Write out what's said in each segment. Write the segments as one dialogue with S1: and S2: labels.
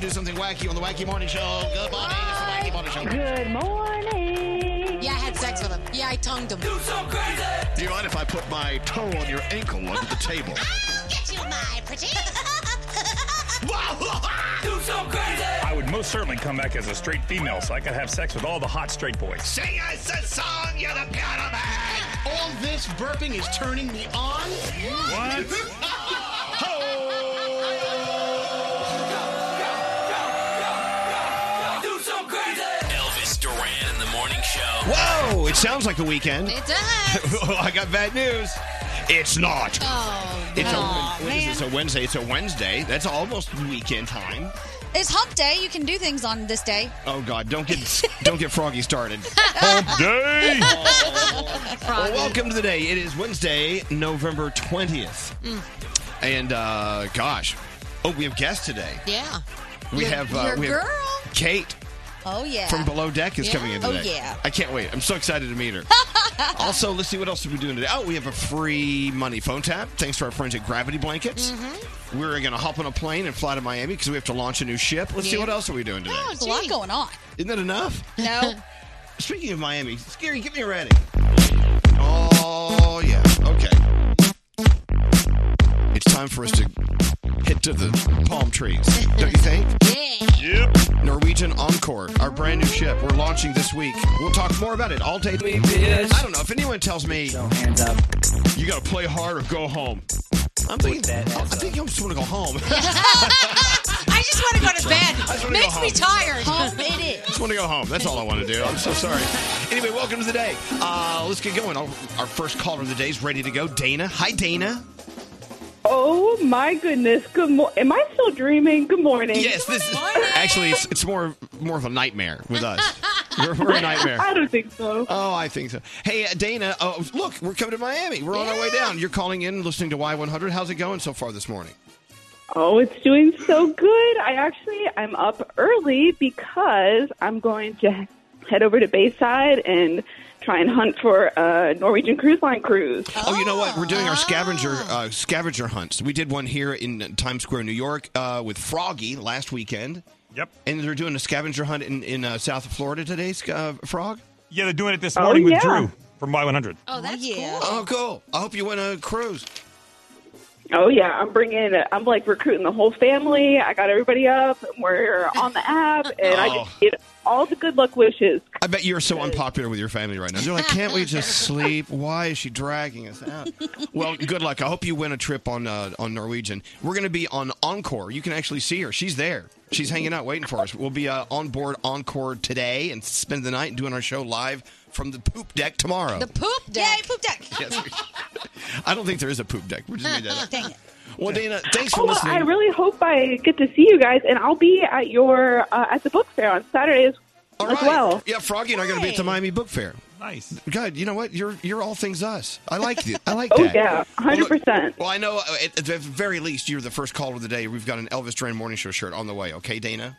S1: do something wacky on the Wacky Morning Show. Good morning. It's the Wacky Morning Show.
S2: Good morning.
S3: Yeah, I had sex with him. Yeah, I tongued him.
S1: Do you mind if I put my toe on your ankle under the table?
S3: I'll get you, my pretty.
S4: I would most certainly come back as a straight female so I could have sex with all the hot straight boys.
S1: Sing us a song, you're the man. All this burping is turning me on.
S4: What?
S5: Elvis Duran in the morning show.
S1: Whoa! It sounds like the weekend.
S3: It does.
S1: Oh, I got bad news. It's not.
S3: Oh,
S1: It's
S3: no.
S1: a, what is this, a Wednesday? It's a Wednesday. That's almost weekend time.
S6: It's hump day. You can do things on this day.
S1: Oh God! Don't get don't get Froggy started. Hump day. Oh, Well, welcome to the day. It is Wednesday, November twentieth,
S3: Mm.
S1: and uh, gosh, oh, we have guests today.
S3: Yeah.
S1: We
S6: Your-
S1: have uh,
S6: your
S1: we have
S6: girl?
S1: Kate
S6: Oh, yeah.
S1: from Below Deck is
S3: Yeah.
S1: coming in
S6: Oh,
S1: today.
S6: yeah.
S1: I can't wait. I'm so excited to meet her. also, let's see what else are we doing today. Oh, we have a free money phone tap thanks to our friends at Gravity Blankets.
S6: Mm-hmm.
S1: We're going to hop on a plane and fly to Miami because we have to launch a new ship. Let's see
S3: Yeah.
S1: what else are we doing today.
S6: There's a Oh, lot going on.
S1: Isn't that enough?
S6: No.
S1: Speaking of Miami, Scary, get me ready. Oh, yeah. Okay. It's time for us to hit to the palm trees, don't you think?
S3: Yeah.
S1: Yep. Norwegian Encore, our brand new ship. We're launching this week. We'll talk more about it all day. I don't know. If anyone tells me
S7: hands up.
S1: you got to play hard or go home, I'm thinking,
S7: that
S1: I think I just want to go home.
S3: I just want to go
S1: just
S3: to bed.
S1: wanna go
S3: Makes me
S1: home.
S3: tired.
S6: Hump it is.
S1: just want to go home. That's all I want to do. I'm so sorry. Anyway, welcome to the day. Uh, let's get going. Our, our first caller of the day is ready to go. Dana. Hi, Dana.
S2: Oh my goodness. Good morning. Am I still dreaming? Good morning.
S1: Yes, this is actually it's, it's more more of a nightmare with us. we're, we're a nightmare.
S2: I don't think so.
S1: Oh, I think so. Hey, uh, Dana, oh, look, we're coming to Miami. We're on our way down. You're calling in, listening to Y100. How's it going so far this morning?
S2: Oh, it's doing so good. I actually I'm up early because I'm going to head over to Bayside and try and hunt for a Norwegian cruise line cruise.
S1: Oh, you know what? We're doing our scavenger uh, scavenger hunts. We did one here in Times Square, New York, uh, with Froggy last weekend,
S4: Yep.
S1: and they're doing a scavenger hunt in in uh, South Florida today. Sc- Uh, Frog.
S4: Yeah, they're doing it this morning
S2: yeah.
S4: with Drew from Y100.
S3: Oh, that's cool.
S6: yeah.
S1: Oh, cool! I hope you win a cruise.
S2: Oh yeah, I'm bringing I'm like recruiting the whole family. I got everybody up. We're on the app and I
S1: Oh.
S2: just get all the good luck wishes.
S1: I bet you're so unpopular with your family right now. They're like, can't we just sleep? Why is she dragging us out? Well, good luck. I hope you win a trip on uh, on Norwegian. We're going to be on Encore. You can actually see her. She's there. She's hanging out waiting for us. We'll be uh, on board Encore today and spend the night doing our show live from the poop deck tomorrow.
S3: The poop
S6: Yay,
S3: deck.
S6: poop deck.
S1: Yes, we- I don't think there is a poop deck. We just made that up.
S6: Dang it.
S1: Well, Dana, thanks for
S2: Oh,
S1: listening.
S2: I really hope I get to see you guys and I'll be at your uh, at the book fair on Saturday as,
S1: All
S2: as
S1: right.
S2: well.
S1: Yeah, Froggy and I are going to be at the
S6: Hey.
S1: Miami Book Fair.
S4: Nice.
S1: God, you know what? You're you're all things us. I like you. I like
S2: Oh,
S1: that.
S2: yeah.
S1: Well, look-
S2: 100%.
S1: Well, I know uh, at, at the very least you're the first caller of the day. We've got an Elvis Duran Morning Show shirt on the way. Okay, Dana.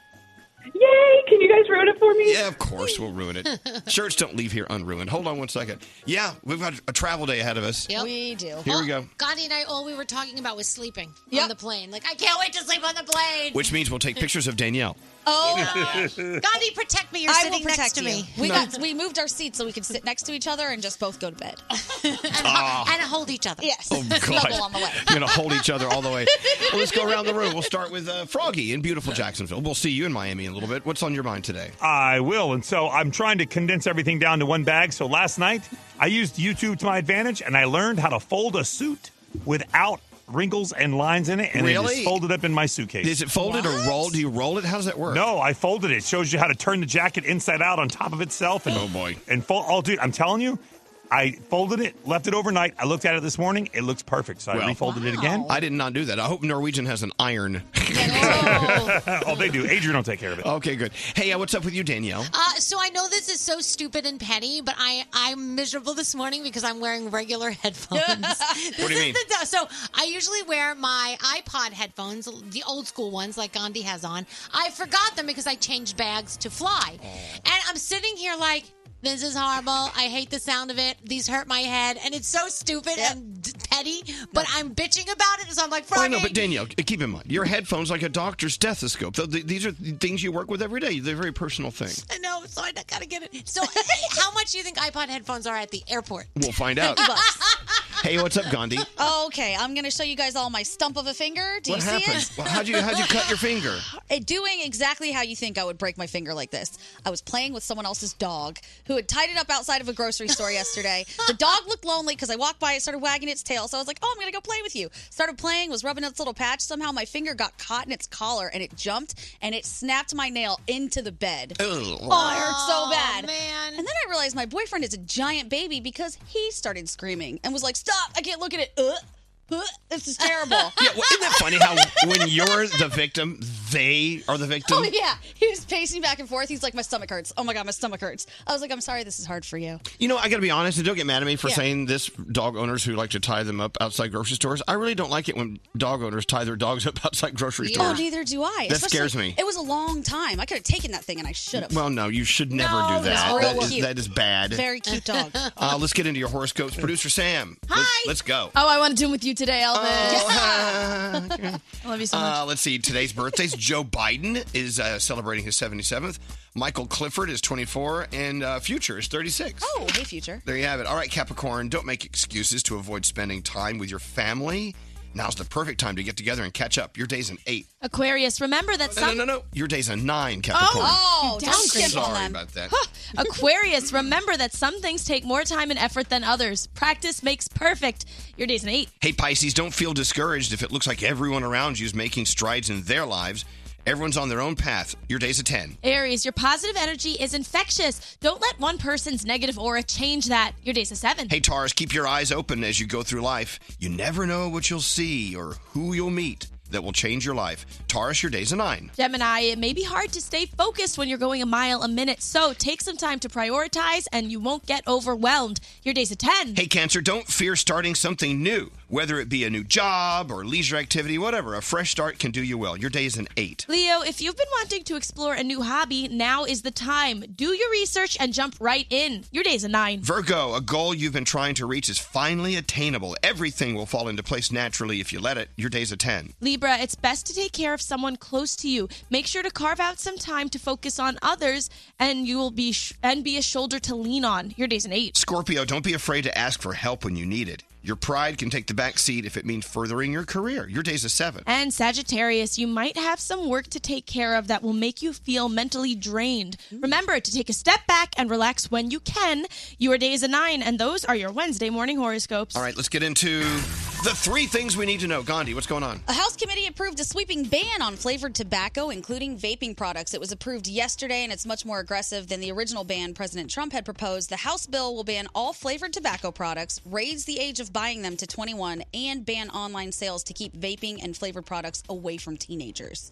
S2: Yay, can you guys ruin it for me?
S1: Yeah, of course we'll ruin it. Shirts don't leave here unruined. Hold on one second. Yeah, we've got a travel day ahead of us.
S3: Yep.
S6: We do.
S1: Here we
S3: Oh,
S1: go.
S3: Gandhi and I, all we were talking about was sleeping on
S6: Yep.
S3: the plane. Like, I can't wait to sleep on the plane.
S1: Which means we'll take pictures of Danielle.
S6: Oh,
S3: Gandhi, protect me. You're
S6: I will
S3: sitting
S6: protect
S3: next to
S6: you.
S3: me.
S6: We got we moved our seats so we could sit next to each other and just both go to bed.
S3: and,
S1: Ah.
S3: hu- and hold each other.
S6: Yes.
S1: Oh God!
S6: Snuggle on the way.
S1: You're gonna hold each other all the way. Well, let's go around the room. We'll start with uh, Froggy in beautiful Jacksonville. We'll see you in Miami in a little bit. What's on your mind today?
S4: I will. And so I'm trying to condense everything down to one bag. So last night, I used YouTube to my advantage and I learned how to fold a suit without wrinkles and lines in it. And it
S1: Really?
S4: is folded up in my suitcase.
S1: Is it folded or rolled? Do you roll it? How does that work?
S4: no, I folded it. It shows you how to turn the jacket inside out on top of itself. And,
S1: Oh, boy.
S4: And fold. Oh, dude, I'm telling you, I folded it, left it overnight. I looked at it this morning. It looks perfect. So
S1: Well.
S4: I refolded it again.
S1: I did not do that. I hope Norwegian has an iron.
S4: oh, they do. Adrian will take care of it.
S1: okay, good. Hey, uh, what's up with you, Danielle?
S3: Uh, so I know this is so stupid and petty, but I I'm miserable this morning because I'm wearing regular headphones. This
S1: What do you
S3: is
S1: mean?
S3: the- so I usually wear my iPod headphones, the old school ones like Gandhi has on. I forgot them because I changed bags to fly,
S1: Oh.
S3: and I'm sitting here like. This is horrible. I hate the sound of it. These hurt my head, and it's so stupid and d- petty. petty, but I'm bitching about it, so I'm like,
S1: I
S3: Friday.
S1: know, but Danielle, uh, keep in mind, your headphones like a doctor's stethoscope. Th- th- These are th- things you work with every day. They're very personal things.
S3: I know, so I gotta get it. So, how much do you think iPod headphones are at the airport?
S1: We'll find out. hey, what's up, Gandhi?
S6: okay, I'm gonna show you guys all my stump of a finger. Do
S1: what
S6: you
S1: happened?
S6: see
S1: Well, how'd you how'd you cut your finger?
S6: it? Doing exactly how you think I would break my finger like this. I was playing with someone else's dog who had tied it up outside of a grocery store yesterday. The dog looked lonely because I walked by, it started wagging its tail. So I was like, "Oh, I'm gonna go play with you." Started playing, was rubbing its little patch. Somehow my finger got caught in its collar, and it jumped and it snapped my nail into the bed. Oh, it hurt so bad. Man. And then I realized my boyfriend is a giant baby because he started screaming and was like, Stop, I can't look at it. Uh, uh, this is terrible.
S1: Yeah, well, isn't that funny how when you're the victim, they are the victim?
S6: Oh yeah, he was pacing back and forth. He's like, my stomach hurts. Oh my god, my stomach hurts. I was like, I'm sorry, this is hard for you.
S1: You know, I got to be honest, and don't get mad at me for
S6: Yeah.
S1: saying this. Dog owners who like to tie them up outside grocery stores, I really don't like it when dog owners tie their dogs up outside grocery
S6: Oh,
S1: stores.
S6: neither do I.
S1: That
S6: Especially-
S1: scares me.
S6: It was a long time. I could have taken that thing, and I should have.
S1: Well, no, you should never
S6: No,
S1: do
S6: it's
S1: that.
S6: real
S1: That is,
S6: cute.
S1: that is bad.
S6: Very cute dog.
S1: Uh, let's get into your horoscopes, producer Sam. Hi. Let's, go. Oh,
S7: Oh, I want to do with you today, Elvis. I love you so much.
S1: Uh, let's see. Today's birthdays: Joe Biden is uh, celebrating his 77th. Michael Clifford is 24, and uh, Future is 36.
S6: oh, hey, future.
S1: There you have it. All right, Capricorn, don't make excuses to avoid spending time with your family. Now's the perfect time to get together and catch up. Your day's an eight.
S7: Aquarius, remember that
S1: No,
S7: some.
S1: no, no, no. Your day's a nine, Capricorn.
S6: Oh,
S7: You
S6: don't
S7: downgraded
S6: skip on
S1: Sorry
S6: them.
S1: about that.
S7: Aquarius, remember that some things take more time and effort than others. Practice makes perfect. Your day's an eight.
S1: hey, Pisces, don't feel discouraged if it looks like everyone around you is making strides in their lives. Everyone's on their own path. Your day's a 10.
S7: Aries, your positive energy is infectious. Don't let one person's negative aura change that. Your day's a seven.
S1: Hey, Taurus, keep your eyes open as you go through life. You never know what you'll see or who you'll meet that will change your life. Taurus, your day's a 9.
S7: Gemini, it may be hard to stay focused when you're going a mile a minute, so take some time to prioritize and you won't get overwhelmed. Your day's a 10.
S1: Hey, Cancer, don't fear starting something new, whether it be a new job or leisure activity, whatever. A fresh start can do you well. Your day is an eight.
S7: Leo, if you've been wanting to explore a new hobby, now is the time. Do your research and jump right in. Your day's a 9.
S1: Virgo, a goal you've been trying to reach is finally attainable. Everything will fall into place naturally if you let it. Your day's a 10.
S7: Libra, it's best to take care of someone close to you. Make sure to carve out some time to focus on others and you will be sh- and be a shoulder to lean on. Your day's an 8.
S1: Scorpio, don't be afraid to ask for help when you need it. Your pride can take the back seat if it means furthering your career. Your day's a 7.
S7: And Sagittarius, you might have some work to take care of that will make you feel mentally drained. Remember to take a step back and relax when you can. Your day is a nine, and those are your Wednesday morning horoscopes.
S1: All right, let's get into the three things we need to know. Gandhi, what's going on?
S6: A House committee approved a sweeping ban on flavored tobacco, including vaping products. It was approved yesterday, and it's much more aggressive than the original ban President Trump had proposed. The House bill will ban all flavored tobacco products, raise the age of buying them to 21, and ban online sales to keep vaping and flavored products away from teenagers.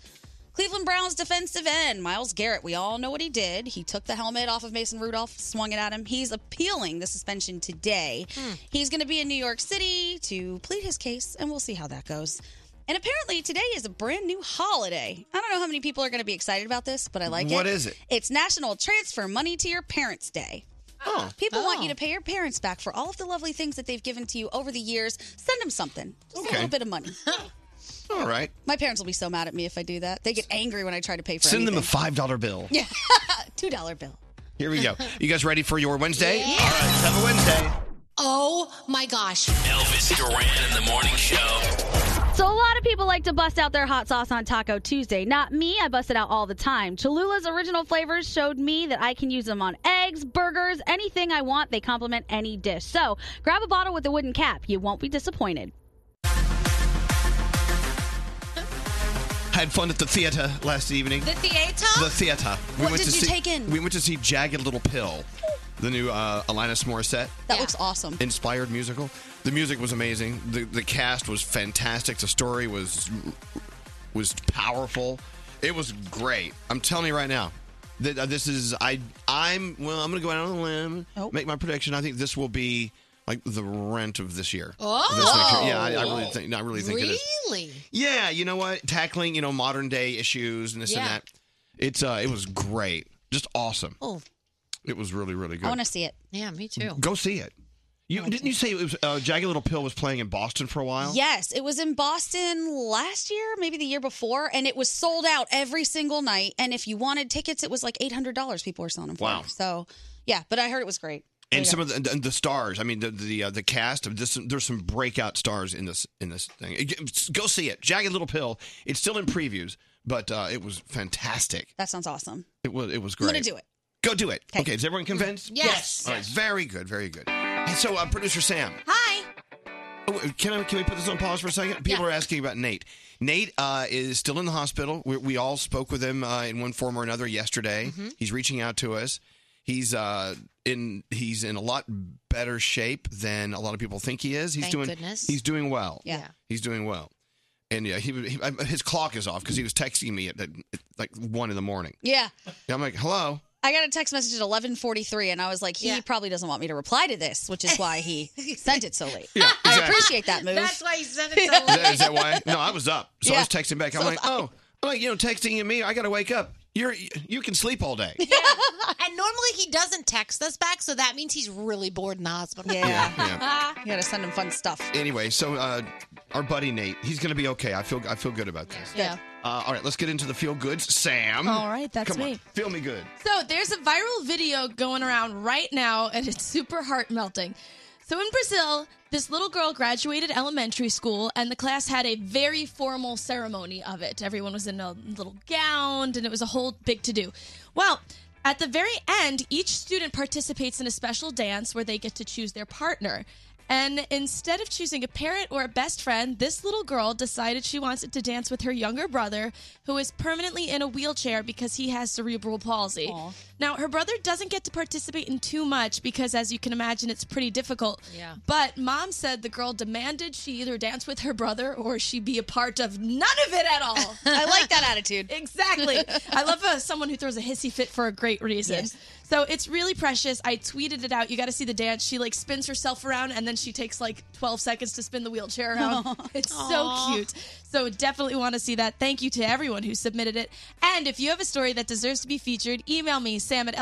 S6: Cleveland Browns defensive end, Miles Garrett. We all know what he did. He took the helmet off of Mason Rudolph, swung it at him. He's appealing the suspension today. He's going to be in New York City to plead his case, and we'll see how that goes. And apparently, today is a brand new holiday. I don't know how many people are going to be excited about this, but I like it.
S1: What is it?
S6: It's National Transfer Money to Your Parents Day.
S1: Oh.
S6: People want you to pay your parents back for all of the lovely things that they've given to you over the years. Send them something, just
S1: Okay.
S6: a little bit of money.
S1: All right.
S6: My parents will be so mad at me if I do that. They get angry when I try to pay for
S1: Send them a
S6: anything.
S1: $5 bill.
S6: two dollar bill.
S1: Here we go. You guys ready for your Wednesday? All right, let's have a Wednesday.
S3: Oh my gosh.
S5: Elvis Duran in the morning show.
S8: So a lot of people like to bust out their hot sauce on Taco Tuesday. Not me. I bust it out all the time. Cholula's original flavors showed me that I can use them on eggs, burgers, anything I want. They complement any dish. So grab a bottle with a wooden cap. You won't be disappointed.
S1: Had fun at the theater last evening.
S3: The theater?
S1: The theater.
S6: What did you
S1: see,
S6: take in?
S1: We went to see Jagged Little Pill, the new uh, Alanis Morissette
S6: That looks awesome.
S1: inspired musical. The music was amazing. The the cast was fantastic. The story was was powerful. It was great. I'm telling you right now. That uh, this is I I'm well I'm gonna go out on a limb
S6: Oh.
S1: make my prediction I think this will be like the rent of this year.
S3: Oh.
S1: This next year. yeah I, I really think I really think it is.
S3: really?
S1: Yeah, you know what? Tackling, you know, modern day issues and this and
S3: Yeah.
S1: that. It's uh it was great. Just awesome.
S3: Oh,
S1: It was really, really good.
S6: I want to see it.
S3: yeah, me too.
S1: Go see it. You didn't you say it was uh, Jagged Little Pill was playing in Boston for a while?
S6: Yes, it was in Boston last year, maybe the year before, and it was sold out every single night. And if you wanted tickets, it was like eight hundred dollars. People were selling them for.
S1: Wow.
S6: So, yeah, but I heard it was great.
S1: And some of the, and the stars. I mean, the the, uh, the cast of this. There's some breakout stars in this in this thing. It- Go see it, Jagged Little Pill. It's still in previews, but uh, it was fantastic.
S6: That sounds awesome.
S1: It was it was
S6: I'm
S1: great.
S6: gonna do it.
S1: Go do it. Okay, is everyone convinced?
S6: Yes. Yes.
S1: All right, very good, very good. And so, uh, producer Sam.
S3: Hi.
S1: Oh, can I, can we put this on pause for a second? People are asking about Nate. Nate uh, is still in the hospital. We, we all spoke with him uh, in one form or another yesterday.
S3: Mm-hmm.
S9: Mhm.
S1: He's reaching out to us. He's uh, in he's in a lot better shape than a lot of people think he is. He's
S3: Thank
S1: doing
S3: goodness.
S1: he's doing well.
S3: Yeah. Yeah.
S1: he's doing well. And yeah, he, he I- his clock is off because he was texting me at, at like one in the morning.
S6: Yeah,
S1: And I'm like, hello.
S6: I got a text message at eleven forty three, and I was like, he probably doesn't want me to reply to this, which is why he sent it so late.
S1: Yeah,
S6: I
S1: exactly.
S6: appreciate that move.
S3: That's why you said it
S1: Is
S3: so
S1: that- is that why? No, I was up, so I
S6: Yeah.
S1: was texting back. I'm
S6: So
S1: like,
S6: was I.
S1: oh, I'm like, you know, texting and me, I got to wake up. You're you can sleep all day.
S3: and normally he doesn't text us back, so that means he's really bored in the hospital.
S6: Yeah. Yeah,
S1: yeah.
S6: you gotta send him fun stuff.
S1: Anyway, so uh, our buddy Nate, he's gonna be okay. I feel I feel good about this.
S7: Yeah.
S1: Uh, all right, let's get into the feel goods. Sam.
S7: All right, that's
S1: come on,
S7: me.
S1: feel me good.
S7: So there's a viral video going around right now, and it's super heart melting. So in Brazil, this little girl graduated elementary school, and the class had a very formal ceremony of it. Everyone was in a little gown, and it was a whole big to do. Well, at the very end, each student participates in a special dance where they get to choose their partner. And instead of choosing a parent or a best friend, this little girl decided she wanted to dance with her younger brother, who is permanently in a wheelchair because he has cerebral palsy. Now, her brother doesn't get to participate in too much because, as you can imagine, it's pretty difficult.
S3: Yeah.
S7: But mom said the girl demanded she either dance with her brother or she be a part of none of it at all.
S6: I like that attitude.
S7: Exactly. I love uh, someone who throws a hissy fit for a great reason. So it's really precious. I tweeted it out. You got to see the dance. She like spins herself around and then she takes like 12 seconds to spin the wheelchair around. It's
S3: Aw.
S7: so cute. So definitely want to see that. Thank you to everyone who submitted it. And if you have a story that deserves to be featured, email me, sam at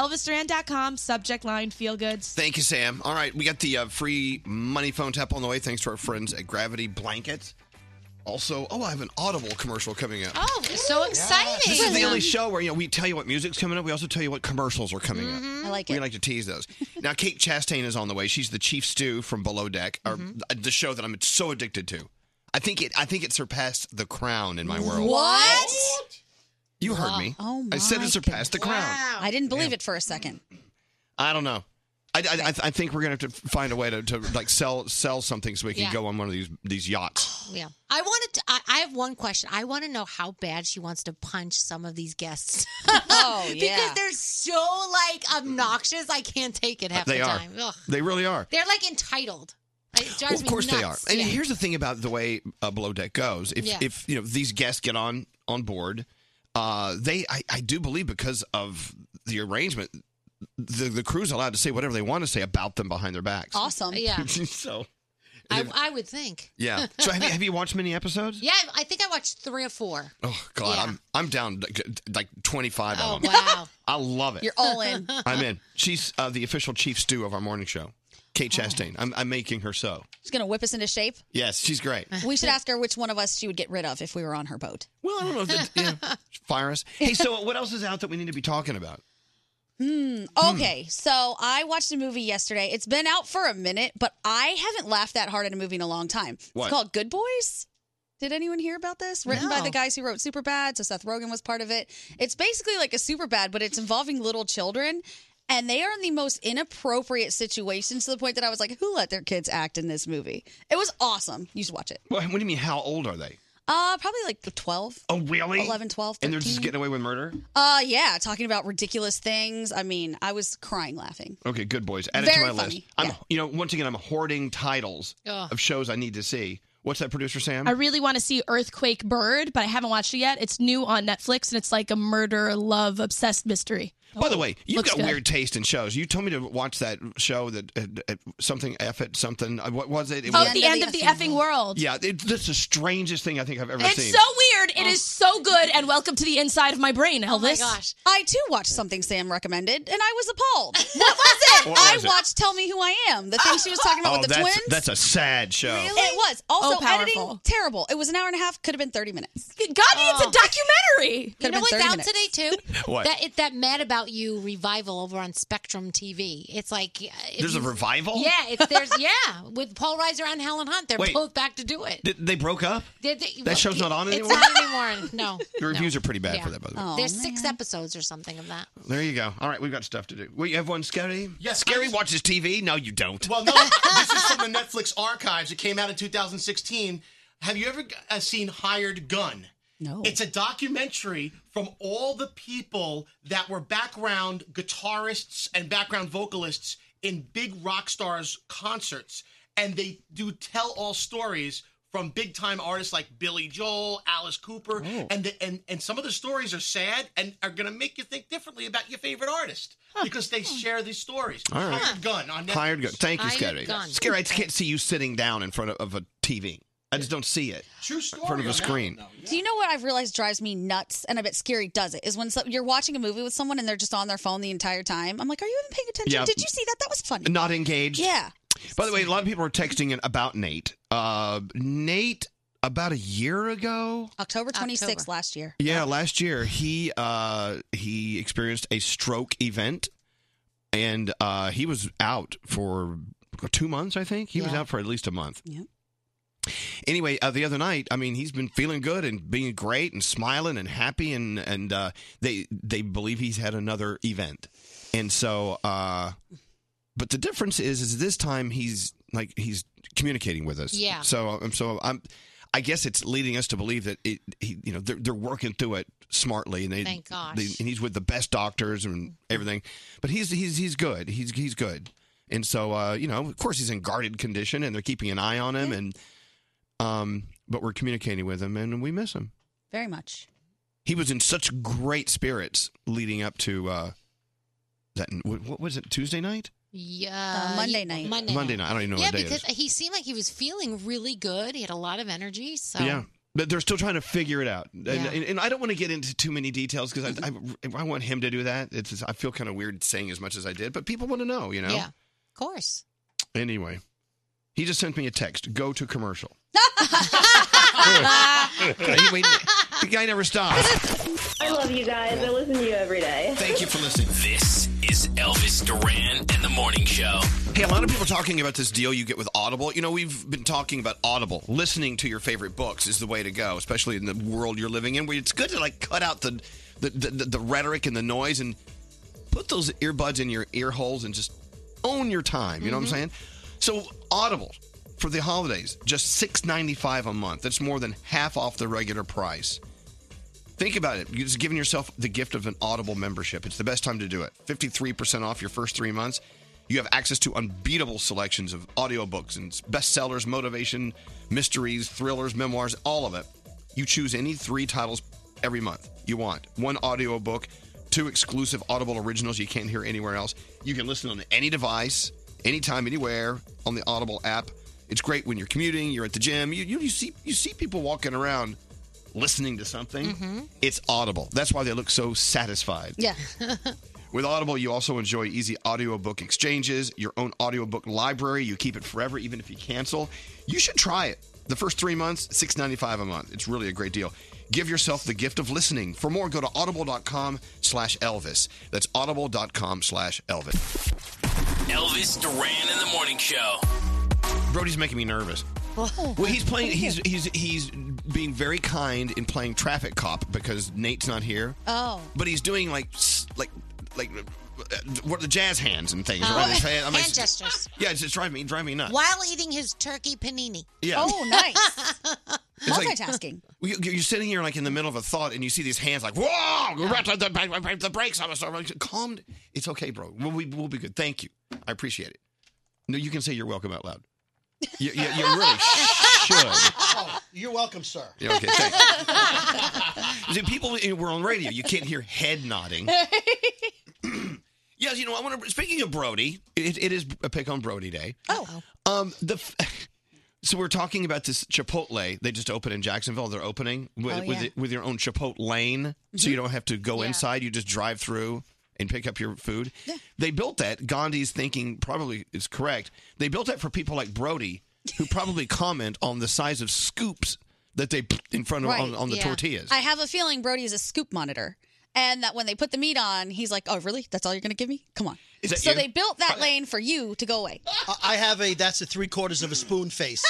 S7: elvisduran.com, subject line feel goods.
S1: Thank you, Sam. All right, we got the uh, free money phone tap on the way. Thanks to our friends at Gravity Blankets. Also, oh, I have an Audible commercial coming up.
S3: Oh, it's so exciting.
S1: This is the only show where you know we tell you what music's coming up. We also tell you what commercials are coming
S3: Mhm.
S1: up.
S3: I like
S1: we
S3: it.
S1: like to tease those. now, Kate Chastain is on the way. She's the chief stew from Below Deck, or
S3: Mhm.
S1: th- the show that I'm so addicted to. I think it. I think it surpassed The Crown in my world.
S6: What?
S1: You heard me.
S6: Oh my
S1: I said it surpassed The Crown.
S6: I didn't believe it for a second.
S1: I don't know. I, I, I- I think we're gonna have to find a way to, to like sell sell something so we can
S3: Yeah.
S1: go on one of these these yachts.
S3: Oh, Yeah. I wanted to, I, I have one question. I want to know how bad she wants to punch some of these guests.
S6: Oh,
S3: because they're so like obnoxious. I can't take it half
S1: they
S3: the
S1: are.
S3: time. Ugh.
S1: They really are.
S3: They're like entitled. It drives
S1: Well, of
S3: me
S1: course they are.
S3: nuts.
S1: And
S3: Yeah.
S1: here's the thing about the way uh, Below Deck goes. If
S3: Yeah.
S1: if you know these guests get on on board, uh, they I, I do believe because of the arrangement, the the crew's allowed to say whatever they want to say about them behind their backs.
S6: awesome.
S3: Oh, Yeah.
S1: so
S3: I, I would think.
S1: yeah. So have you, have you watched many episodes?
S3: Yeah, I think I watched three or four.
S1: Oh God, I'm I'm down like, like 25
S3: Oh,
S1: on them.
S3: wow.
S1: I love it.
S6: You're all in.
S1: I'm in. She's uh, the official chief stew of our morning show, Kate
S3: Oh.
S1: Chastain. I'm, I'm making her so.
S6: She's gonna whip us into shape.
S1: Yes, she's great.
S6: We should ask her which one of us she would get rid of if we were on her boat.
S1: Well, I don't know. If it, yeah, fire us. Hey, so what else is out that we need to be talking about?
S6: Hmm. Okay, so I watched a movie yesterday. It's been out for a minute, but I haven't laughed that hard at a movie in a long time.
S10: What?
S6: It's called Good Boys. Did anyone hear about this? Written by
S10: No.
S6: the guys who wrote Superbad, so Seth Rogen was part of it. It's basically like a Superbad, but it's involving little children. And they are in the most inappropriate situations to the point that I was like, who let their kids act in this movie? It was awesome. You should watch it.
S1: Well, what do you mean? How old are they?
S6: Uh, probably like 12,
S1: Oh, really?
S6: 11, 12,
S1: And they're
S6: 13.
S1: just getting away with murder?
S6: Uh, yeah, talking about ridiculous things. I mean, I was crying laughing.
S1: Okay, good boys. Add it to
S6: Very
S1: my list.
S6: funny.
S1: I'm, you know, once again, I'm hoarding titles
S7: Ugh.
S1: of shows I need to see. What's that, producer Sam?
S7: I really want to see Earthquake Bird, but I haven't watched it yet. It's new on Netflix and it's like a murder, love, obsessed mystery.
S1: By the way, you've
S9: looks
S1: got
S9: good.
S1: weird taste in shows. You told me to watch that show that uh, uh, something F it something. Uh, What was it? it
S9: Oh,
S1: was,
S9: the end of the effing world.
S1: Yeah, it, that's the strangest thing I think I've ever
S9: It's
S1: seen.
S9: so weird. It is so good. And welcome to the inside of my brain, Elvis. Oh my gosh.
S6: I too watched something Sam recommended, and I was appalled. What was it?
S1: What was
S6: I
S1: it?
S6: watched "Tell Me Who I Am," the thing she was talking about
S1: oh,
S6: with the
S1: that's
S6: twins.
S1: that's a sad show.
S6: It was also
S9: Oh, powerful.
S6: editing terrible. It was an hour and a half, could have been thirty minutes.
S9: God, it's a documentary.
S3: You know what's out today too?
S1: What?
S3: That it, that Mad About You revival over on Spectrum TV. It's like uh, if
S1: There's a
S3: you-
S1: revival?
S3: Yeah, it's there's yeah with Paul Reiser and Helen Hunt. They're
S1: Wait.
S3: both back to do it.
S1: Did- they broke up.
S3: They- they-
S1: That show's not on anymore?
S3: It's not anymore. No.
S1: The reviews are pretty bad
S3: Yeah.
S1: for that, by the
S6: Oh,
S1: way.
S3: There's six episodes or something of that.
S1: There you go. All right, we've got stuff to do. Wait, you have one, Scary?
S10: Yes,
S1: Scary watches TV. No, you don't.
S10: Well, no, this is from the Netflix archives. It came out in 2016. Have you ever uh, seen Hired Gun? No. It's a documentary from all the people that were background guitarists and background vocalists in big rock stars' concerts. And they do tell all stories from big time artists like Billy Joel, Alice Cooper. And, the, and, and some of the stories are sad and are going to make you think differently about your favorite artist because they share these stories.
S1: All right.
S10: Hired Gun on Netflix.
S1: Hired gun. Thank you,
S10: Hired
S1: Scary.
S10: gun.
S1: Scary, I just can't see you sitting down in front of, of a TV. I just don't see it.
S10: True
S1: In front of a screen.
S6: Do you know what I've realized drives me nuts, and I bet Scary does it, is when so- you're watching a movie with someone and they're just on their phone the entire time. I'm like, are you even paying attention?
S1: Yeah.
S6: Did you see that? That was funny.
S1: Not engaged.
S6: Yeah.
S1: By the way, a lot of people are texting in about Nate. Uh, Nate, about a year ago.
S6: October 26th last year.
S1: Yeah, last year he uh, he experienced a stroke event, and uh, he was out for two months. I think he was out for at least a month.
S6: Yeah.
S1: Anyway, uh, the other night, I mean, he's been feeling good and being great and smiling and happy, and and uh, they they believe he's had another event, and so. Uh, but the difference is, is this time he's like he's communicating with us.
S11: Yeah.
S1: So I'm so I'm. I guess it's leading us to believe that it, he, you know, they're, they're working through it smartly, and they,
S3: Thank gosh. Mm-hmm.
S1: they- and he's with the best doctors and everything. But he's he's he's good. He's he's good, and so uh, you know, of course, he's in guarded condition, and they're keeping an eye on him, and um, but we're communicating with him, and we miss him.
S6: Very much.
S1: He was in such great spirits leading up to uh, that. What what was it? Tuesday night?
S3: Yeah.
S6: Uh, Monday
S3: he-
S6: night.
S3: Monday,
S1: Monday night. I don't even know
S3: yeah,
S1: what day it
S3: because
S1: is.
S3: he seemed like he was feeling really good. He had a lot of energy. So
S1: Yeah. But they're still trying to figure it out, and,
S3: Yeah. Mm-hmm.
S1: and, and I don't want to get into too many details because I, I, I want him to do that. It's just- I feel kind of weird saying as much as I did, but people want to know, you know.
S3: Yeah. Of course.
S1: Anyway, he just sent me a text. Go to commercial. Anyway, the guy never stops.
S12: I love you guys. I listen to you every day.
S1: Thank you for listening.
S5: This is Elvis Duran and the Morning Show.
S1: Hey, a lot of people are talking about this deal you get with Audible. You know, we've been talking about Audible. Listening to your favorite books is the way to go, especially in the world you're living in, where it's good to like cut out the the, the, the, the rhetoric and the noise and put those earbuds in your ear holes and just own your time. You know what I'm saying? So Audible for the holidays, just six ninety five a month. That's more than half off the regular price. Think about it. You're just giving yourself the gift of an Audible membership. It's the best time to do it. 53% off your first three months. You have access to unbeatable selections of audiobooks and bestsellers, motivation, mysteries, thrillers, memoirs, all of it. You choose any three titles every month you want. One audiobook, two exclusive Audible originals you can't hear anywhere else. You can listen on any device, anytime, anywhere on the Audible app. It's great when you're commuting, you're at the gym, you, you, you see you see people walking around listening to something, it's Audible. That's why they look so satisfied.
S6: Yeah.
S1: With Audible, you also enjoy easy audiobook exchanges, your own audiobook library. You keep it forever, even if you cancel. You should try it. The first three months, six ninety five a month. It's really a great deal. Give yourself the gift of listening. For more, go to audible.com slash Elvis. That's audible.com slash Elvis.
S5: Elvis Duran and the Morning Show.
S1: Brody's making me nervous. Well, he's playing. He's he's he's being very kind in playing traffic cop because Nate's not here.
S6: Oh.
S1: but he's doing like s- like like uh, what are the jazz hands and things
S3: Oh.
S1: around his hand. I'm like,
S3: Hand gestures.
S1: Yeah, it's just driving me driving me nuts.
S3: While eating his turkey panini.
S1: Yeah. Oh,
S6: nice.
S1: It's like- You, you're sitting here like in the middle of a thought, and you see these hands like
S3: Oh.
S1: whoa, the, the brakes. I'm sorry. Calm. d- It's okay, bro. We'll be we'll be good. Thank you. I appreciate it. No, you can say you're welcome out loud. You, you, you really should.
S10: Oh, you're welcome, sir.
S1: Yeah, okay, thanks. See, people, we're on radio. You can't hear head nodding. guys, you know, I want to. Speaking of Brody, it, it is a pick on Brody day. Oh, um, the. f- So we're talking about this Chipotle. They just opened in Jacksonville. They're opening with
S11: Oh,
S1: with,
S11: yeah.
S1: it- with your own Chipotle lane, so you don't have to go inside. You just drive through and pick up your food. They built that. Gandhi's thinking probably is correct. They built that for people like Brody, who probably comment on the size of scoops that they put in front of on, on the
S6: yeah.
S1: tortillas.
S6: I have a feeling Brody is a scoop monitor. And that when they put the meat on, he's like, "Oh, really? That's all you're going to give me? Come on!"
S13: Is that
S6: so
S13: you?
S6: they built that lane for you to go away.
S13: I- I have a that's a three quarters of a spoon face.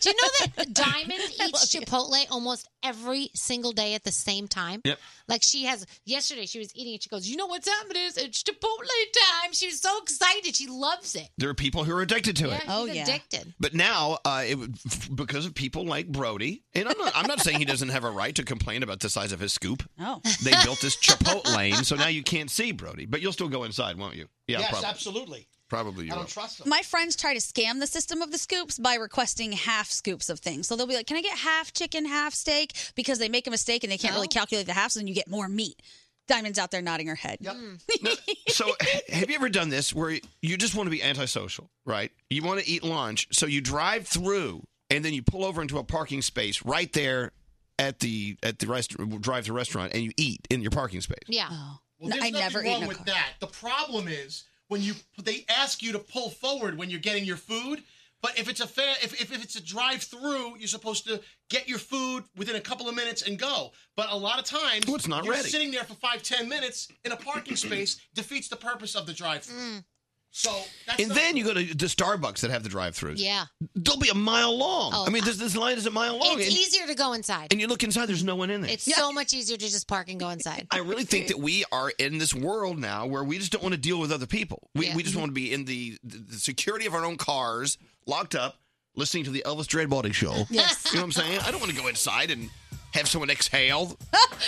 S3: Do you know that Diamond eats Chipotle almost every single day at the same time?
S1: Yep.
S3: Like she has yesterday, she was eating it. She goes, "You know what time it is? It's Chipotle time." She was so excited. She loves it.
S1: There are people who are addicted to
S3: Oh, Yeah,
S1: it.
S3: she's addicted.
S1: But now, uh, it, would- f- because of people like Brody, and I'm not, I'm not saying he doesn't have a right to complain about the size of his scoop.
S6: Oh.
S1: They built this Chipotle lane, so now you can't see Brody, but you'll still go inside, won't you? Yeah,
S13: yes,
S1: probably.
S13: absolutely.
S1: Probably you
S13: I
S1: will.
S13: don't trust them.
S6: My friends try to scam the system of the scoops by requesting half scoops of things. So they'll be like, "Can I get half chicken, half steak?" Because they make a mistake and they can't really calculate the halves, and you get more meat. Diamond's out there nodding her head. Mm.
S3: Mm.
S1: So, have you ever done this where you just want to be antisocial, right? You want to eat lunch, so you drive through and then you pull over into a parking space right there at the at the rest, drive-through restaurant and you eat in your parking space.
S3: Yeah.
S13: Well,
S6: No,
S13: there's
S6: I
S13: nothing
S6: never eat
S13: wrong
S6: in a
S13: with
S6: car.
S13: that. The problem is when you they ask you to pull forward when you're getting your food. But if it's a fair, if, if, if it's a drive through, you're supposed to get your food within a couple of minutes and go. But a lot of times,
S1: it's not
S13: you're
S1: ready.
S13: sitting there for five, ten minutes in a parking space defeats the purpose of the drive through.
S6: Mm.
S13: So that's
S1: And
S13: not-
S1: then you go to the Starbucks that have the drive-throughs.
S3: Yeah.
S1: They'll be a mile long.
S3: Oh,
S1: I mean, this, this line is a mile long.
S3: It's
S1: and,
S3: easier to go inside.
S1: and you look inside, there's no one in there.
S3: It's so much easier to just park and go inside.
S1: I really think that we are in this world now where we just don't want to deal with other people. We,
S3: Yeah.
S1: we just want to be in the, the, the security of our own cars, locked up, listening to the Elvis Dreadbody show.
S6: Yes.
S1: You know what I'm saying? I don't want to go inside and have someone exhale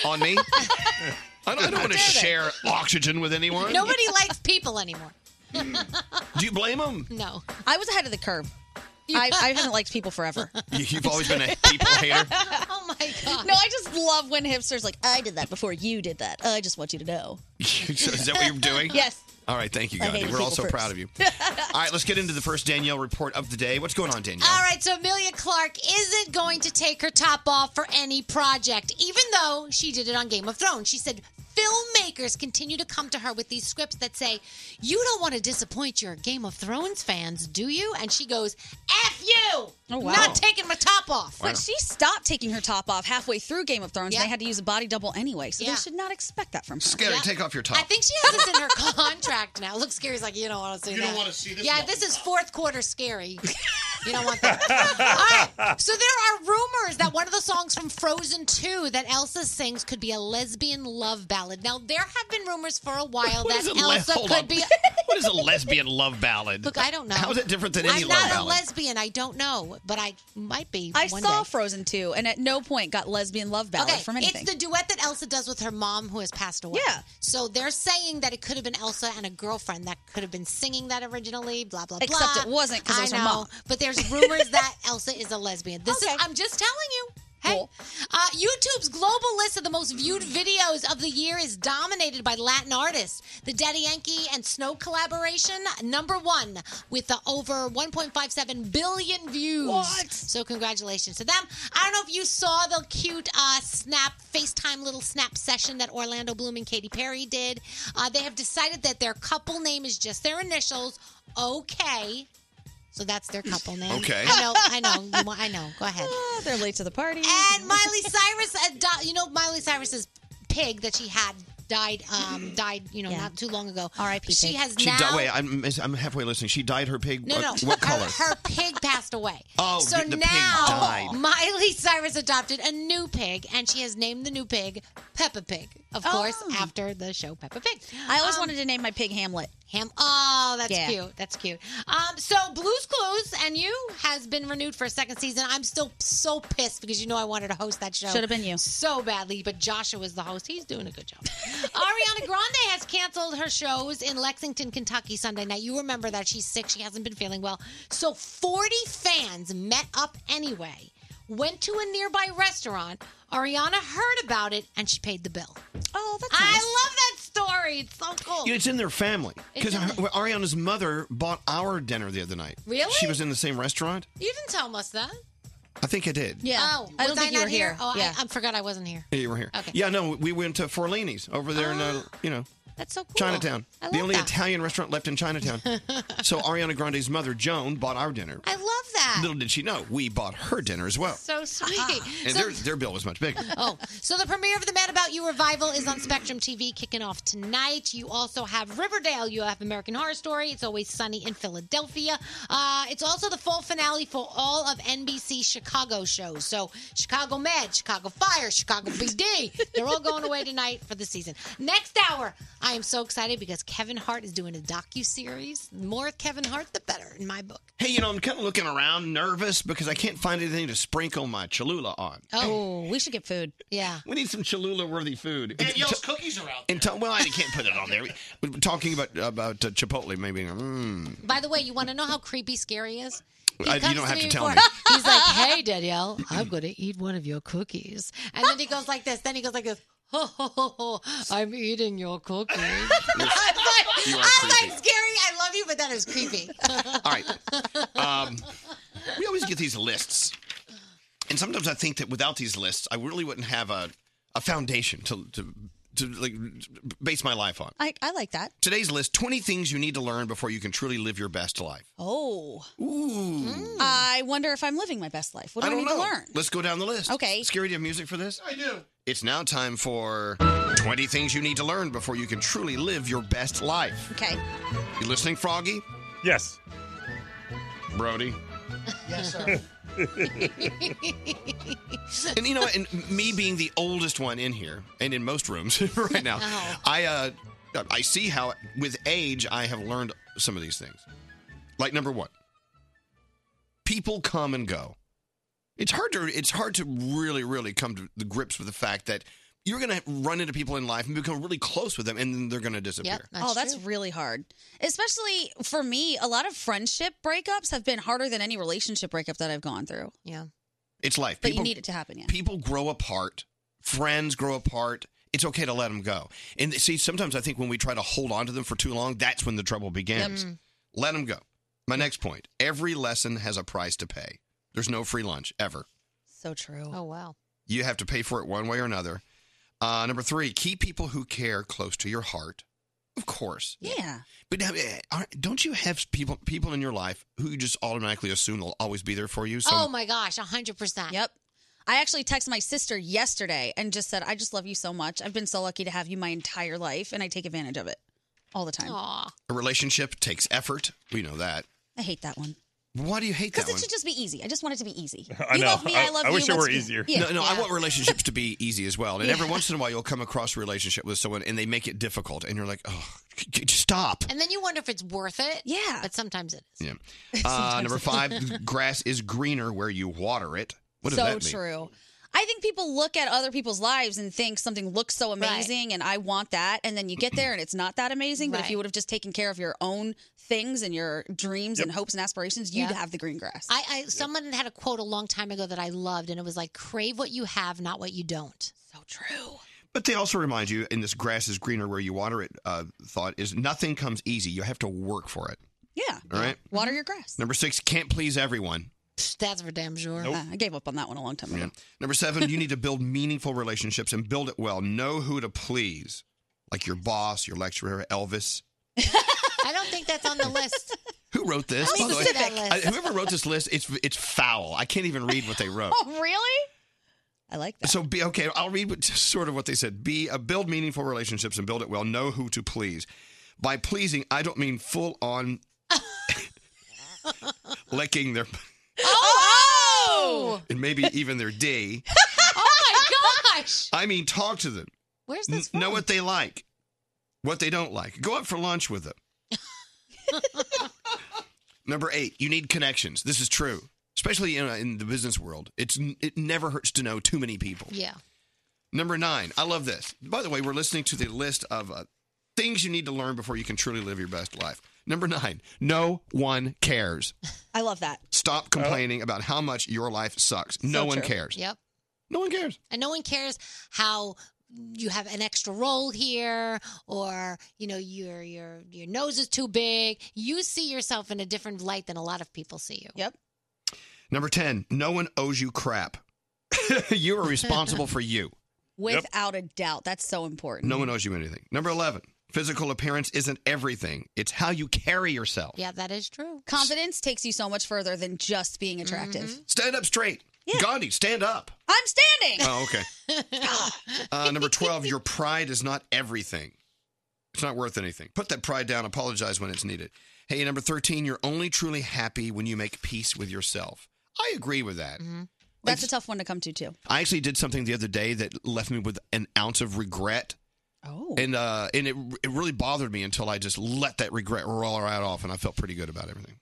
S1: on me. I don't, I don't want to share oxygen with anyone.
S3: Nobody likes people anymore.
S1: Do you blame them?
S3: No.
S6: I was ahead of the curve. I, I haven't liked people forever.
S1: You've always been a people hater.
S6: oh
S3: my god!
S6: No, I just love when hipsters like I did that before you did that. I just want you to know.
S1: Is that what you're doing?
S6: Yes.
S1: All right, thank you,
S6: I
S1: Gandhi.
S6: hated
S1: We're all
S6: people
S1: so
S6: first.
S1: proud of you. All right, let's get into the first Danielle report of the day. What's going on, Danielle?
S3: All right, so Amelia Clark isn't going to take her top off for any project, even though she did it on Game of Thrones. She said filmmakers continue to come to her with these scripts that say, You don't want to disappoint your Game of Thrones fans, do you? And she goes, F you!
S6: Oh, wow.
S3: Not taking my top off.
S6: But she stopped taking her top off halfway through Game of Thrones. and They had to use a body double anyway, so
S3: Yeah.
S6: they should not expect that from her.
S1: Scary, take off your top.
S3: I think she has this in her contract now. Look, Scary's like, you don't want to see
S6: You
S3: that.
S6: don't wanna see this
S3: Yeah,
S6: muffin
S3: this is fourth quarter Scary. you don't want that. All right. So there are rumors that one of the songs from Frozen 2 that Elsa sings could be a lesbian love ballad. Now, there have been rumors for a while
S1: What
S3: that
S1: is a le-
S3: Elsa
S1: hold
S3: could
S1: on.
S3: be...
S1: What is a lesbian love ballad?
S3: Look, I don't know.
S1: How is it different than any
S3: I'm
S1: love
S3: not a
S1: ballad?
S3: lesbian. I don't know, but I might be.
S6: I
S3: one
S6: saw
S3: day.
S6: Frozen 2 and at no point got lesbian love ballad
S3: Okay,
S6: from anything.
S3: it's the duet that Elsa does with her mom who has passed away. Yeah. So they're saying that it could have been Elsa and a girlfriend that could have been singing that originally, blah, blah, blah.
S6: Except it wasn't 'cause it
S3: I
S6: was her
S3: know,
S6: mom.
S3: But there's rumors that Elsa is a lesbian. This is, I'm just telling you. Hey, uh, YouTube's global list of the most viewed videos of the year is dominated by Latin artists. The Daddy Yankee and Snow collaboration, number one, with the over 1.57 billion views. What? So congratulations to them. I don't know if you saw the cute uh, snap FaceTime little snap session that Orlando Bloom and Katy Perry did. Uh, they have decided that their couple name is just their initials. Okay. So that's their couple name.
S6: Okay.
S3: I know, I know, you want- I know. Go ahead.
S6: they're late to the party.
S3: And Miley Cyrus, ado- you know, Miley Cyrus's pig that she had died, um, died, you know, not too long ago. R.I.P. She has
S1: She
S3: now.
S1: di- wait, I'm, I'm halfway listening. She dyed her pig.
S3: No, no,
S1: uh,
S3: no.
S1: What color?
S3: Her, her pig passed away.
S1: Oh,
S3: so
S1: the- the
S3: now
S1: pig died.
S3: Miley Cyrus adopted a new pig, and she has named the new pig Peppa Pig, of course, after the show Peppa Pig.
S6: Oh.
S3: Um,
S6: I always wanted to name my pig Hamlet.
S3: Ham. Oh, that's
S6: Yeah.
S3: cute. That's cute. Um, so Blue's Clues and You has been renewed for a second season. I'm still so pissed because you know I wanted to host that show.
S6: Should have been you.
S3: so badly, but Joshua was the host. He's doing a good job. Ariana Grande has canceled her shows in Lexington, Kentucky Sunday night. You remember that she's sick, she hasn't been feeling well. So 40 fans met up anyway, went to a nearby restaurant. Ariana heard about it and she paid the bill.
S6: Oh, that's
S3: I love that story. It's so cool.
S1: Yeah, It's in their family because Ariana's mother bought our dinner the other night.
S3: Really?
S1: She was in the same restaurant.
S3: You didn't tell us that.
S1: I think I did.
S3: Yeah. Oh,
S6: I don't
S3: was
S6: think you
S3: not
S6: were here.
S3: Oh,
S6: Yeah.
S3: I, I forgot I wasn't here.
S1: Yeah, you were here.
S3: Okay.
S1: Yeah, no, we went to Forlini's over there in, uh, you know,
S3: That's so cool.
S1: Chinatown.
S3: I love
S1: the only
S3: that.
S1: Italian restaurant left in Chinatown. so Ariana Grande's mother, Joan, bought our dinner.
S3: I love that.
S1: Little did she know, we bought her dinner as well.
S3: So
S6: Ah.
S3: sweet.
S1: And
S3: so,
S1: their, their bill was much bigger.
S3: oh, so the premiere of the Mad About You revival is on Spectrum TV, kicking off tonight. You also have Riverdale. You have American Horror Story. It's always sunny in Philadelphia. Uh, it's also the full finale for all of NBC Chicago shows. So Chicago Med, Chicago Fire, Chicago PD. They're all going away tonight for the season. Next hour, I am so excited because Kevin Hart is doing a docu series. More Kevin Hart, the better in my book.
S1: Hey, you know, I'm kind of looking around nervous because I can't find anything to sprinkle my Cholula on.
S3: Oh, we should get food. Yeah.
S1: We need some Cholula-worthy food.
S10: Danielle's cookies are out.
S1: And t- well, I can't put it on there. We're talking about about uh, Chipotle, maybe. Mm.
S3: By the way, you want to know how creepy scary is?
S1: I- you don't have to tell me.
S3: before- He's like, "Hey, Danielle, I'm going to eat one of your cookies," and then he goes like this. Then he goes like this. Ho, ho, ho, ho, I'm eating your cookies. I was
S1: You are
S3: like, I was
S1: creepy.
S3: like, scary. I love you, but that is creepy.
S1: All right. Um, we always get these lists, and sometimes I think that without these lists, I really wouldn't have a a foundation to to to like base my life on.
S6: I, I like that.
S1: Today's list: twenty things you need to learn before you can truly live your best life.
S6: Oh.
S1: Ooh.
S3: Hmm.
S6: I wonder if I'm living my best life. What do I,
S1: don't
S6: need
S1: know.
S6: to learn?
S1: Let's go down the list.
S6: Okay.
S1: Scary, do you have music for this?
S10: I do.
S1: It's now time for 20 things you need to learn before you can truly live your best life.
S6: Okay.
S1: You listening, Froggy?
S4: Yes.
S1: Brody?
S10: Yes,
S1: sir. and you know, what? and me being the oldest one in here and in most rooms right now,
S5: Oh.
S1: I uh, I see how with age I have learned some of these things. Like number one, people come and go. It's hard to it's hard to really really come to the grips with the fact that you're going to run into people in life and become really close with them, and then they're going to disappear.
S6: oh, that's really hard. Especially for me, a lot of friendship breakups have been harder than any relationship breakup that I've gone through.
S3: Yeah.
S1: It's life.
S6: But you need it to happen, yeah.
S1: People grow apart. Friends grow apart. It's okay to let them go. And see, sometimes I think when we try to hold on to them for too long, that's when the trouble begins.
S5: Yep. Mm.
S1: Let them go. My next point every lesson has a price to pay. There's no free lunch ever.
S6: So true.
S3: Oh, wow.
S1: You have to pay for it one way or another. Uh, number three, keep people who care close to your heart. Of course.
S6: Yeah.
S1: But uh, aren't- don't you have people people in your life who you just automatically assume will always be there for you? So
S3: oh my gosh, hundred percent.
S6: Yep. I actually texted my sister yesterday and just said, "I just love you so much. I've been so lucky to have you my entire life, and I take advantage of it all the time."
S3: Aw.
S1: a relationship takes effort. We know that.
S6: I hate that one.
S1: Why do you hate that
S6: Because
S1: one?
S6: it should just be easy. I just want it to be easy.
S1: I
S6: you
S1: know.
S6: love me. I, love you.
S1: wish it
S6: Let's
S1: were
S6: be-
S1: easier.
S6: Yeah.
S1: No, no, I
S6: yeah.
S1: want relationships to be easy as well. And every
S6: Yeah.
S1: once in a while, you'll come across a relationship with someone and they make it difficult, and you're like, oh, c- c- just stop.
S3: And then you wonder if it's worth it.
S6: Yeah.
S3: But sometimes it
S1: Yeah. Uh,
S6: Sometimes
S1: number
S6: it-
S1: five, grass is greener where you water it. What does
S6: so
S1: that mean?
S6: true. I think people look at other people's lives and think something looks so amazing and I want that. And then you get there and it's not that amazing. But if
S3: Right.
S6: you would have just taken care of your own things and your dreams and hopes and aspirations, you'd
S3: Yeah.
S6: have the green grass.
S3: I, I someone had a quote a long time ago that I loved, and it was like, "Crave what you have, not what you don't."
S6: So true.
S1: But they also remind you in this grass is greener where you water it uh, thought is nothing comes easy. You have to work for it.
S6: Yeah.
S1: All right.
S6: Water your grass.
S1: Number six, can't please everyone.
S3: That's for damn sure.
S1: Nope.
S6: Uh, I gave up on that one a long time ago.
S1: Yeah. Number seven, you need to build meaningful relationships and build it well. Know who to please, like your boss, your lecturer, Elvis.
S3: I don't think that's on the list.
S1: Who wrote this?
S3: How
S1: by the way?
S3: specific.
S1: I- whoever wrote this list, it's it's foul. I can't even read what they wrote.
S6: Oh, really? I like
S1: So be okay. I'll read what, sort of what they said. Be uh, build meaningful relationships and build it well. Know who to please. By pleasing, I don't mean full on licking their
S3: Oh!
S1: and maybe even their D.
S3: Oh my gosh!
S1: I mean, talk to them.
S3: Where's
S1: N-
S3: this?
S1: know what they like, what they don't like. Go out for lunch with them. Number eight, you need connections. This is true, especially in, uh, in the business world. It's it never hurts to know too many people.
S3: Yeah.
S1: Number nine, I love this. By the way, we're listening to the list of uh, things you need to learn before you can truly live your best life. Number nine, no one cares.
S6: I love that.
S1: Stop complaining about how much your life sucks. no one cares.
S3: Yep.
S1: No one cares.
S3: And no one cares how you have an extra roll here or you know your your your nose is too big you see yourself in a different light than a lot of people see you
S6: yep
S1: Number 10, no one owes you crap. you are responsible for you.
S6: Without a doubt. That's so important.
S1: No one owes you anything. Number 11, physical appearance isn't everything, it's how you carry yourself.
S3: Yeah, that is true. Mm-hmm.
S6: Confidence takes you so much further than just being attractive.
S1: Stand up straight. Gandhi, stand up.
S6: I'm standing. Ah,
S1: Oh, okay. Uh, number 12, your pride is not everything. It's not worth anything. Put that pride down. Apologize when it's needed. Hey, number 13, you're only truly happy when you make peace with yourself. I agree with that.
S6: That's a tough one to come to, too.
S1: I actually did something the other day that left me with an ounce of regret.
S6: Oh.
S1: And uh, and it it really bothered me until I just let that regret roll right off, and I felt pretty good about everything.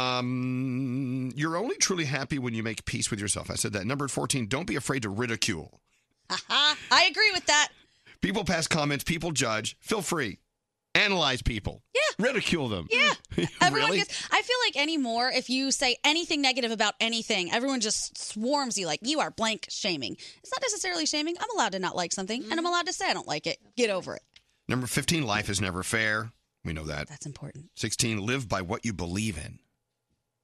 S1: Um, you're only truly happy when you make peace with yourself. I said that. Number fourteen, don't be afraid to ridicule.
S3: Uh-huh.
S6: Aha. I agree with that.
S1: People pass comments, people judge. Feel free, analyze people. Yeah, ridicule them.
S6: Yeah. Everyone
S1: Mm. really?
S6: gets, I feel like anymore, if you say anything negative about anything, everyone just swarms you like, you are blank shaming. It's not necessarily shaming. I'm allowed to not like something,
S3: Mm-hmm.
S6: and I'm allowed to say I don't like it. Get over it.
S1: Number 15, life is never fair. We know that.
S6: That's important.
S1: 16, live by what you believe in.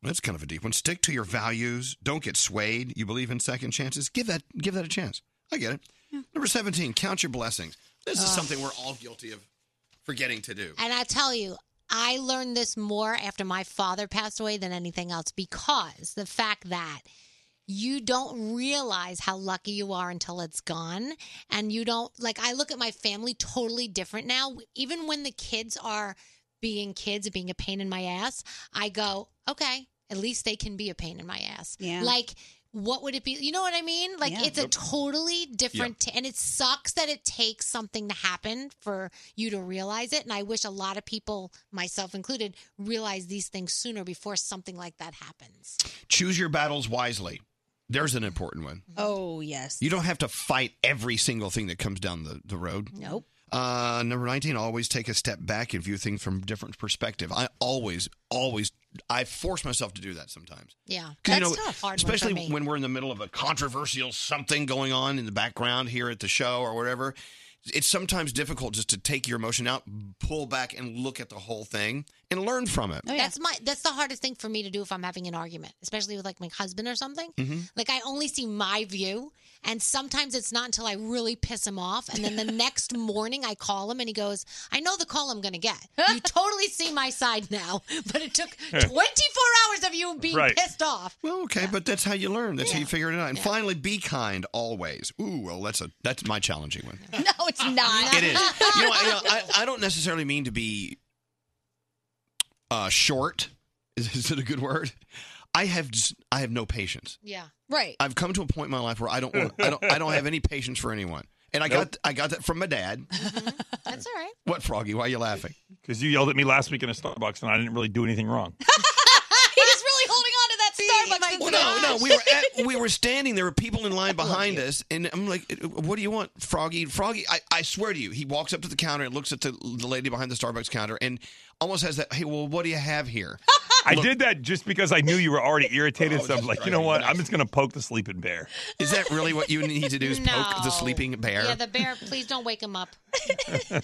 S1: That's kind of a deep one. Stick to your values. Don't get swayed. You believe in second chances. Give that give that a chance. I get it. Number 17, count your blessings. This is
S3: Ugh.
S1: something we're all guilty of forgetting to do.
S3: And I tell you, I learned this more after my father passed away than anything else because the fact that you don't realize how lucky you are until it's gone. And you don't, like, I look at my family totally different now. Even when the kids are being kids and being a pain in my ass, I go, okay, at least they can be a pain in my ass.
S6: Yeah.
S3: Like, what would it be? You know what I mean? Like,
S6: Yeah.
S3: it's a
S6: Yep.
S3: totally different t- and it sucks that it takes something to happen for you to realize it and i wish a lot of people myself included realize these things sooner before something like that happens
S1: Choose your battles wisely. There's an important one.
S6: Oh, yes.
S1: You don't have to fight every single thing that comes down the, the road.
S6: Nope.
S1: Uh, number 19, always take a step back and view things from different perspective. I always, always, I force myself to do that sometimes.
S3: yeah
S1: 'Cause, you know, Especially when we're in the middle of a controversial something going on in the background here at the show or whatever. It's sometimes difficult just to take your emotion out, pull back, and look at the whole thing and learn from
S6: Oh,
S1: it.
S3: that's my that's the hardest thing for me to do if i'm having an argument especially with like my husband or something
S1: Mhm.
S3: like i only see my view and sometimes it's not until i really piss him off and then the next morning i call him and he goes i know the call i'm gonna get you totally see my side now but it took 24 hours of you being
S1: Right.
S3: pissed off
S1: well Okay, but that's how you learn. That's how you figure it out. And finally, be kind always. Ooh, well, that's a that's my challenging one.
S6: No, it's not.
S1: It is. You know, I, you know, I, I don't necessarily mean to be uh, short. Is, is it a good word? I have just, I have no patience.
S3: yeah
S6: Right.
S1: I've come to a point in my life where I don't want, I don't I don't have any patience for anyone. And I got I got that from my dad.
S3: That's all right.
S1: What Froggy? Why are you laughing?
S4: Because you yelled at me last week in a Starbucks and I didn't really do anything wrong.
S6: He's really holding on to that Starbucks.
S1: Well,
S6: incident.
S1: no, no, we were at, we were standing. There were people in line behind us, and I'm like, "What do you want, Froggy?" Froggy, I, I swear to you, he walks up to the counter and looks at the, the lady behind the Starbucks counter, and almost has that, "Hey, well, what do you have here?"
S4: I did that just because I knew you were already
S1: Oh,
S4: irritated. so I'm like, you know what? I'm just going to poke the sleeping bear.
S1: Is that really what you need to do? Is poke
S3: No.
S1: the sleeping bear?
S3: Yeah, the bear. Please don't wake him up.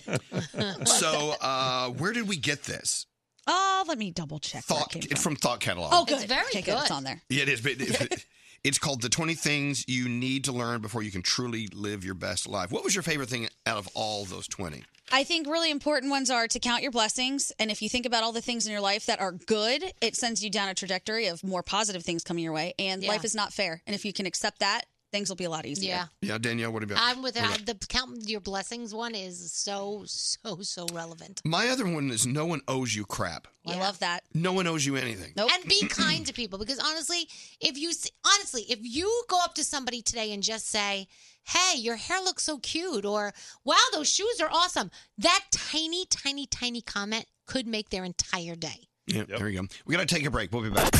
S1: so, uh, where did we get this?
S6: Oh, let me double check. where it
S1: Thought
S6: came
S1: it's from Thought Catalog.
S6: Oh, good.
S3: It's very
S6: Okay,
S3: good.
S6: It's on there.
S1: Yeah, it is. But it- it's called The 20 Things You Need to Learn Before You Can Truly Live Your Best Life. What was your favorite thing out of all those 20?
S6: I think really important ones are to count your blessings. And if you think about all the things in your life that are good, it sends you down a trajectory of more positive things coming your way. And
S3: Yeah.
S6: life is not fair. And if you can accept that, things will be a lot easier.
S3: Yeah.
S1: Yeah, Danielle, what about
S3: I'm with
S1: what about-
S3: uh, the count your blessings one is so so so relevant.
S1: My other one is no one owes you crap.
S3: I love
S6: that.
S1: No one owes you anything.
S3: And be kind to people because honestly, if you s- honestly, if you go up to somebody today and just say, "Hey, your hair looks so cute," or "Wow, those shoes are awesome," that tiny, tiny, tiny comment could make their entire day.
S1: Yeah, there you go. We got to take a break. We'll be back.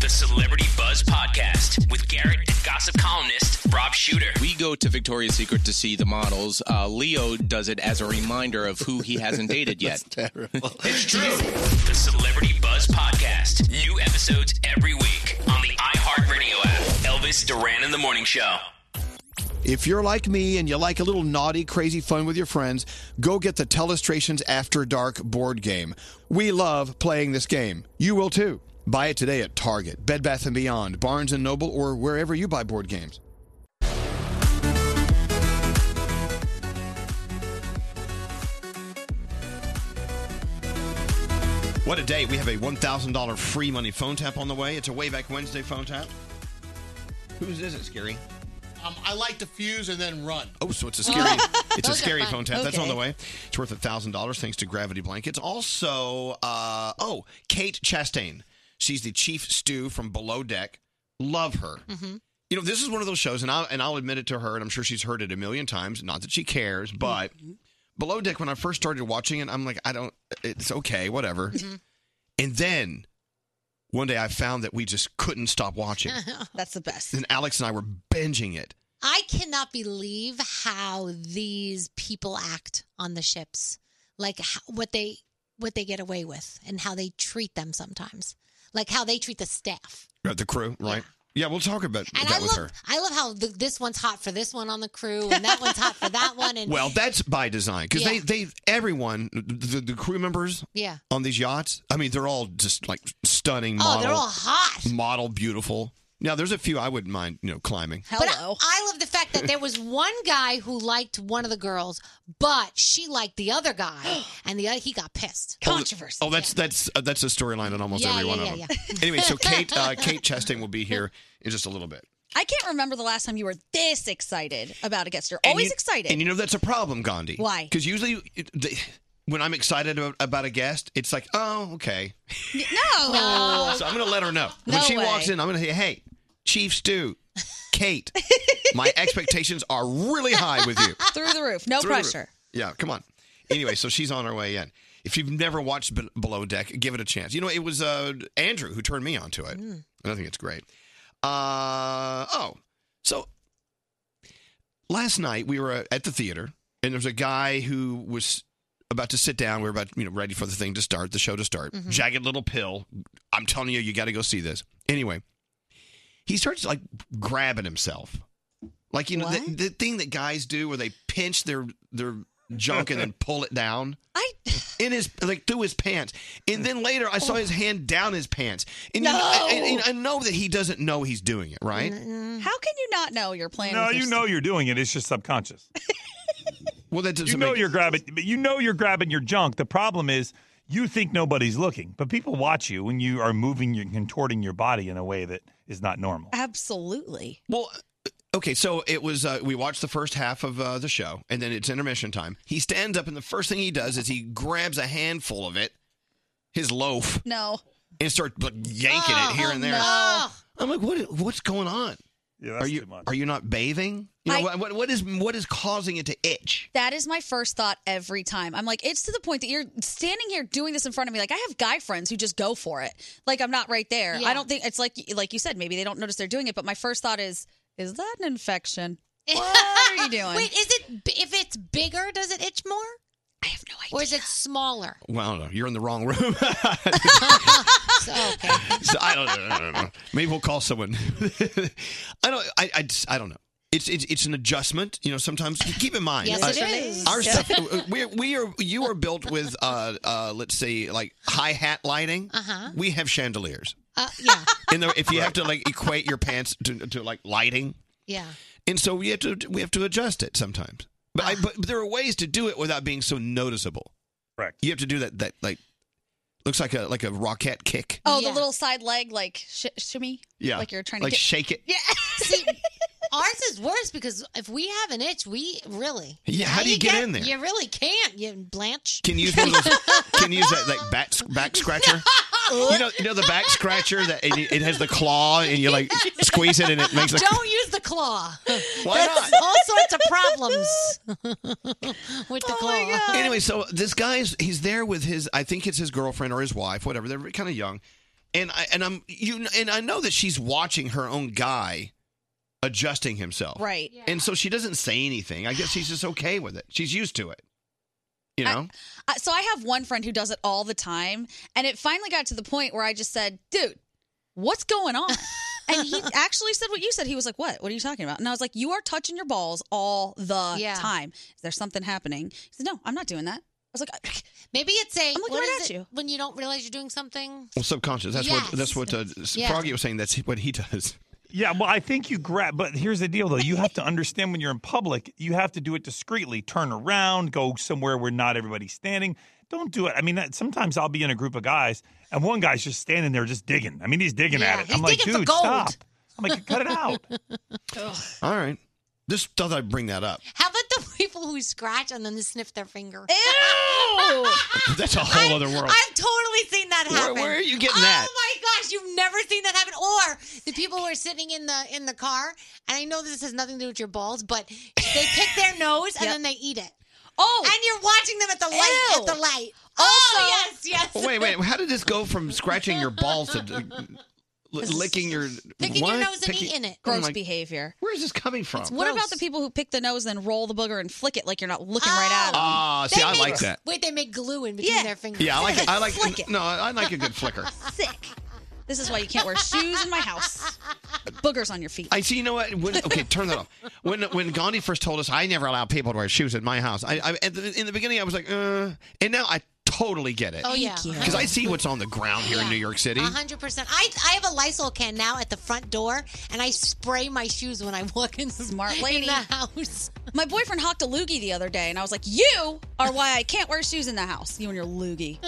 S5: The Celebrity Buzz Podcast with Garrett and gossip columnist Rob Shooter.
S11: We go to Victoria's Secret to see the models. Uh, Leo does it as a reminder of who he hasn't dated yet. terrible.
S5: It's true. The Celebrity Buzz Podcast. New episodes every week on the iHeartRadio app. Elvis Duran in the Morning Show.
S1: If you're like me and you like a little naughty, crazy fun with your friends, go get the Telestrations After Dark board game. We love playing this game. You will too. Buy it today at Target, Bed Bath & Beyond, Barnes & Noble, or wherever you buy board games. What a day. We have a $1,000 free money phone tap on the way. It's a Way Back Wednesday phone tap. Whose is it, Scary?
S10: Um, I like to fuse and then run.
S1: Oh, so it's a scary, it's a
S10: Those are
S1: scary
S10: fun.
S1: phone tap. That's on the
S10: Okay.
S1: way. It's worth a thousand dollars thanks to Gravity Blankets. Also, uh, oh, Kate Chastain. She's the chief stew from Below Deck. Love her.
S12: Hmm.
S3: Mm-hmm.
S1: You know, this is one of those shows, and I'll and I'll admit it to her, and I'm sure she's heard it a million times. Not that she cares, but Below Deck. When I first started watching it, I'm like, I don't. It's okay, whatever. And then one day, I found that we just couldn't stop watching.
S6: That's the best.
S1: and Alex and I were binging it.
S3: I cannot believe how these people act on the ships. Like how, what they what they get away with and how they treat them sometimes. Like how they treat the staff.
S1: Right, the crew, right? Yeah, we'll talk about
S3: And
S1: that
S3: I
S1: with
S3: love
S1: her.
S3: I love how the, this one's hot for this one on the crew and that one's hot for that one and
S1: Well, that's by design because
S3: Yeah.
S1: they, they, everyone, the, the crew members
S3: yeah.
S1: on these yachts. I mean, they're all just like stunning.
S3: Oh,
S1: Model,
S3: they're all hot.
S1: Model, beautiful. Now, there's a few I wouldn't mind, you know, climbing. Oh,
S3: But I, I love the fact that there was one guy who liked one of the girls, but she liked the other guy, and the other, he got pissed.
S1: Oh, that's that's uh, that's a storyline on almost
S3: Yeah,
S1: every
S3: yeah,
S1: one
S3: yeah,
S1: of them. anyway, so Kate uh, Kate Chastain will be here in just a little bit.
S6: I can't remember the last time you were this excited about a guest. You're
S1: And
S6: always
S1: you-
S6: excited.
S1: And you know that's a problem, Gandhi.
S6: Why?
S1: Because usually, it- they, when I'm excited about- about a guest, it's like, oh, okay.
S6: no.
S1: So I'm going to let her know.
S6: No
S1: when she
S6: way.
S1: walks in, I'm going to say, hey, Chief Stew, Kate, my expectations are really high with you.
S6: Through the roof. No
S1: Through the roof.
S6: pressure.
S1: Yeah, come on. Anyway, so she's on her way in. If you've never watched Be- Below Deck, give it a chance. You know, it was uh, Andrew who turned me onto it.
S6: Hmm.
S14: Mm.
S1: And I think it's great. Uh, oh, so last night we were uh, at the theater and there was a guy who was about to sit down. We were about, you know, ready for the thing to start, the show to start.
S6: Mm-hmm.
S15: Mhm.
S1: Jagged Little Pill. I'm telling you, you got to go see this. Anyway, he starts like grabbing himself. Like, you know, the, the thing that guys do where they pinch their, their junk and then pull it down. I. In his, like, through his pants. And then later I saw his hand down his pants. And, you-
S6: No.
S1: I- and- and I know that he doesn't know he's doing it, right?
S6: How can you not know you're playing?
S4: No,
S6: with your
S4: you know you're doing it. It's just subconscious.
S1: well, that doesn't
S4: you know you're grabbing, but you know you're grabbing your junk. The problem is you think nobody's looking, but people watch you when you are moving and contorting your body in a way that is not normal.
S6: Absolutely.
S1: Well, okay, so it was uh, we watched the first half of uh, the show, and then it's intermission time. He stands up, and the first thing he does is he grabs a handful of it, his loaf,
S6: No. Ah,
S1: and starts like, yanking it here and there.
S6: no.
S1: I'm like, what? What's going on? are you are you not bathing? You know,
S6: I-
S1: what, what what is what is causing it to itch?
S6: That is my first thought every time. I'm like, it's to the point that you're standing here doing this in front of me. Like, I have guy friends who just go for it. Like, I'm not right there.
S3: Yeah.
S6: I don't think it's like, like you said, maybe they don't notice they're doing it. But my first thought is, is that an infection? What are you doing?
S3: Wait, is it b- if it's bigger, does it itch more? I have no idea. Or is it smaller?
S1: Well, I don't know. You're in the wrong room.
S3: So, okay.
S1: so I don't, know. I don't know. Maybe we'll call someone. I don't. I, I, just- I don't know. It's, it's it's an adjustment. You know, sometimes keep in mind. uh,
S14: Yes, it is.
S1: Our
S14: Yeah.
S1: stuff. We we are you are built with uh uh let's say like high hat lighting.
S3: Uh-huh.
S1: We have chandeliers.
S3: Uh, yeah,
S1: And the, if you have to like equate your pants to, to like lighting,
S3: yeah.
S1: and so we have to we have to adjust it sometimes. But I, but there are ways to do it without being so noticeable.
S4: Correct.
S1: You have to do that that like looks like a like a rocket kick.
S6: Oh, the little side leg, like sh- shimmy.
S1: Yeah.
S6: Like you're trying
S1: Like
S6: to get-
S1: shake it.
S6: Yeah.
S3: See, ours is worse because if we have an itch, we really.
S1: Yeah, how do you get in there?
S3: You really can't. You blanch.
S1: Can you use one of those? Can you use that like back back scratcher? You know, you know the back scratcher that it, it has the claw and you like squeeze it and it makes.
S3: Don't use the claw.
S1: Why
S3: That's
S1: not?
S3: All sorts of problems with
S1: Oh
S3: the claw.
S1: A, anyway, so this guy's he's there with his I think it's his girlfriend or his wife, whatever. They're kind of young, and I and I'm you and I know that she's watching her own guy adjusting himself,
S6: Right.
S1: And so she doesn't say anything. I guess she's just okay with it. She's used to it. You know.
S6: Uh, so I have one friend who does it all the time, and it finally got to the point where I just said, "Dude, what's going on?" And he actually said what you said. He was like, "What? What are you talking about?" And I was like, "You are touching your balls all the
S3: Yeah.
S6: time. Is there something happening?" He said, "No, I'm not doing that." I was like, "Uh,
S3: Maybe it's a
S6: I'm looking
S3: what
S6: right
S3: is
S6: at
S3: it
S6: you.
S3: when you don't realize you're doing something.
S1: Well, subconscious. That's
S3: Yes.
S1: what that's what uh,
S3: Yeah.
S1: Froggy was saying. That's what he does.
S4: Yeah, well, I think you grab, but here's the deal though. You have to understand when you're in public, you have to do it discreetly. Turn around, go somewhere where not everybody's standing. Don't do it. I mean, that, sometimes I'll be in a group of guys, and one guy's just standing there, just digging. I mean, he's digging at
S3: Yeah,
S4: it.
S3: he's
S4: I'm like,
S3: digging for
S4: dude,
S3: gold."
S4: stop. I'm like, cut it out.
S1: All right. Just thought I'd bring that up.
S3: How about the people who scratch and then they sniff their finger? Ew!
S1: That's a whole other world.
S3: I've totally seen that
S1: Where-
S3: happen.
S1: where are you getting
S3: oh
S1: that?
S3: my gosh, you've never seen that happen. Or the people who are sitting in the in the car, and I know this has nothing to do with your balls, but they pick their nose and then they eat it.
S6: Oh,
S3: and you're watching them at the light at the light. oh yes, yes.
S1: Well, wait, wait. How did this go from scratching your balls to uh, l- licking your
S6: Picking
S1: what?
S6: your nose and
S1: Picking-
S6: eating it.
S1: Oh my-
S6: Gross behavior.
S1: Where is this coming from?
S6: What about the people who pick the nose and then roll the booger and flick it like you're not looking right at them?
S1: Ah, see, I like that.
S3: Wait, they make glue in between their fingers.
S1: Yeah, I like it. I like
S6: Flick it.
S1: No, I like a good flicker.
S6: Sick. This is why you can't wear shoes in my house. Boogers on your feet.
S1: I see. You know what? When, okay, turn that off. When when Gandhi first told us, I never allow people to wear shoes in my house. I, I at the, in the beginning I was like, uh, and now I totally get it.
S3: Oh, yeah. Thank you.
S1: because I see what's on the ground here in New York City.
S3: A
S6: Uh-huh.
S3: hundred percent. I I have a Lysol can now at the front door, and I spray my shoes when I walk in. Smart
S6: lady.
S3: in the house.
S6: My boyfriend hawked a loogie the other day, and I was like, "You are why I can't wear shoes in the house. You and your loogie."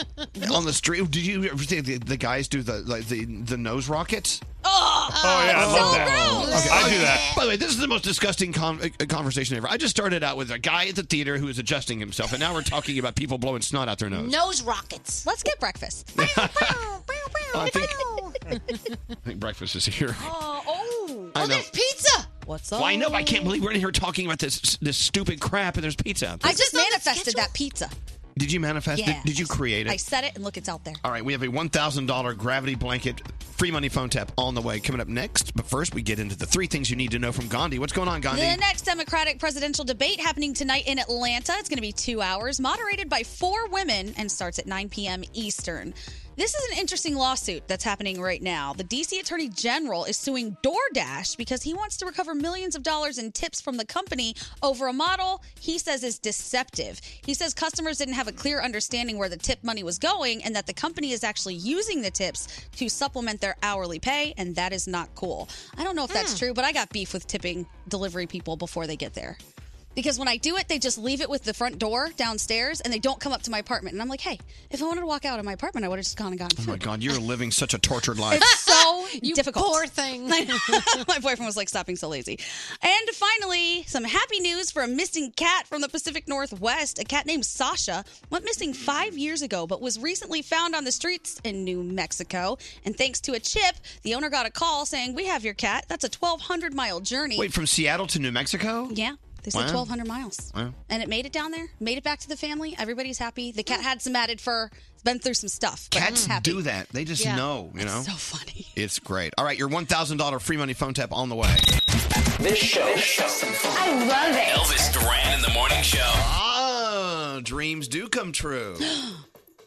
S1: On the street, did you ever see the, the guys do the like the, the nose rockets?
S6: Oh,
S4: yeah, I
S1: Oh,
S4: love that.
S1: okay.
S4: I do that.
S1: By the way, this is the most disgusting con- uh, conversation ever. I just started out with a guy at the theater who is adjusting himself, and now we're talking about people blowing snot out their nose.
S3: Nose rockets.
S6: Let's get breakfast.
S3: Oh,
S1: I think, I think breakfast is
S3: Uh,
S1: here.
S6: Oh, oh.
S1: I know.
S3: there's pizza.
S6: What's
S1: Well, I know. but I can't believe we're in here talking about this this stupid crap, and there's pizza. out there.
S6: I just manifested that pizza.
S1: Did you manifest
S6: Yeah.
S1: it? Did you create it?
S6: I said it, and look, it's out there.
S1: All right, we have a $1,000 gravity blanket free money phone tap on the way coming up next. But first, we get into the three things you need to know from Gandhi. What's going on, Gandhi?
S6: The next Democratic presidential debate happening tonight in Atlanta. It's going to be two hours, moderated by four women, and starts at 9 p.m. Eastern. This is an interesting lawsuit that's happening right now. The D.C. Attorney General is suing DoorDash because he wants to recover millions of dollars in tips from the company over a model he says is deceptive. He says customers didn't have a clear understanding where the tip money was going and that the company is actually using the tips to supplement their hourly pay, and that is not cool. I don't know if that's true, but I got beef with tipping delivery people before they get there. Because when I do it, they just leave it with the front door downstairs and they don't come up to my apartment. And I'm like, hey, if I wanted to walk out of my apartment, I would have just gone and gotten
S1: Oh
S6: food.
S1: my God, you're living such a tortured life.
S6: It's so
S3: You
S6: difficult.
S3: poor thing.
S6: My boyfriend was like, "Stop being so lazy." And finally, some happy news for a missing cat from the Pacific Northwest. A cat named Sasha went missing five years ago, but was recently found on the streets in New Mexico. And thanks to a chip, the owner got a call saying, "We have your cat." That's a 1,200 mile journey.
S1: Wait, from Seattle to New Mexico?
S6: yeah, they said
S1: Wow.
S6: 1,200 miles.
S1: Wow.
S6: And it made it down there, made it back to the family. Everybody's happy. The cat had some added fur. It's been through some stuff. But
S1: Cats
S6: happy.
S1: do that. They just
S6: Yeah.
S1: know, you know?
S6: It's so funny.
S1: It's great. All right, your $1,000 free money phone tap on the way.
S5: This show.
S12: I love it.
S5: Elvis Duran in the morning show.
S1: Ah, dreams do come true.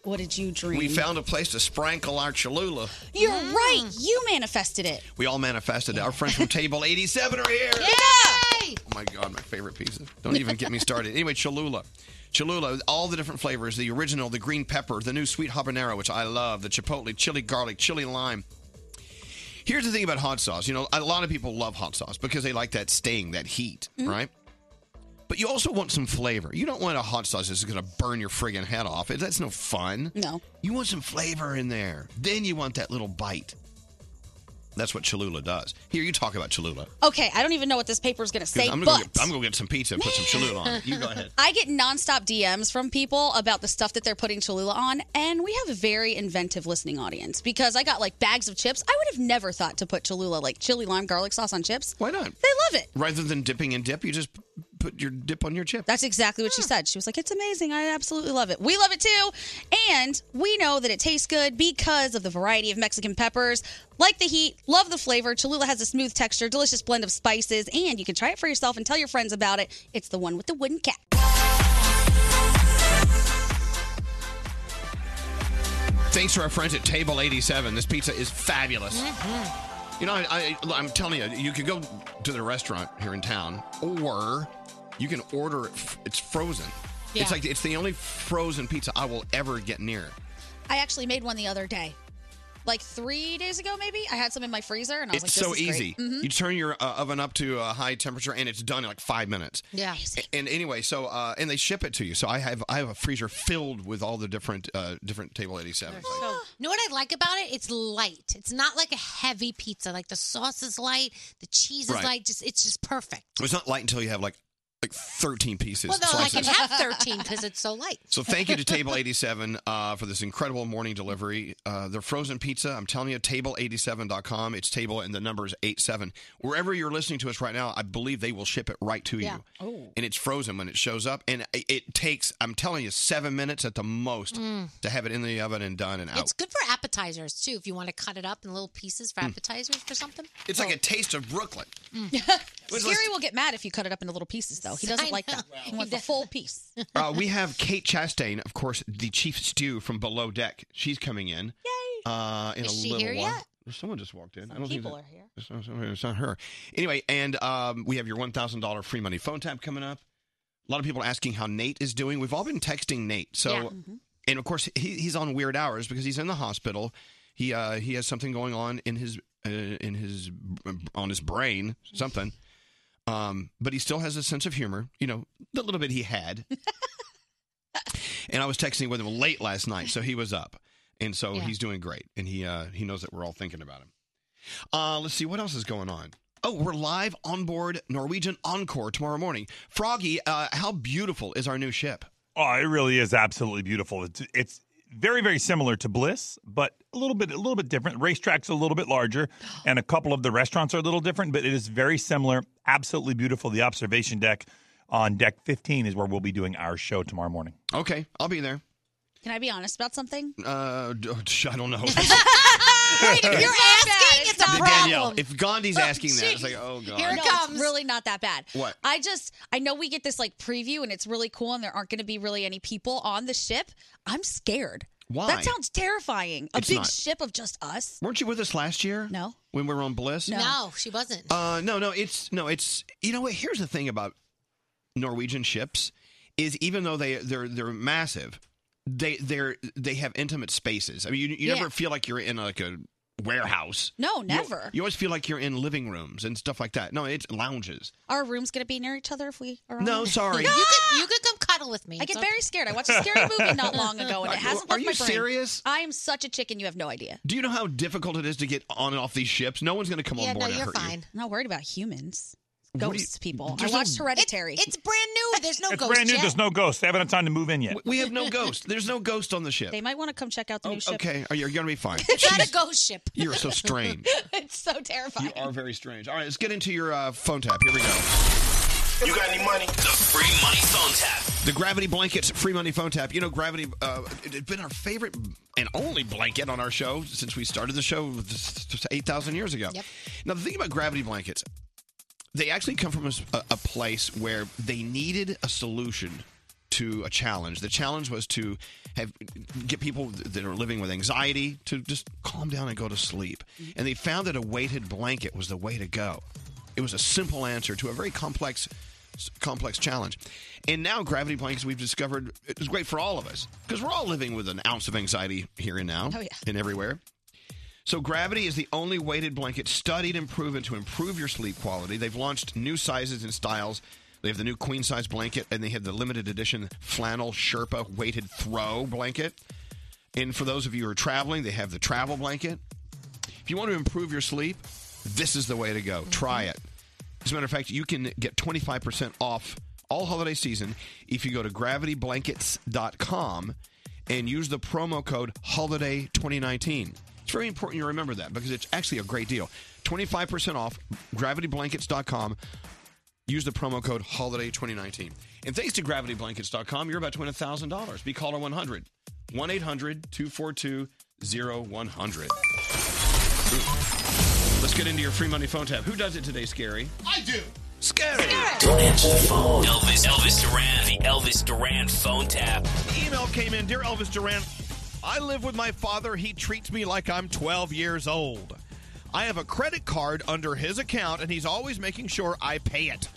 S6: What did you dream?
S1: We found a place to sprinkle our Cholula.
S6: You're right. You manifested it.
S1: We all manifested it. Our friends from Table 87 are here.
S6: Yeah.
S1: Oh my God, my favorite pizza. Don't even get me started. Anyway, Cholula. Cholula, all the different flavors the original, the green pepper, the new sweet habanero, which I love, the chipotle, chili garlic, chili lime. Here's the thing about hot sauce. You know, a lot of people love hot sauce because they like that sting, that heat,
S6: Mm-hmm.
S1: right? But you also want some flavor. You don't want a hot sauce that's going to burn your friggin' head off. That's no fun.
S6: No.
S1: You want some flavor in there. Then you want that little bite. That's what Cholula does. Here, you talk about Cholula.
S6: Okay, I don't even know what this paper is going to
S1: 'Cause
S6: say,
S1: I'm
S6: but
S1: gonna, go get, I'm gonna get some pizza and put some Cholula on it. You go ahead.
S6: I get nonstop DMs from people about the stuff that they're putting Cholula on, and we have a very inventive listening audience because I got like bags of chips. I would have never thought to put Cholula, like chili lime garlic sauce, on chips.
S1: Why not?
S6: They love it.
S1: Rather than dipping in dip, you just p- put your dip on your chip.
S6: That's exactly what she said. She was like, "It's amazing. I absolutely love it. We love it too, and we know that it tastes good because of the variety of Mexican peppers. Like the heat, love the flavor. Cholula has a smooth texture, delicious blend of spices, and you can try it for yourself and tell your friends about it. It's the one with the wooden cap." Mm-hmm.
S3: Mm-hmm.
S1: Thanks to our friends at Table 87, this pizza is fabulous. You know, I, I, I'm telling you, you could go to the restaurant here in town, or you can order it. f- It's frozen.
S6: Yeah.
S1: It's like it's the only frozen pizza I will ever get near.
S6: I actually made one the other day, like three days ago, maybe. I had some in my freezer, and I was
S1: it's
S6: like,
S1: so
S6: "This is
S1: easy.
S6: great." Mhm.
S1: You turn your uh, oven up to a high temperature, and it's done in like five minutes.
S6: Yeah.
S1: A- And anyway, so uh, and they ship it to you. So I have I have a freezer filled with all the different uh, different table eighty sevens.
S3: know what I like about it? It's light. It's not like a heavy pizza. Like the sauce is light, the cheese is
S1: Right.
S3: light. Just it's just perfect.
S1: It's not light until you have like like thirteen pieces.
S3: well, no, I
S1: slices.
S3: can have thirteen because it's so light.
S1: So thank you to Table 87 uh, for this incredible morning delivery. Uh, their frozen pizza, I'm telling you, table87.com. It's table and the number is 87. Wherever you're listening to us right now, I believe they will ship it right to you.
S14: Oh.
S1: And it's frozen when it shows up. And it, it takes, I'm telling you, seven minutes at the most
S3: Mm.
S1: to have it in the oven and done and out.
S3: It's good for appetizers too. If you want to cut it up in little pieces for
S1: Mm.
S3: appetizers for something. Mm.
S1: It's like a taste of Brooklyn.
S6: Scary will get mad if you cut it up into little pieces, though. He doesn't like that. He wants a full piece.
S1: uh, we have Kate Chastain, of course, the chief stew from Below Deck. She's coming in. Yay! Uh, in
S6: Is
S1: a
S6: she
S1: little
S6: here
S1: while.
S6: yet?
S1: Someone just walked in.
S6: Some
S1: I don't
S6: people
S1: think
S6: are here.
S1: It's not, it's not her. Anyway, and um, we have your one thousand dollar free money phone tap coming up. A lot of people asking how Nate is doing. We've all been texting Nate. So,
S15: Yeah.
S6: Mm-hmm.
S15: Mhm.
S1: and of course, he, he's on weird hours because he's in the hospital. He uh, he has something going on in his uh, in his on his brain something. Um, but he still has a sense of humor. You know, the little bit he had. and I was texting with him late last night, so he was up, and so
S16: Yeah.
S1: he's doing great, and he uh, he knows that we're all thinking about him. Uh, let's see what else is going on. Oh, we're live on board Norwegian Encore tomorrow morning. Froggy, uh, how beautiful is our new ship?
S4: Oh, it really is absolutely beautiful. It's, it's very, very similar to Bliss, but a little bit, a little bit different. Racetrack's a little bit larger, and a couple of the restaurants are a little different, but it is very similar. Absolutely beautiful. The observation deck on deck 15 is where we'll be doing our show tomorrow morning.
S1: Okay, I'll be there.
S6: Can I be honest about something?
S1: Uh, d- I don't know.
S6: if you're asking, it's
S1: Danielle, if Gandhi's asking
S6: Oh,
S1: that, it's
S6: jeez.
S1: like, oh god.
S6: Here it comes. really not that bad.
S1: What?
S6: I just, I know we get this like preview and it's really cool and there aren't going to be really any people on the ship. I'm scared.
S1: Why?
S6: That sounds terrifying. A
S1: It's
S6: big
S1: not.
S6: ship of just us.
S1: Weren't you with us last year? No. When we were on Bliss?
S3: No, she wasn't.
S1: Uh, no, no, it's no, it's you know what? Here's the thing about Norwegian ships is even though they they're they're massive, they they're they have intimate spaces. I mean, you you
S6: Yeah.
S1: never feel like you're in like a warehouse.
S6: No,
S1: You-
S6: never.
S1: You, always feel like you're in living rooms and stuff like that. No, it's lounges.
S6: Our room's going to be near each other if we are on
S1: No,
S6: it.
S1: sorry.
S6: No!
S1: You
S3: You could come cuddle with me.
S6: I get very scared. I watched a scary movie not long ago, and
S1: Are-
S6: it hasn't
S1: are
S6: left
S1: you
S6: my brain.
S1: serious?
S6: I am such a chicken. You have no idea.
S1: Do you know how difficult it is to get on and off these ships? No one's going to come on board and hurt you.
S6: I'm not worried about humans,
S1: What do you-
S6: ghosts, people. I
S1: there's no-
S6: watched Hereditary. it's
S3: brand new. There's no
S4: it's brand new. There's no ghost. They haven't had time to move in yet.
S1: We have no ghost. There's no ghost on the ship.
S6: They might want to come check out the new ship.
S1: Okay, are you going to be fine?
S6: It's not a ghost ship.
S1: You're so strange.
S6: it's so terrifying.
S1: You are very strange. All right, let's get into your uh, phone tap. Here we go.
S5: You got any money? The free money phone tap.
S1: The Gravity Blankets free money phone tap. You know, Gravity, uh, it- it's been our favorite and only blanket on our show since we started the show just- just 8,000 years ago. Now, the thing about Gravity Blankets, they actually come from a, s- a- a place where they needed a solution to a challenge. The challenge was to have get people that are living with anxiety to just calm down and go to sleep.
S6: Mm-hmm.
S1: And they found that a weighted blanket was the way to go. It was a simple answer to a very complex complex challenge. And now gravity blankets we've discovered is great for all of us because we're all living with an ounce of anxiety here and now
S6: Oh, yeah.
S1: and everywhere. So, Gravity is the only weighted blanket studied and proven to improve your sleep quality. They've launched new sizes and styles. They have the new queen size blanket, and they have the limited edition flannel Sherpa weighted throw blanket. And for those of you who are traveling, they have the travel blanket. If you want to improve your sleep, this is the way to go. Try it. As a matter of fact, you can get 25% off all holiday season if you go to gravityblankets.com and use the promo code HOLIDAY2019. It's very important you remember that because it's actually a great deal. 25% off gravityblankets.com. Use the promo code HOLIDAY2019. And thanks to gravityblankets.com, you're about to win $1,000. Be caller 100. 1 800 242 0100. Let's get into your free money phone tab. Who does it today, Scary?
S10: I do.
S1: Scary.
S5: Don't answer the phone. Elvis, Elvis Duran, the Elvis Duran phone tap.
S1: Email came in Dear Elvis Duran, I live with my father. He treats me like I'm 12 years old. I have a credit card under his account, and he's always making sure I pay it.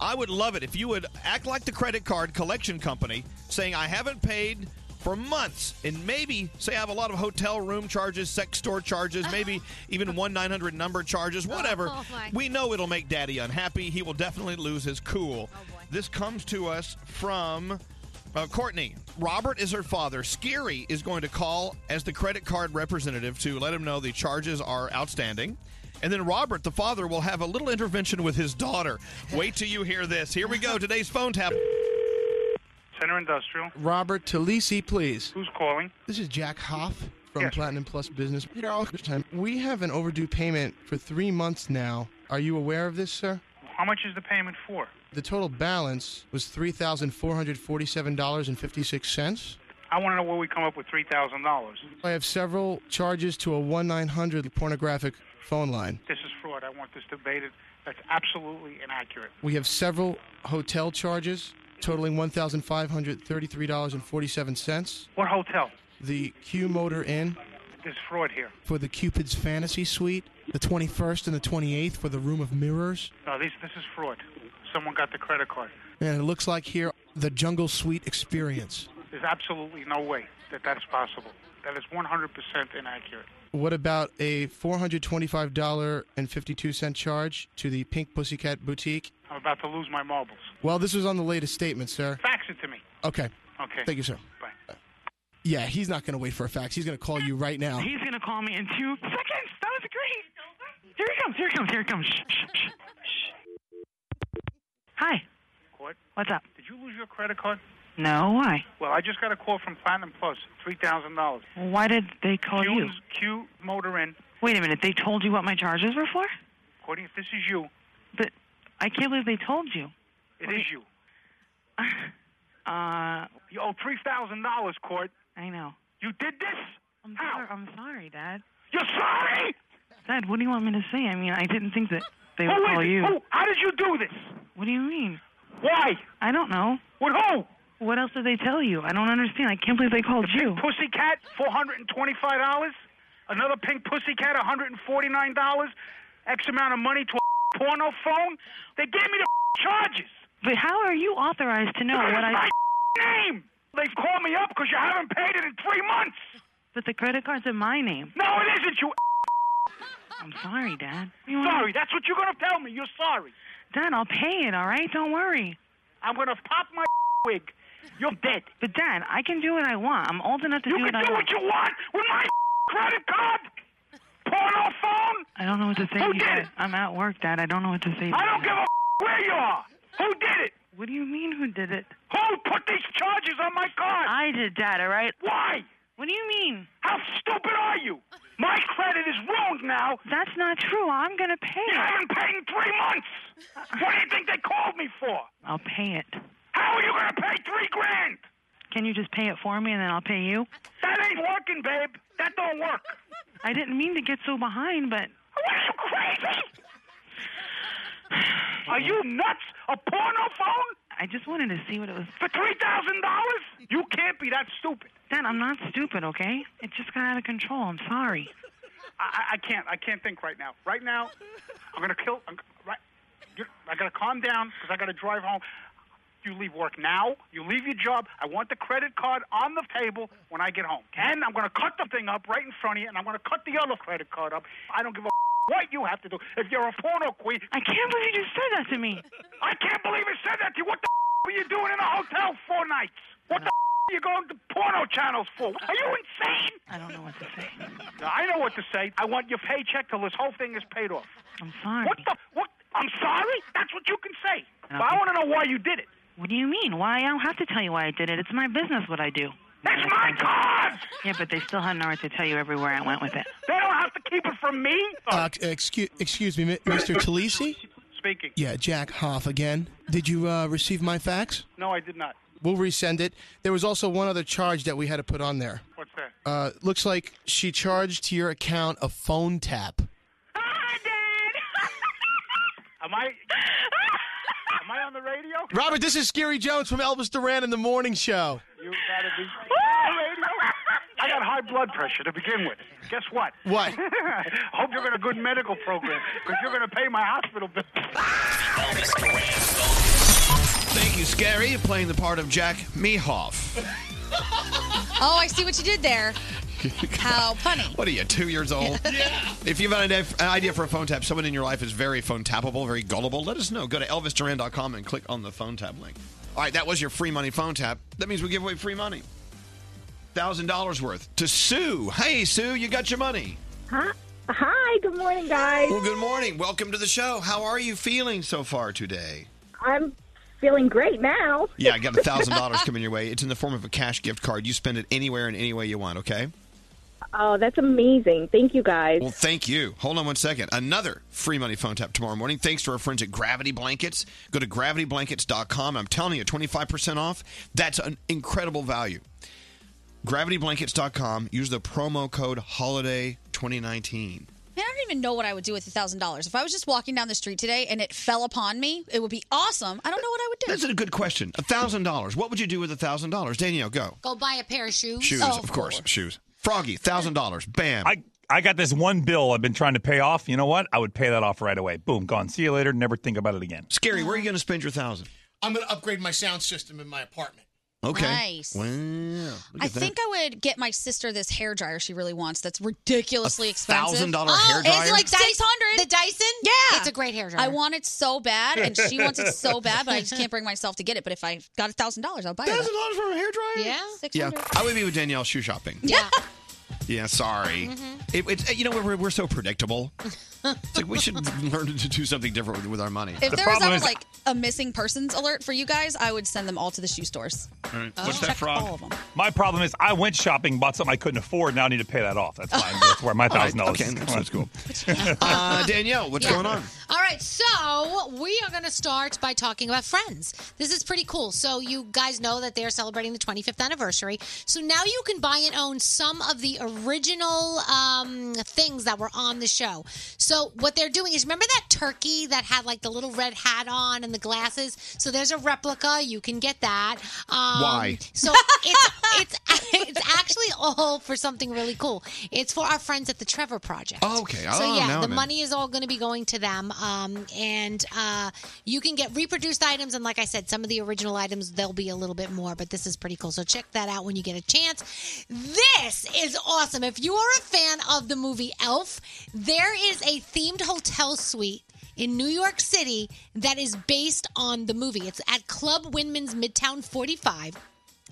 S1: I would love it if you would act like the credit card collection company, saying I haven't paid for months, and maybe say I have a lot of hotel room charges, sex store charges, maybe even one nine hundred number charges, whatever.
S14: Oh, my.
S1: we know it'll make Daddy unhappy. He will definitely lose his cool. This comes to us from uh, Courtney. Robert is her father. Scary is going to call as the credit card representative to let him know the charges are outstanding. And then Robert, the father, will have a little intervention with his daughter. Wait till you hear this. Here we go. Today's phone tap.
S15: Center Industrial.
S16: Robert Talisi, please.
S15: Who's calling?
S16: This is Jack Hoff from Platinum Plus Business. Peter Alkerson, We have an overdue payment for three months now. Are you aware of this, sir?
S15: How much is the payment for?
S16: The total balance was three thousand four hundred forty-seven dollars and fifty-six cents.
S15: I want to know where we come up with three thousand dollars.
S16: I have several charges to a one nine hundred pornographic phone line.
S15: This is fraud. I want this debated. That's absolutely inaccurate.
S16: We have several hotel charges totaling one thousand five hundred thirty-three dollars and forty-seven cents.
S15: What hotel?
S16: The Q Motor Inn
S15: There's fraud here.
S16: for the Cupid's Fantasy Suite, the twenty-first and the twenty-eighth for the Room of Mirrors.
S15: No, this this is fraud. Someone got the credit card.
S16: And it looks like here the Jungle Suite Experience.
S15: There's absolutely no way that that's possible. That is 100% inaccurate.
S16: What about a $425.52 charge to the Pink Pussycat Boutique?
S15: I'm about to lose my marbles.
S16: Well, this was on the latest statement, sir.
S15: Fax it to me.
S16: Okay.
S15: Okay.
S16: Thank you, sir.
S15: Bye.
S16: Yeah, he's not going to wait for a fax. He's going to call you right now.
S17: He's gonna call me in two seconds. That was great. Here he comes. Here he comes. Here he comes. Shh, shh, shh, shh. Hi.
S15: Court,
S17: What's up?
S15: did you lose your credit card?
S17: No, why?
S15: Well, I just got a call from Platinum Plus, three thousand dollars.
S17: Well, Why did they call
S15: Q,
S17: you?
S15: Q Motor Inn.
S17: Wait a minute. They told you what my charges were for?
S15: Courtney, if this is you,
S17: But I can't believe they told you.
S15: it is you.
S17: Uh,
S15: You owe three thousand dollars, Court.
S17: I know.
S15: You did this.
S17: I'm sorry. I'm sorry, Dad.
S15: You're sorry.
S17: Dad, what do you want me to say? I mean, I didn't think that they
S15: Who
S17: would
S15: is
S17: call
S15: it?
S17: you.
S15: Who? How did you do this?
S17: What do you mean?
S15: Why?
S17: I don't know.
S15: With who?
S17: What else did they tell you? I don't understand. I can't believe they called you.
S15: Pussycat, four hundred and twenty-five dollars. Another pink pussycat, one hundred and forty-nine dollars. X amount of money to a porno phone. They gave me the charges.
S17: But how are you authorized to know
S15: Because
S17: what
S15: it's
S17: I?
S15: my name. They called me up because you haven't paid it in three months.
S17: But the credit card's in my name.
S15: No, it isn't. You.
S17: I'm sorry, Dad. You wanna-
S15: Sorry, that's what you're gonna tell me. You're sorry.
S17: Dad, I'll pay it. All right, don't worry.
S15: I'm gonna pop my wig. You're dead.
S17: But Dad, I can do what I want. I'm old enough to
S15: You
S17: do what
S15: can
S17: I
S15: do
S17: want.
S15: what you want with my credit card, porno phone.
S17: I don't know what to say.
S15: Who
S17: to you,
S15: did
S17: Dad.
S15: it?
S17: I'm at work, Dad. I don't know what to say. to
S15: I don't
S17: you.
S15: give a where you are. Who did it?
S17: What do you mean? Who did it?
S15: Who put these charges on my card?
S17: I did, Dad. All right.
S15: Why?
S17: What do you mean?
S15: How stupid are you? My credit is ruined now.
S17: That's not true. I'm gonna pay
S15: You
S17: it. Uh,
S15: haven't paid in three months. What do you think they called me for?
S17: I'll pay it.
S15: How are you gonna pay three grand?
S17: Can you just pay it for me and then I'll pay you?
S15: That ain't working, babe. That don't work.
S17: I didn't mean to get so behind, but
S15: What are you crazy? Are you nuts? A porno phone
S17: I just wanted to see what it was.
S15: for three thousand dollars? You can't be that stupid.
S17: Dad, I'm not stupid, okay? It just got out of control. I'm sorry.
S15: I, I- I can't. I can't think right now. Right now, I'm gonna kill. I'm, right, you're, I gotta calm down because I gotta drive home. You leave work now. You leave your job. I want the credit card on the table when I get home. And I'm gonna cut the thing up right in front of you, and I'm gonna cut the other credit card up. I don't give a what you have to do. If you're a porno queen,
S17: I can't believe you said that to me.
S15: I can't believe it said that to you. What the were you doing in a hotel four nights? What the are you going to porno channels for? Are you insane?
S17: I don't know what to say.
S15: Now, I know what to say. I want your paycheck till this whole thing is paid off.
S17: I'm sorry.
S15: What the? What? I'm sorry. That's what you can say. But I want to know why you did it.
S17: What do you mean? Why? I don't have to tell you why I did it. It's my business what I do.
S15: That's my card.
S17: Yeah, but they still had an right to tell you everywhere I went with it.
S15: They don't have to keep it from me.
S16: Uh, excuse, excuse me, Mi- Mr. Talisi?
S15: Speaking.
S16: Yeah, Jack Hoff again. Did you uh, receive my fax?
S15: No, I did not.
S16: We'll resend it. There was also one other charge that we had to put on there.
S15: What's that?
S16: Uh, looks like she charged to your account a phone tap.
S15: Am I? am I on the radio?
S16: Robert, this is Scary Jones from Elvis Duran in the Morning Show.
S15: You gotta be. On the radio? I got high blood pressure to begin with. Guess what?
S1: What?
S15: Hope you're in a good medical program because you're going to pay my hospital bill.
S1: Thank you, Scary, playing the part of Jack Mehoff.
S6: Oh, I see what you did there. How punny.
S1: What are you, two years old? If you've had an idea- an idea for a phone tap, someone in your life is very phone tappable, very gullible, let us know. Go to elvisduran.com and click on the phone tap link. All right, that was your free money phone tap. That means we give away free money. $1,000 worth to Sue. Hey, Sue, you got your money.
S14: Hi, good morning, guys.
S1: Well, good morning. Welcome to the show. How are you feeling so far today?
S14: I'm feeling great now.
S1: Yeah, I got a $1,000 coming your way. It's in the form of a cash gift card. You spend it anywhere and any way you want, okay?
S14: Oh, that's amazing. Thank you, guys.
S1: Well, thank you. Hold on one second. Another free money phone tap tomorrow morning. Thanks to our friends at Gravity Blankets. Go to gravityblankets.com. I'm telling you, 25% off. That's an incredible value. Gravityblankets.com. Use the promo code HOLIDAY2019.
S6: Man, I don't even know what I would do with a thousand dollars. If I was just walking down the street today and it fell upon me, it would be awesome. I don't know what I would do.
S1: That's a good question. $1,000. What would you do with $1,000? Danielle, go.
S3: Go buy a pair of shoes.
S1: Shoes,
S4: Oh,
S6: Oh,
S1: of course. Shoes. Froggy, $1,000. Bam.
S4: I, I got this one bill I've been trying to pay off. You know what? I would pay that off right away. Boom, gone. See you later. Never think about it again.
S1: Scary, where are you going to spend your thousand?
S10: I'm going to upgrade my sound system in my apartment.
S1: Okay.
S6: Nice.
S1: Wow. Look
S6: I
S1: at that.
S6: think I would get my sister this hair dryer she really wants. That's ridiculously
S1: A
S6: expensive.
S1: $1,000 hair dryer?
S6: It's like six hundred. The
S3: Dyson.
S6: Yeah,
S3: It's a great hair dryer.
S6: I want it so bad, and she wants it so bad, but I just can't bring myself to get it. But if I got a thousand dollars, I'll buy it. Thousand
S1: dollars for a hair dryer?
S6: Yeah, six
S1: Yeah,
S6: hundred.
S1: I would be with Danielle shoe shopping.
S6: Yeah. Mm-hmm.
S1: Yeah, sorry. It, it's you know we're, we're so predictable. It's like we should learn to do something different with, with our money.
S6: If there was ever like a missing persons alert for you guys, I would send them all to the shoe stores.
S4: All right.
S6: Just
S4: What's that
S6: Oh, check
S4: frog?
S6: all of them.
S4: My problem is I went shopping, bought something I couldn't afford. Now I need to pay that off. That's fine. That's where my
S1: All right,
S4: thousand dollars.
S1: okay, that's- that's cool.
S4: Uh,
S1: Danielle, what's going on?
S3: All right, so we are going to start by talking about friends. This is pretty cool. So, you guys know that they're celebrating the 25th anniversary. So, now you can buy and own some of the original um, things that were on the show. So, what they're doing is remember that turkey that had like the little red hat on and the glasses? So, there's a replica. You can get that. Um,
S1: Why?
S3: So, it's, it's, it's actually all for something really cool. It's for our friends at the Trevor Project.
S1: Okay.
S3: So
S1: Oh, now
S3: yeah, the
S1: I'm in.
S3: money is all going to be going to them, um, and uh, you can get reproduced items. And like I said, some of the original items they'll be a little bit more, but this is pretty cool. So check that out when you get a chance. This is awesome. If you are a fan of the movie Elf, there is a themed hotel suite. In New York City, that is based on the movie. It's at Club Windman's Midtown 45.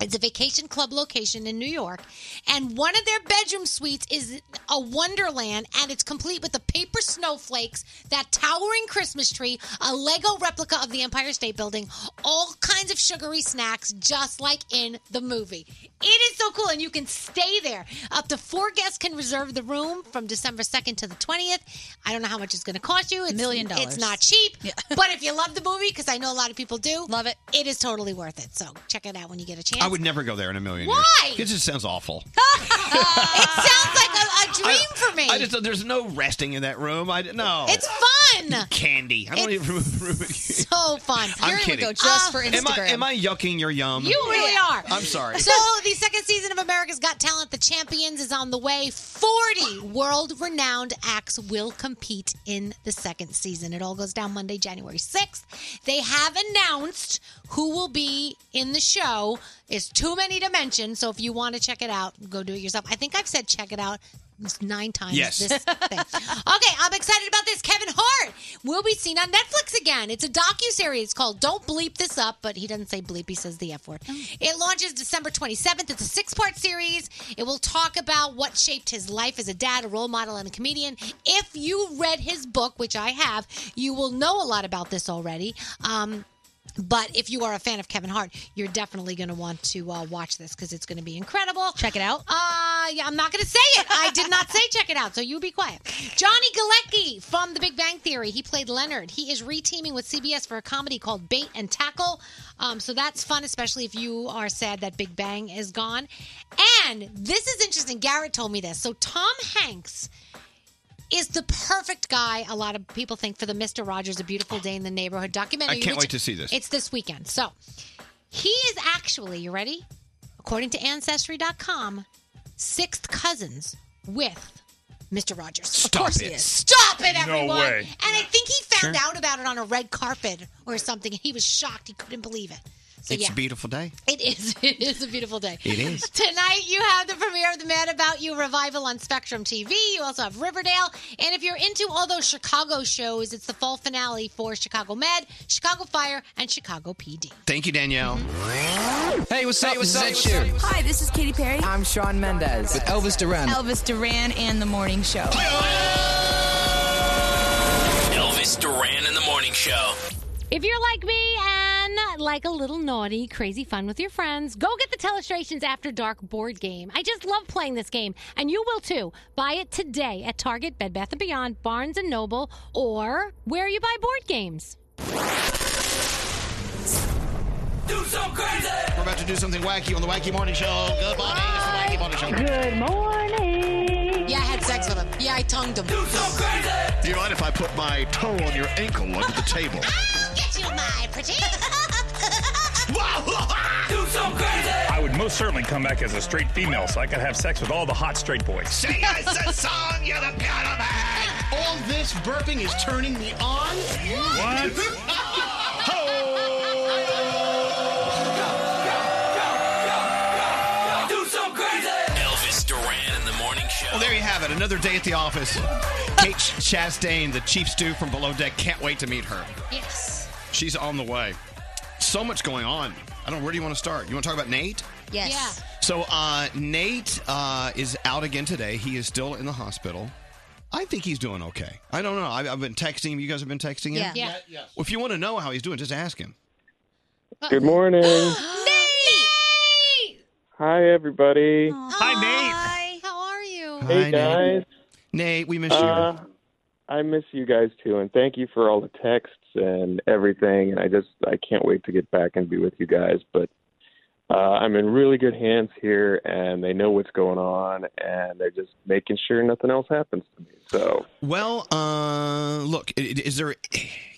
S3: It's a vacation club location in New York, and one of their bedroom suites is a wonderland, and it's complete with the paper snowflakes, that towering Christmas tree, a Lego replica of the Empire State Building, all kinds of sugary snacks, just like in the movie. It is so cool, and you can stay there. Up to four guests can reserve the room from December 2nd to the 20th. I don't know how much it's going to cost you. It's
S6: Million dollars.
S3: It's not cheap, but if you love the movie, because I know a lot of people do, love it. It is totally worth it. So check it out when you get a chance.
S1: I would never go there in a million
S3: Why?
S1: years. It just sounds awful.
S3: Sounds like a, a dream for me.
S1: I just there's no resting in that room. I no.
S3: it's fun.
S1: candy. I don't
S3: It's
S1: even remember.
S3: So fun.
S1: I'm kidding. Ah.
S3: Uh,
S1: Am I, am I yucking your yum?
S3: You really are.
S1: I'm sorry.
S3: So the second season of America's Got Talent, The Champions, is on the way. Forty world-renowned acts will compete in the second season. It all goes down Monday, January sixth. They have announced who will be in the show. It's too many to mention. So if you want to check it out, go do it yourself. I think I've said check it out nine times
S18: Yes.
S3: this Okay, I'm excited about this. Kevin Hart will be seen on Netflix again. It's a docu-series called Don't Bleep This Up, but he doesn't say bleep, he says the F word. It launches December 27th. It's a six-part series. It will talk about what shaped his life as a dad, a role model, and a comedian. If you read his book, which I have, you will know a lot about this already. Um, but if you are a fan of Kevin Hart, you're definitely going to want to uh, watch this because it's going to be incredible. Check it out. Uh, yeah, I'm not going to say it. I did not say check it out, so you be quiet. Johnny Galecki from The Big Bang Theory. He played Leonard. He is reteaming with CBS for a comedy called Bait and Tackle. Um, so that's fun, especially if you are sad that Big Bang is gone. And this is interesting. Garrett told me this. So Tom Hanks is the perfect guy. A lot of people think for the Mister Rogers, A Beautiful Day in the Neighborhood documentary.
S1: I can't
S3: which-
S1: wait to see this.
S3: It's this weekend. So he is actually, you ready? According to Ancestry.com, sixth cousins with Mr. Rogers.
S1: Stop
S3: of course
S1: it.
S3: he is. Stop it,
S1: No
S3: everyone.
S1: way.
S3: And I think he found
S1: Sure.
S3: out about it on a red carpet or something. He was shocked. He couldn't believe it. So
S1: it's
S3: yeah.
S1: a beautiful day.
S3: It is. It is a beautiful day.
S1: It is.
S3: Tonight you have the premiere of the Mad About You revival on Spectrum TV. You also have Riverdale, and if you're into all those Chicago shows, it's the fall finale for Chicago Med, Chicago Fire, and Chicago PD.
S1: Thank you, Danielle. Mm-hmm.
S18: Hey, what's up?
S1: what's
S18: This
S1: up?
S18: is Ed Sheeran
S12: Hi, this is Katy Perry.
S18: I'm Sean Mendez with Elvis Duran.
S12: Elvis Duran and the Morning Show.
S5: Elvis Duran in the morning show.
S19: If you're like me and like a little naughty, crazy fun with your friends, go get the Telestrations After Dark board game. I just love playing this game, and you will too. Buy it today at Target, Bed Bath & Beyond, Barnes & Noble, or where you buy board games.
S1: Do something crazy. We're about to do something wacky on the Wacky Morning Show. Good morning. It's the Wacky Morning Show.
S3: Good morning. Yeah, I had sex with him. Yeah, I tongued him.
S1: Do you mind if I put my toe on your ankle under the table?
S3: Get you, my pretty.
S4: Do some crazy. I would most certainly come back as a straight female so I could have sex with all the hot straight boys.
S10: Sing us a song, you're the piano man. All this burping is turning me on.
S4: What?
S1: Oh.
S5: Do some crazy. Elvis Duran in the morning show.
S1: Well, there you have it. Another day at the office. Kate Chastain, the chief stew from Below Deck, can't wait to meet her.
S3: Yes.
S1: She's on the way. So much going on. I don't know. Where do you want to start? You want to talk about Nate?
S6: Yes.
S1: So uh, Nate uh, is out again today. He is still in the hospital. I think he's doing okay. I don't know. I've, I've been texting him. You guys have been texting him.
S3: Yeah. Yeah. Yeah,
S1: Well, if you want to know how he's doing, just ask him.
S20: Good morning. Hi, everybody.
S4: Hi, Nate.
S20: hey,
S1: Hi, Nate.
S20: guys.
S1: Nate, we miss
S20: Uh, I miss you guys too, and thank you for all the texts and everything. And I just I can't wait to get back and be with you guys. But uh, I'm in really good hands here, and they know what's going on, and they're just making sure nothing else happens to me. So
S1: you. Well, uh, look, i- i- is there?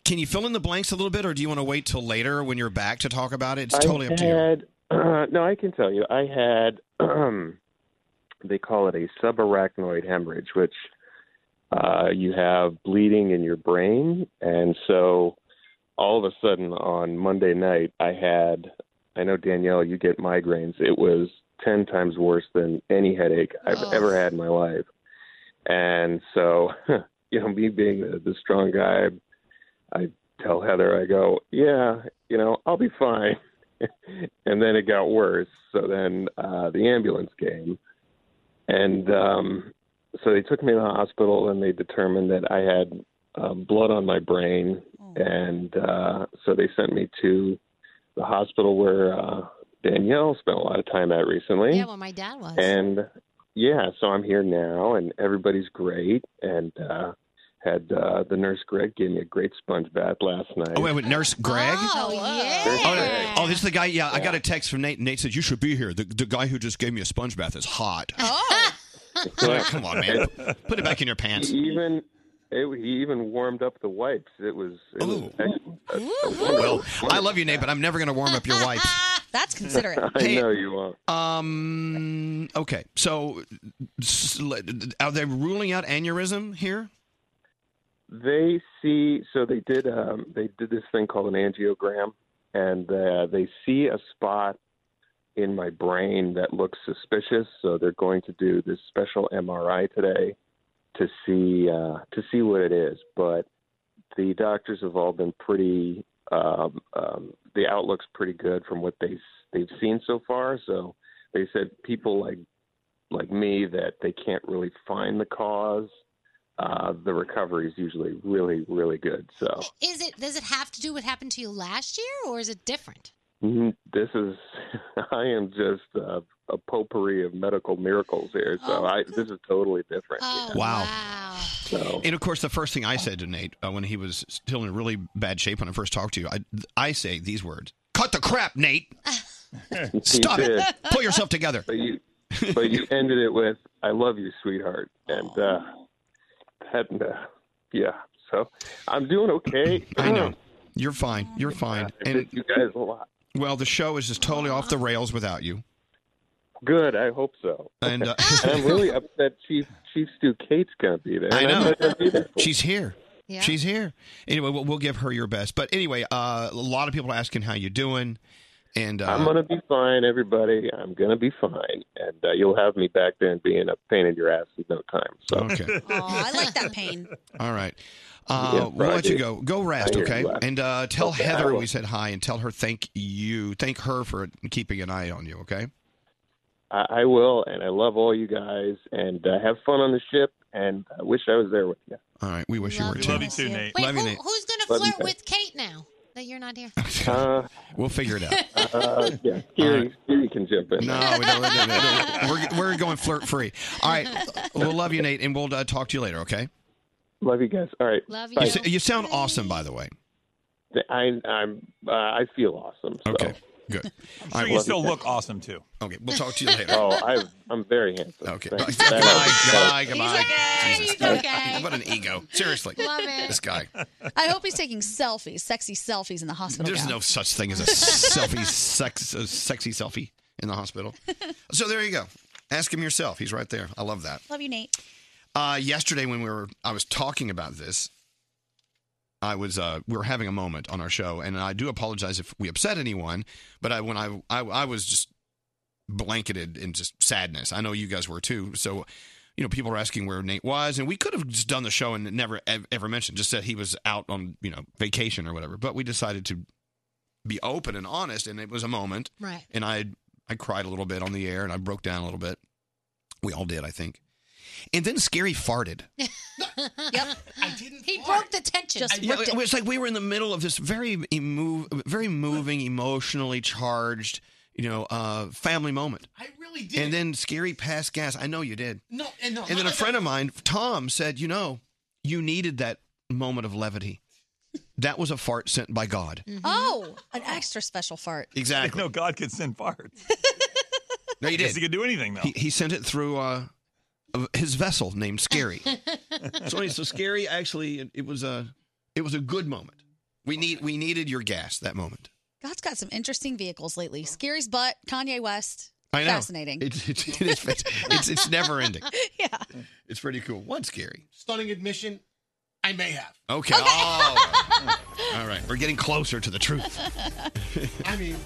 S1: Can you fill in the blanks a little bit, or do you want to wait till later when you're back to talk about it? It's totally
S20: I
S1: up to you.
S20: had, no, I can tell you. I had they call it a subarachnoid hemorrhage, which uh, you have bleeding in your brain, and so all of a sudden on Monday night, I had. I know Danielle, you get migraines. It was ten times worse than any headache I've
S1: Oh.
S20: ever had in my life, and so you know, me being the, the strong guy, I tell Heather, I go, yeah, you know, I'll be fine. and then it got worse. So then uh, the ambulance came, and um, so they took me to the hospital, and they determined that I had uh, blood on my brain,
S3: Hmm.
S20: and uh, so they sent me to the hospital where uh, Danielle spent a lot of time at recently.
S3: Yeah, well, my dad was.
S20: And yeah, so I'm here now, and everybody's great. And uh, had uh, the nurse Greg gave me a great sponge bath last night.
S1: Oh, wait, wait, Nurse Greg?
S3: Oh, yeah.
S1: Oh, no. Oh, this is the guy. Yeah, I got a text from Nate. Nate says you should be here. The, the guy who just gave me a sponge bath is hot.
S3: Oh.
S1: Like, come on, man. Put it back in your pants.
S20: He even it, he even warmed up the wipes. It was. It was excellent.
S1: Oh. Well, I love you, Nate, but I'm never going to warm up your wipes.
S6: That's considerate.
S20: I know you won't.
S1: Um. Okay. So, s- are they ruling out aneurysm here?
S20: They see. So they did. Um, they did this thing called an angiogram, and uh, they see a spot in my brain that looks suspicious. So they're going to do this special MRI today to see uh, to see what it is. But the doctors have all been pretty. Um, um, the outlook's pretty good from what they they've seen so far. So they said people like like me that they can't really find the cause. Uh, the recovery is usually really really good. So
S3: Is it? Does it have to do what happened to you last year, or is it different?
S20: Mhm. this is I am just a, a potpourri of medical miracles here. So I this is totally different.
S1: Wow. And of course, the first thing I said to Nate uh, when he was still in really bad shape when I first talked to you, I, I say these words: "Cut the crap, Nate. Stop
S20: You
S1: it.
S20: did.
S1: Pull yourself together."
S20: But you, but you ended it with "I love you, sweetheart," and uh, that, uh, yeah. So I'm doing okay.
S1: I know. You're fine. You're fine. And
S20: you guys a lot.
S1: Well, the show is just totally off the rails without you.
S20: Good. I hope so.
S1: And, uh,
S20: I'm really upset Chief Chief Stu Kate's going to be there.
S1: I
S20: And I'm
S1: know.
S20: not gonna be there.
S1: She's here.
S20: Yeah.
S1: She's here. Anyway, we'll, we'll give her your best. But anyway, uh, a lot of people are asking how you doing, and uh,
S20: I'm going to be fine, everybody. I'm going to be fine. And uh, you'll have me back then being a pain in your ass in no time. So.
S1: Okay.
S6: I like that pain.
S1: All right.
S20: Yeah,
S1: Uh, we'll
S20: right,
S1: let you
S20: dude.
S1: go. Go
S20: I
S1: rest,
S20: hear
S1: okay?
S20: you, Rob.
S1: And uh, tell
S20: Okay, I
S1: Heather
S20: will.
S1: we said hi, and tell her thank you, thank her for keeping an eye on you, okay?
S20: I, I will, and I love all you guys, and uh, have fun on the ship, and I wish I was there with you.
S1: All right, we wish you were too.
S4: Love you too, Nate.
S3: Wait,
S1: Love
S3: who,
S1: you, Nate.
S3: who's going to
S20: Love you,
S3: flirt
S20: Nate.
S3: with Kate now that you're not here?
S20: Uh,
S1: we'll figure it out.
S20: uh, yeah, here, here you can jump in.
S1: No, we don't. we don't- we don't. We're, we're going flirt free. All right, we'll love you, Nate, and we'll uh, talk to you later, okay?
S20: Love you guys. All right.
S3: Love
S1: You, s- you sound awesome, by the way.
S20: I, I'm. Uh, I feel awesome. So. Okay.
S1: Good.
S4: I'm sure you
S1: uh,
S4: still look awesome too.
S1: Okay, we'll talk to you later.
S20: Oh, I, I'm very handsome. Okay.
S1: Goodbye, goodbye. Jesus
S6: he's
S1: Christ.
S6: okay.
S1: What an ego. Seriously.
S6: Love it.
S1: This guy.
S6: I hope he's taking selfies, sexy selfies in the hospital.
S1: There's
S6: gown.
S1: no such thing as a selfie, sex, a sexy selfie in the hospital. So there you go. Ask him yourself. He's right there. I love that.
S6: Love you, Nate.
S1: Uh, yesterday, when we were, I was talking about this. I was, uh, we were having a moment on our show, and I do apologize if we upset anyone. But I, when I, I, I was just blanketed in just sadness. I know you guys were too. So, you know, people are asking where Nate was, and we could have just done the show and never ev- ever mentioned, just said he was out on you know vacation or whatever. But we decided to be open and honest, and it was a moment.
S3: Right.
S1: And I, I cried a little bit on the air, and I broke down a little bit. We all did, I think. And then Scary farted.
S6: yep.
S3: I didn't he broke the tension.
S1: Yeah, it was like we were in the middle of this very emo- very moving, emotionally charged, you know, uh, family moment.
S13: I really did.
S1: And then Scary passed gas. I know you did.
S13: no, and no.
S1: And then a friend of mine, Tom, said, "You know, you needed that moment of levity. That was a fart sent by God."
S6: Oh, an extra special fart.
S1: Exactly.
S4: No, God could send farts.
S1: No, you
S4: Guess
S1: did.
S4: he could do anything though.
S1: He, he sent it through uh, his vessel named Scary. so, anyway, so Scary actually, it, it was a, it was a good moment. We need, we needed your gas that moment.
S6: God's got some interesting vehicles lately. Scary's butt, Kanye West.
S1: I know.
S6: Fascinating.
S1: It's it's it is, fant- it's, it's never ending. yeah. It's pretty cool. What's scary?
S13: Stunning admission. I may have.
S1: Okay. Oh. All right. We're getting closer to the truth.
S13: I mean,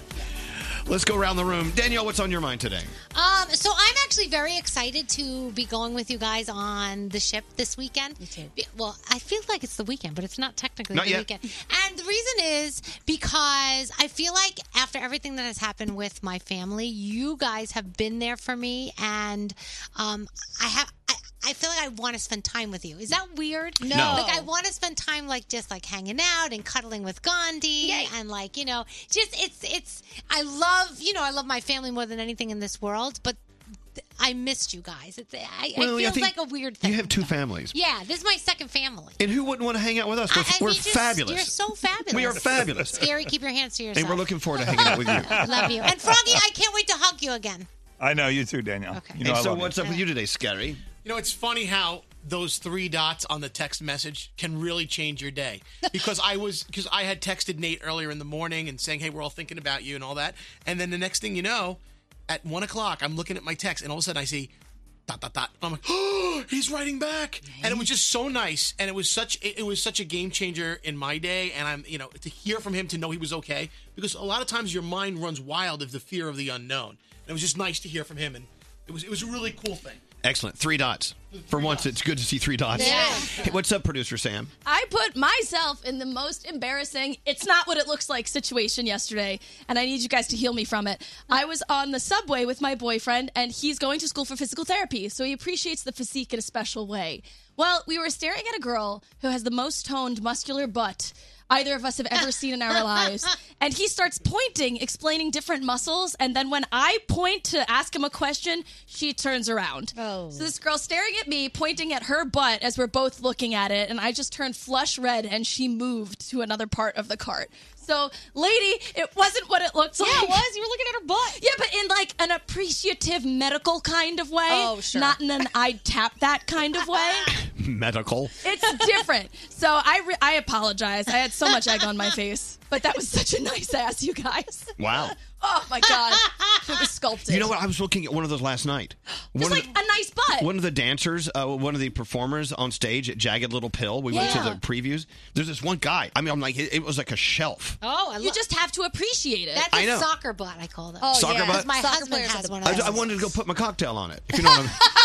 S1: Let's go around the room. Danielle, what's on your mind today?
S3: Um, so I'm actually very excited to be going with you guys on the ship this weekend. Be- Well, I feel like it's the weekend, but it's not technically
S19: Not
S3: the
S19: yet.
S3: weekend. And the reason is because I feel like after everything that has happened with my family, you guys have been there for me, and um, I have. I, I feel like I want to spend time with you. Is that weird?
S19: No. No.
S3: Like I want to spend time like just like hanging out and cuddling with Gandhi and like, you know, just it's it's I love, you know, I love my family more than anything in this world, but th- I missed you guys. It's I,
S1: Well, I
S3: it feels
S1: think
S3: like a weird thing.
S1: You have two families.
S3: Yeah, this is my second family.
S1: And who wouldn't want to hang out with us? We're,
S3: I- I
S1: we're
S3: mean, just-
S1: fabulous.
S3: You're so fabulous.
S1: We are fabulous.
S3: Scary, keep your hands to yourself.
S1: and we're looking forward to hanging out with you.
S3: Love you. And Froggy, I can't wait to hug you again.
S4: I know you too, Danielle. Okay. You know
S1: And
S4: I
S1: so
S4: love
S1: what's up with you today, Scary?
S13: You know, it's funny how those three dots on the text message can really change your day. Because I was because I had texted Nate earlier in the morning and saying, "Hey, we're all thinking about you" and all that. And then the next thing you know, at one o'clock, I'm looking at my text, and all of a sudden I see dot dot dot. I'm like, "Oh, he's writing back!" And it was just so nice, and it was such it, it was such a game changer in my day. And I'm you know to hear from him to know he was okay because a lot of times your mind runs wild of the fear of the unknown. And it was just nice to hear from him, and it was it was a really cool thing.
S1: Excellent. Three dots. For once, it's good to see three dots.
S7: Yeah.
S1: Hey, what's up, producer Sam?
S7: I put myself in the most embarrassing, it's not what it looks like situation yesterday, and I need you guys to heal me from it. I was on the subway with my boyfriend, and he's going to school for physical therapy, so he appreciates the physique in a special way. Well, we were staring at a girl who has the most toned, muscular butt either of us have ever seen in our lives. And he starts pointing, explaining different muscles, and then when I point to ask him a question, she turns around.
S6: Oh.
S7: So this girl's staring at me, pointing at her butt as we're both looking at it, and I just turned flush red and she moved to another part of the cart. So, lady, it wasn't what it looked like. Yeah, it was.
S6: You were looking at her butt.
S7: Yeah, but in like an appreciative medical kind of way.
S6: Oh, sure.
S7: Not in an I'd tap that kind of way.
S1: Medical.
S7: It's different. So I re- I apologize. I had so much egg on my face, but that was such a nice ass, you guys.
S1: Wow.
S7: Oh my god,
S6: Ah,
S7: it was sculpted.
S1: You know what? I was looking at one of those last night. One
S7: Just
S1: of
S7: like a nice butt.
S1: the, one of the dancers, uh, one of the performers on stage at Jagged Little Pill. We went to
S7: Yeah.
S1: the previews. There's this one guy. I mean, I'm like, it, it was like a shelf.
S3: Oh, I
S7: you just have to appreciate it.
S1: I know.
S3: soccer butt. I call them.
S1: Oh, Soccer yeah. butt?
S3: My
S1: Soccer
S3: husband has one
S1: I,
S3: of
S1: I
S3: those.
S1: wanted to go put my cocktail on it. If you know what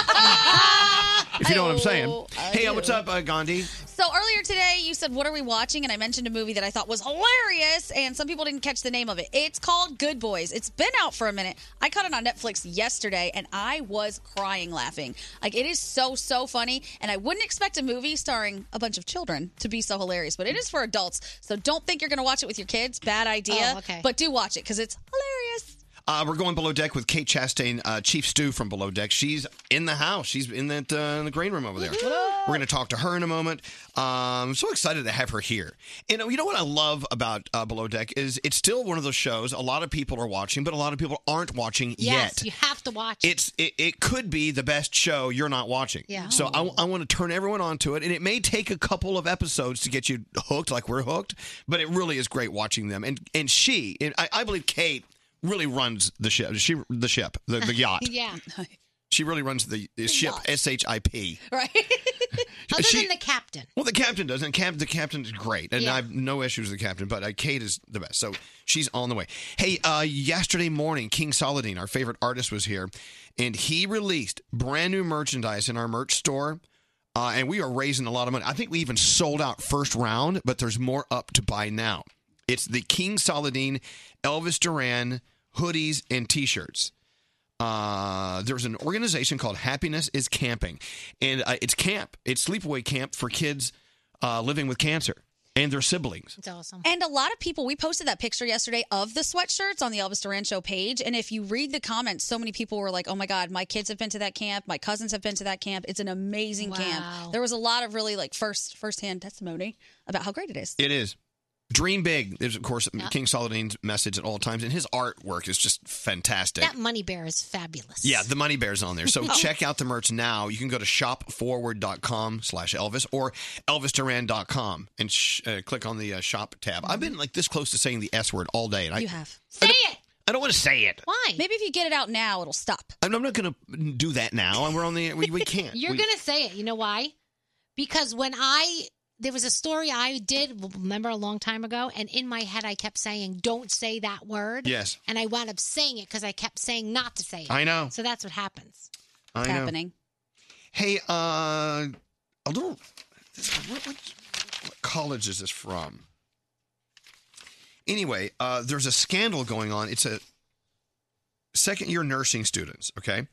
S1: I'm, if you know what I'm saying. Hey, uh, what's up, uh, Gandhi?
S6: So earlier today, you said, "What are we watching?" And I mentioned a movie that I thought was hilarious, and some people didn't catch the name of it. It's called Good Boys. It's been out for a minute. I caught it on Netflix yesterday, and I was crying laughing. Like it is so so funny, and I wouldn't expect a movie starring a bunch of children to be so hilarious. But it is for adults, so don't think you're going to watch it with your kids. Bad idea.
S3: Oh, okay.
S6: But do watch it because it's hilarious.
S1: Uh, we're going below deck with Kate Chastain, uh, Chief Stew from Below Deck. She's in the house. She's in that uh, in the green room over there. We're going to talk to her in a moment. Um, I'm so excited to have her here. And uh, you know what I love about uh, Below Deck is it's still one of those shows a lot of people are watching, but a lot of people aren't watching
S3: Yes,
S1: yet.
S3: you have to watch.
S1: It's it, it could be the best show you're not watching.
S3: Yeah.
S1: So I, I want to turn everyone onto it, and it may take a couple of episodes to get you hooked, like we're hooked. But it really is great watching them. And and she, and I, I believe Kate really runs the ship. She the ship, the, the yacht.
S3: yeah.
S1: She really runs the, the ship. S H I P.
S3: Right. Other than the captain.
S1: Well, the captain doesn't. Cap- the captain is great, and
S3: Yeah.
S1: I have no issues with the captain. But uh, Kate is the best, so she's on the way. Hey, uh, yesterday morning, King Saladin, our favorite artist, was here, and he released brand new merchandise in our merch store, uh, and we are raising a lot of money. I think we even sold out first round, but there's more up to buy now. It's the King Saladin, Elvis Duran hoodies and T-shirts uh, there's an organization called Happiness is Camping, and uh, it's camp, it's sleepaway camp for kids uh, living with cancer and their siblings.
S3: It's awesome.
S6: And a lot of people, we posted that picture yesterday of the sweatshirts on the Elvis Duran Show page. And if you read the comments, so many people were like, oh my God, my kids have been to that camp. My cousins have been to that camp. It's an amazing
S3: Wow.
S6: camp. There was a lot of really like first firsthand testimony about how great it is.
S1: It is. Dream big is, of course,
S3: Yeah.
S1: King Saladin's message at all times, and his artwork is just fantastic.
S3: That Oh. money bear is fabulous.
S1: Yeah, the money bear's on there. So check out the merch now. You can go to shopforward.com slash Elvis or elvisduran.com and sh- uh, click on the uh, shop tab. I've been like this close to saying the S word all day. And I,
S6: you have.
S3: Mm-hmm. Say it.
S1: I don't want to say it.
S3: Why?
S6: Maybe if you get it out now, it'll stop.
S1: I'm, I'm not going to do that now. And we're on the we, we can't.
S3: You're
S1: We-
S3: going to say it. You know why? Because when I, there was a story I did, remember a long time ago, and in my head I kept saying, don't say that word.
S1: Yes.
S3: And I wound up saying it because I kept saying not to say it.
S1: I know.
S3: So that's what happens.
S1: I know. Hey, uh, a little. This, what, what, what college is this from? Anyway, uh, there's a scandal going on. It's a second year nursing students, okay?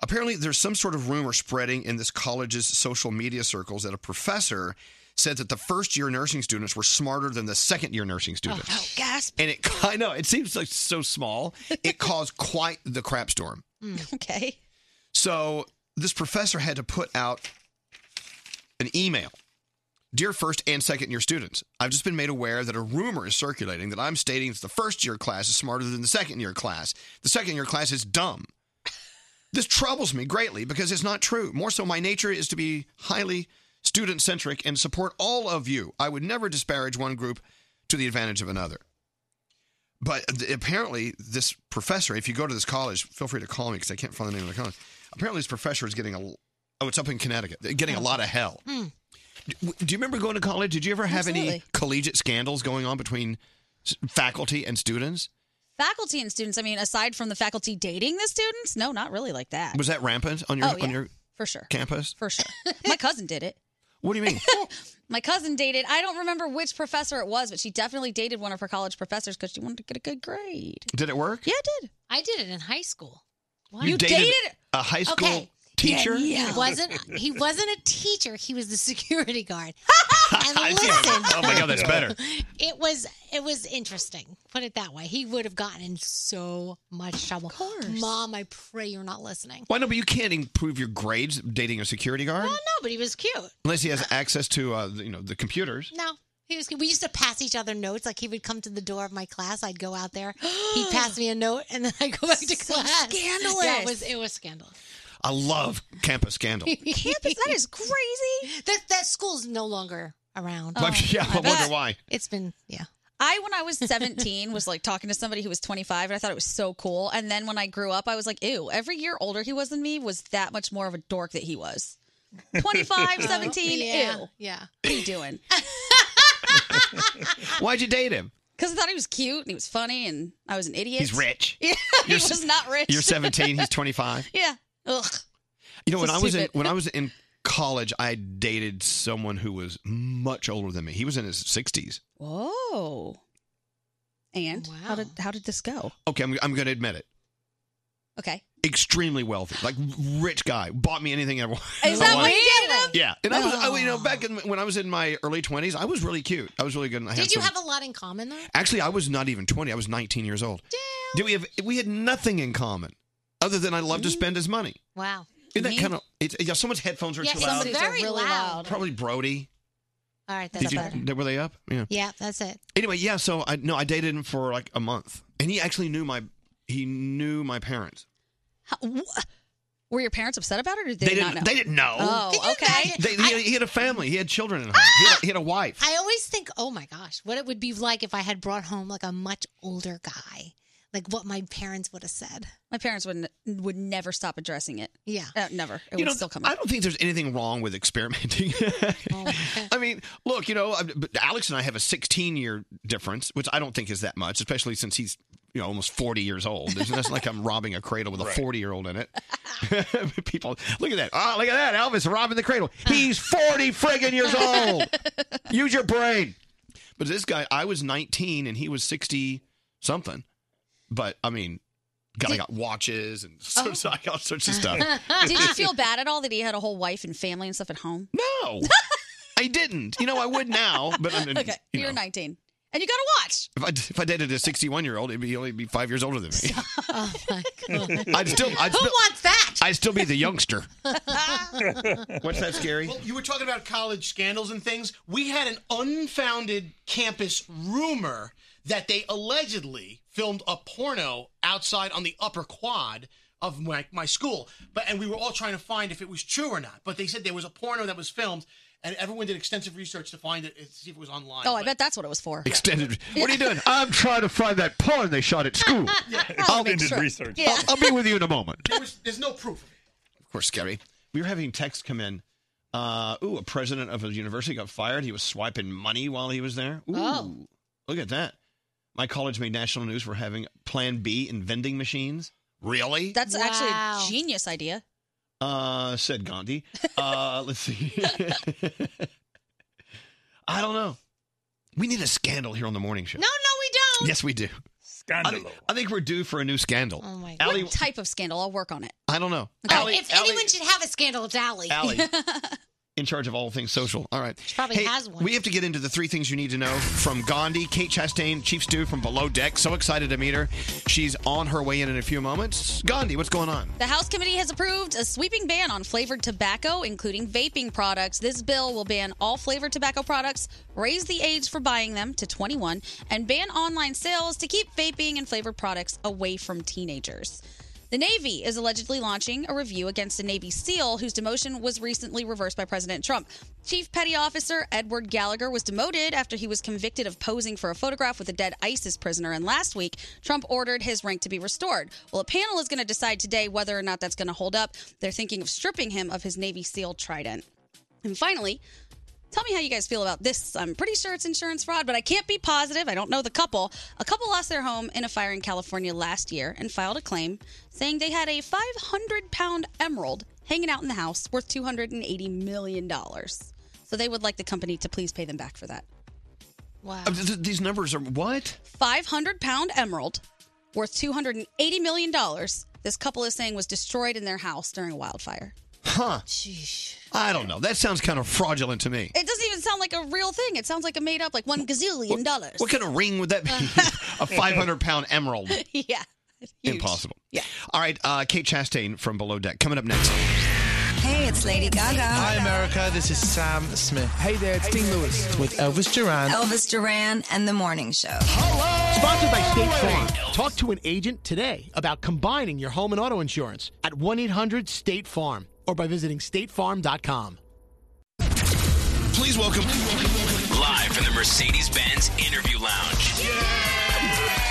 S1: Apparently, there's some sort of rumor spreading in this college's social media circles that a professor said that the first year nursing students were smarter than the second year nursing students.
S6: Oh, gasp.
S1: And it, I know, it seems like so small. It caused quite the crap storm.
S6: Okay.
S1: So this professor had to put out an email. Dear first and second year students, I've just been made aware that a rumor is circulating that I'm stating that the first year class is smarter than the second year class. The second year class is dumb. This troubles me greatly because it's not true. More so, my nature is to be highly student centric and support all of you. I would never disparage one group to the advantage of another. But th- apparently, this professor, if you go to this college, feel free to call me because I can't find the name of the college. Apparently, this professor is getting a, l- oh, it's up in Connecticut, They're getting a lot of hell. Do do you remember going to college? Did you ever have any
S6: Absolutely.
S1: collegiate scandals going on between s- faculty and students?
S6: Faculty and students, I mean, aside from the faculty dating the students, no, not really like that.
S1: Was that rampant on your
S6: Uh, Oh, yeah.
S1: on your
S6: For sure.
S1: campus?
S6: For sure. My cousin did it.
S1: What do you mean?
S6: My cousin dated, I don't remember which professor it was, but she definitely dated one of her college professors because she wanted to get a good grade.
S1: Did it work?
S6: Yeah, it did.
S3: I did it in high school.
S1: You, dated, a high school teacher?
S3: He wasn't he wasn't a teacher. He was the security guard. And listen,
S1: oh my god, that's better.
S3: it was it was interesting. Put it that way. He would have gotten in so much trouble. Of course. Mom, I pray you're not listening.
S1: Why no? But you can't improve your grades dating a security guard
S3: Well, no, but he was cute.
S1: unless he has access to uh, you know the computers.
S3: No. He was cute. We used to pass each other notes. Like he would come to the door of my class. I'd go out there. He'd pass me a note, and then I would go back to class. Yeah, it
S6: scandalous.
S3: was it was scandalous.
S1: I love Campus Scandal.
S3: Campus, that is crazy. Oh, That that school's no longer around.
S1: Like, yeah, I wonder why.
S3: It's been yeah.
S6: Um, I, when I was 17, was like talking to somebody who was 25, and I thought it was so cool. And then when I grew up, I was like, ew, every year older he was than me was that much more of a dork that he was. 25,
S3: Oh,
S6: 17,
S3: yeah,
S6: ew. What
S3: Yeah.
S6: are you doing?
S1: Why'd you date him?
S6: Because I thought he was cute and he was funny and I was an idiot.
S1: He's rich.
S6: Yeah, he
S1: You're s-
S6: was not rich.
S1: You're 17. He's 25.
S6: yeah. Ugh.
S1: You know, when
S6: So
S1: I was in,
S6: stupid.
S1: when I was in college, I dated someone who was much older than me. He was in his 60s.
S6: Whoa. And how did how did this go?
S1: Okay, I'm, I'm going to admit it.
S6: Okay.
S1: Extremely wealthy, like rich guy, bought me anything I wanted.
S6: Is that what you did?
S1: Yeah, and I was, I, you know, back in, when I was in my early 20s, I was really cute. I was really good. And I had
S3: Did you
S1: some-
S3: have a lot in common though?
S1: Actually, I was not even 20. I was 19 years old. Damn. Did we have we had nothing in common other than I love to spend his money.
S3: Wow.
S1: Isn't that kind of it's, yeah, someone's headphones are
S3: Yeah,
S1: too
S3: it's
S1: loud.
S3: very loud.
S1: Probably Brody.
S3: All right, that's
S1: Did you-
S3: better.
S1: th- were they up? Yeah.
S3: Yeah, that's it.
S1: Anyway, yeah, so I no, I dated him for like a month. And he actually knew my he knew my parents.
S6: How, wh- were your parents upset about it or did
S1: They,
S6: they,
S1: didn't
S6: not know?
S1: they didn't know.
S6: Oh, okay.
S1: They, he, he had a family. He had children at home. He had a, he had a wife.
S3: I always think, oh my gosh, what it would be like if I had brought home like a much older guy, like what my parents would have said.
S6: My parents would not would never stop addressing it.
S3: Yeah,
S6: uh, never.
S1: you
S6: It would
S1: know,
S6: still come
S1: I
S6: up. Oh.
S1: don't think there's anything wrong with experimenting. I mean, look, you know, I- but Alex and I have a 16 year difference, which I don't think is that much, especially since he's you know almost 40 years old. It's not like I'm robbing a cradle with a
S21: Right.
S1: 40 year old in it. People, look at that! Oh, look at that! Elvis robbing the cradle.
S6: Uh.
S1: He's 40 friggin' years old. Use your brain. But this guy, I was 19 and he was 60 something. But I mean, God, I got watches and so, so I got all sorts of stuff.
S6: Oh. did you feel bad at all that he had a whole wife and family and stuff at home?
S1: No, I didn't. You know, I would now, but I mean,
S6: okay,
S1: you
S6: you are
S1: know,
S6: 19, and you got a watch.
S1: if I if I dated a 61 year old, it'd be only be five years older than me.
S3: Oh my god.
S1: I'd still, I'd
S3: Who
S1: still,
S3: wants that?
S1: I'd still be the youngster. What's that, Scary?
S10: Well, you were talking about college scandals and things. We had an unfounded campus rumor that they allegedly filmed a porno outside on the upper quad of my, my school. But and we were all trying to find if it was true or not. But they said there was a porno that was filmed, and everyone did extensive research to find it to see if it was online.
S6: Oh, I bet that's what it was for.
S1: Extended. What are you doing? I'm trying to find that porn they shot at school.
S6: I'll make sure. Yeah.
S1: I'll, I'll be with you in a moment.
S10: There was, there's no proof.
S1: Of course, Scary. We were having texts come in. Uh, ooh, a president of a university got fired. He was swiping money while he was there. Ooh,
S22: Oh.
S1: look at that. My college made national news for having Plan B in vending machines. Really?
S6: That's actually a genius idea.
S1: Uh, said Gandhi. Uh, let's see. I don't know. We need a scandal here on the morning show.
S3: No, no, we don't.
S1: Yes, we do. Scandal. I, think- I think we're due for a new scandal. Oh
S6: my
S1: Allie,
S6: What type of scandal? I'll work on it.
S1: I don't know.
S3: Oh, if anyone should have a scandal, it's Allie.
S1: Allie. in charge of all things social. All right. She
S3: probably has one.
S1: We have to get into the three things you need to know from Gandhi, Kate Chastain, Chief Stew from Below Deck. So excited to meet her. She's on her way in in a few moments. Gandhi, what's going on?
S6: The House committee has approved a sweeping ban on flavored tobacco, including vaping products. This bill will ban all flavored tobacco products, raise the age for buying them to 21, and ban online sales to keep vaping and flavored products away from teenagers. The Navy is allegedly launching a review against a Navy SEAL whose demotion was recently reversed by President Trump. Chief Petty Officer Edward Gallagher was demoted after he was convicted of posing for a photograph with a dead ISIS prisoner, and last week, Trump ordered his rank to be restored. Well, a panel is going to decide today whether or not that's going to hold up. They're thinking of stripping him of his Navy SEAL trident. And finally, Tell me how you guys feel about this. I'm pretty sure it's insurance fraud, but I can't be positive. I don't know the couple. A couple lost their home in a fire in California last year and filed a claim saying they had a 500 pound emerald hanging out in the house worth $280 million. So they would like the company to please pay them back for that.
S3: Wow.
S1: Uh, These numbers are what?
S6: 500 pound emerald worth $280 million. This couple is saying was destroyed in their house during a wildfire.
S1: Huh. I don't know. That sounds kind of fraudulent to me.
S6: It doesn't even sound like a real thing. It sounds like a made up, like one gazillion dollars.
S1: What kind of ring would that be? a 500 pound emerald.
S6: yeah.
S1: Impossible. Yeah. All right. Uh, Kate Chastain from Below Deck coming up next.
S23: Hey, it's Lady Gaga.
S18: Hi, America. This is Sam Smith. Hey there, it's Dean Lewis with Elvis Duran.
S23: Elvis Duran and the Morning Show.
S18: Hello.
S2: Sponsored by State Farm. Talk to an agent today about combining your home and auto insurance at 1 800 State Farm or by visiting statefarm.com.
S5: Please welcome live from the Mercedes-Benz Interview Lounge.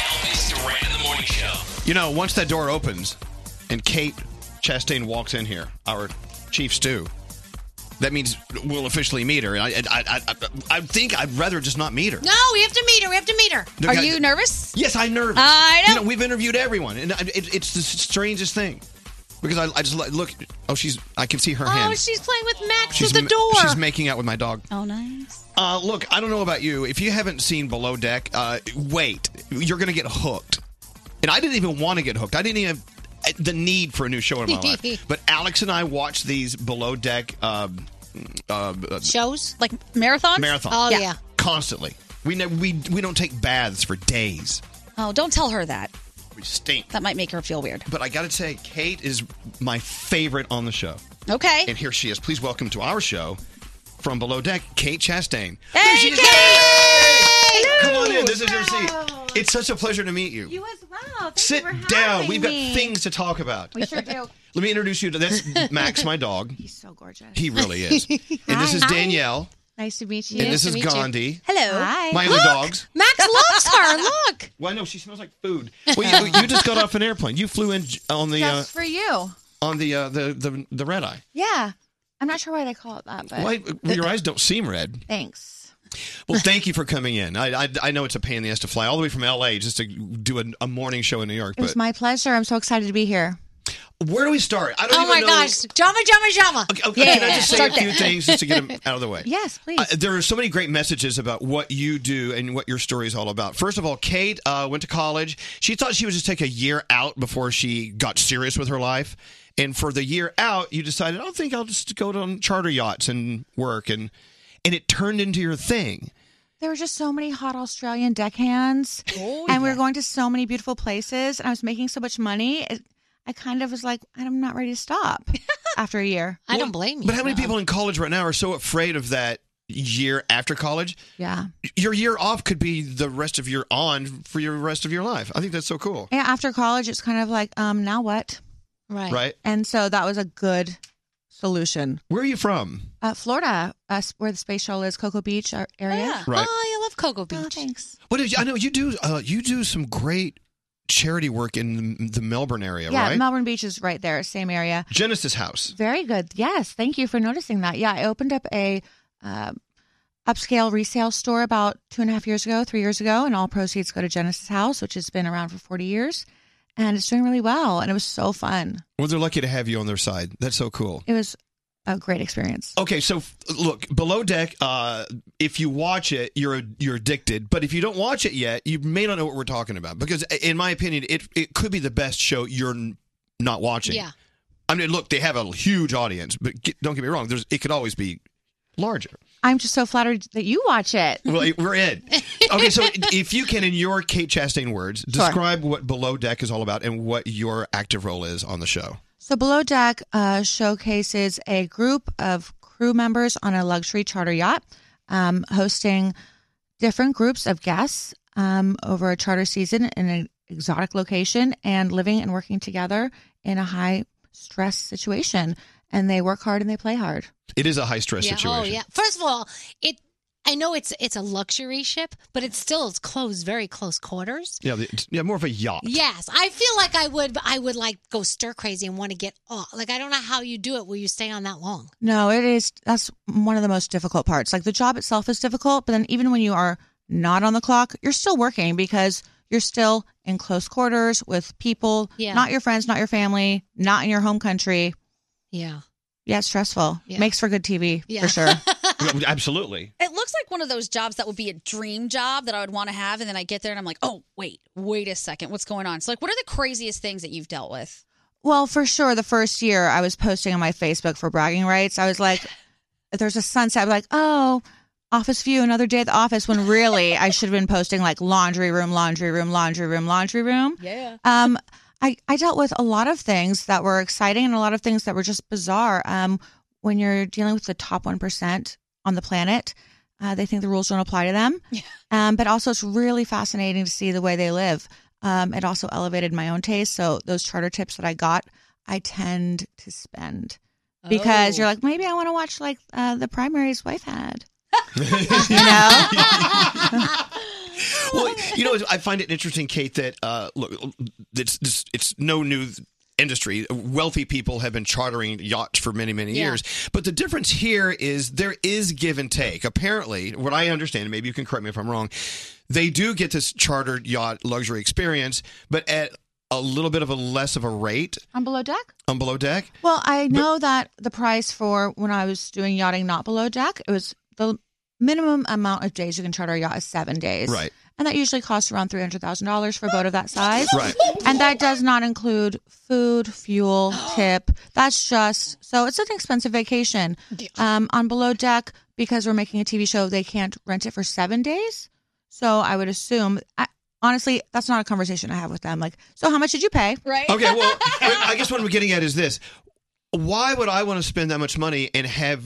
S5: Elvis Duran in the Morning Show.
S1: You know, once that door opens and Kate Chastain walks in here, our chief stew, that means we'll officially meet her. And I, I, I, I, I think I'd rather just not meet her.
S3: No, we have to meet her. We have to meet her.
S1: Are Okay. you
S6: nervous?
S1: Yes, I'm nervous.
S6: I
S1: You know, we've interviewed everyone, and I- it, it's the strangest thing because I, I just like, look. Oh, she's. I can see her hand.
S3: Oh, she's playing with Max
S1: she's
S3: through the
S1: ma-
S3: door.
S1: She's making out with my dog.
S6: Oh, nice.
S1: Uh, look, I don't know about you. If you haven't seen Below Deck, uh, wait. You're going to get hooked. And I didn't even want to get hooked. I didn't even have the need for a new show in my life. But Alex and I watched these Below Deck um, uh, uh,
S3: shows
S6: like marathons.
S1: marathon.
S6: Oh yeah.
S1: Constantly. We, ne- we, we don't take baths for days.
S6: Oh, don't tell her that.
S1: We stink.
S6: That might make her feel weird.
S1: But I got to say, Kate is my favorite on the show.
S6: Okay.
S1: And here she is. Please welcome to our show from Below Deck, Kate Chastain.
S6: Hey,
S1: Come on in. This is your seat. It's such a pleasure to meet you.
S21: You as well. Thank
S1: Sit
S21: you for
S1: down.
S21: having
S1: We've got
S21: me.
S1: things to talk about.
S21: We sure do.
S1: Let me introduce you to this Max, my dog.
S21: He's so gorgeous.
S1: He really is. And this is
S21: Hi.
S1: Danielle.
S21: Nice to meet you.
S1: And this is Gandhi.
S21: Hello.
S1: My other dogs.
S3: Max loves her. Look.
S1: Well, no, she smells like food. Well, you, you just got off an airplane. You flew in j- on the uh,
S21: Just for you.
S1: on the, uh, the the the red eye.
S21: Yeah. I'm not sure why I call it that, but
S1: Why? well, your eyes don't seem red.
S21: thanks.
S1: Well, thank you for coming in. I, I I know it's a pain in the ass to fly all the way from L.A. just to do a, a morning show in New York.
S21: It was
S1: But
S21: my pleasure. I'm so excited to be here.
S1: where do we start? I don't
S21: Oh
S1: even
S21: my
S1: know.
S21: gosh.
S3: Jama, jama, jama.
S1: Okay, okay, Can I just say a few things just to get them out of the way?
S21: Yes, please.
S1: Uh, there are so many great messages about what you do and what your story is all about. First of all, Kate uh, went to college. She thought she would just take a year out before she got serious with her life. And for the year out, you decided, I don't think I'll just go on charter yachts and work. And, and it turned into your thing.
S21: There were just so many hot Australian deckhands, and we were going to so many beautiful places, and I was making so much money. It, I kind of was like, I'm not ready to stop after a year.
S3: I don't blame
S1: But how many people in college right now are so afraid of that year after college?
S21: Yeah.
S1: Your year off could be the rest of your on for your rest of your life. I think that's so cool.
S21: Yeah, after college, it's kind of like, um, now what?
S3: Right.
S1: Right.
S21: And so that was a good solution.
S1: Where are you from?
S21: Uh, Florida, uh, where the space shuttle is, Cocoa Beach uh, area.
S1: Right.
S3: I love Cocoa Beach.
S21: thanks.
S1: What did you, I know you do? Uh, you do some great charity work in the, the Melbourne area,
S21: Yeah,
S1: right?
S21: Melbourne Beach is right there, same area.
S1: Genesis House.
S21: Very good. Yes, thank you for noticing that. Yeah, I opened up a uh, upscale resale store about two and a half years ago, three years ago, and all proceeds go to Genesis House, which has been around for forty years, and it's doing really well. And it was so fun.
S1: Well, they're lucky to have you on their side. That's so cool.
S21: It was a great experience.
S1: Okay, so f- look, Below Deck. Uh, if you watch it, you're you're addicted. But if you don't watch it yet, you may not know what we're talking about because, uh, in my opinion, it it could be the best show you're n- not watching.
S21: Yeah.
S1: I mean, look, they have a huge audience, but get, don't get me wrong. There's it could always be larger.
S21: I'm just so flattered that you watch it.
S1: Well, it- we're in. Okay, so if you can, in your Kate Chastain words, describe what Below Deck is all about and what your active role is on the show.
S21: So Below Deck uh, showcases a group of crew members on a luxury charter yacht, um, hosting different groups of guests um, over a charter season in an exotic location and living and working together in a high stress situation. And they work hard and they play hard.
S1: It is a high stress
S21: Yeah, oh,
S1: situation.
S21: yeah.
S3: Yeah. First of all, it. I know it's it's a luxury ship, but it's still it's close, very close quarters.
S1: Yeah, the, it's- yeah, more of a yacht.
S3: Yes, I feel like I would. I would like go stir crazy and want to get off. Like I don't know how you do it where you stay on that long.
S21: No, it is. That's one of the most difficult parts. Like the job itself is difficult, but then even when you are not on the clock, you're still working because you're still in close quarters with people,
S3: Yeah.
S21: not your friends, not your family, not in your home country.
S3: Yeah.
S21: Yeah, it's stressful.
S6: Yeah.
S21: Makes for good TV
S6: Yeah.
S21: for sure.
S1: Yeah, Absolutely.
S6: It looks like one of those jobs that would be a dream job that I would want to have, and then I get there and I'm like, oh wait, wait a second, what's going on? So like, what are the craziest things that you've dealt with?
S21: well, for sure, the first year I was posting on my Facebook for bragging rights. I was like, if there's a sunset, I'm like, oh, office view, another day at the office. When really, I should have been posting like laundry room, laundry room, laundry room, laundry room.
S6: Yeah.
S21: Um, I, I dealt with a lot of things that were exciting and a lot of things that were just bizarre. Um, when you're dealing with the top 1% on the planet, Uh, they think the rules don't apply to them. Um, but also, it's really fascinating to see the way they live. Um, it also elevated my own taste. So, those charter tips that I got, I tend to spend because
S6: Oh.
S21: you're like, maybe I want to watch like uh, the primary's wife had. you know?
S1: well, you know, I find it interesting, Kate, that uh, look, it's, it's it's no new industry. Wealthy people have been chartering yachts for many, many
S8: Yeah.
S1: years. But the difference here is there is give and take. Apparently, what I understand, and maybe you can correct me if I'm wrong, they do get this chartered yacht luxury experience, but at a little bit of a less of a rate
S21: On below deck?
S1: on below deck.
S21: Well, I know that the price for when I was doing yachting not below deck, it was the minimum amount of days you can charter a yacht is seven days.
S1: Right.
S21: And that usually costs around three hundred thousand dollars for a boat of that size.
S1: Right.
S21: And that does not include food, fuel, tip. That's just so it's an expensive vacation. Um, on below deck, because we're making a TV show, they can't rent it for seven days. So I would assume I, honestly, that's not a conversation I have with them. Like, so how much did you pay? Right.
S1: Okay, well, I I guess what I'm getting at is this: Why would I want to spend that much money and have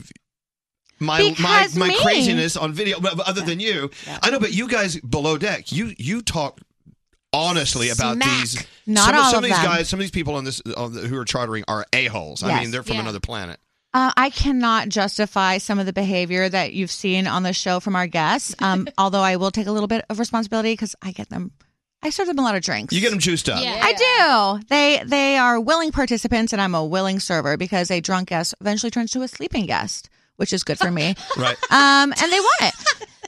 S1: my my,
S21: Because
S1: my
S21: me.
S1: craziness on video? but Other than you, I know, but you guys below deck, you you talk honestly about
S21: Smack.
S1: these.
S21: Not
S1: some,
S21: all
S1: some
S21: of
S1: of these
S21: them.
S1: guys, some of these people on this on the, who are chartering are a holes. I
S21: Yes.
S1: mean, they're from
S21: Yeah.
S1: another planet.
S21: Uh, I cannot justify some of the behavior that you've seen on the show from our guests. Um, although I will take a little bit of responsibility because I get them, I serve them a lot of drinks.
S1: You get them juiced up.
S21: I do. They they are willing participants, and I'm a willing server because a drunk guest eventually turns to a sleeping guest, which is good for me.
S1: Right.
S21: Um, and they want it.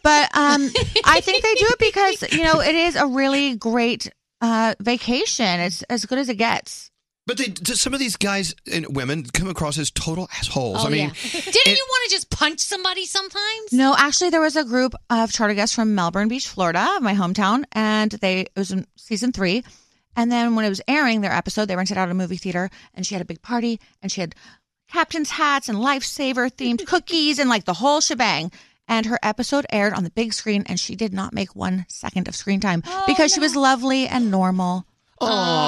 S21: But um, I think they do it because you know it is a really great uh, vacation. It's as good as it gets.
S1: But they, t- some of these guys and women come across as total assholes.
S21: Oh,
S1: I mean,
S3: Didn't you want to just punch somebody sometimes?
S21: No, actually, there was a group of charter guests from Melbourne Beach, Florida, my hometown, and they it was in season three. And then when it was airing their episode, they rented out a movie theater, and she had a big party, and she had captain's hats and lifesaver themed cookies and like the whole shebang. And her episode aired on the big screen, and she did not make one second of screen time because she was lovely and normal.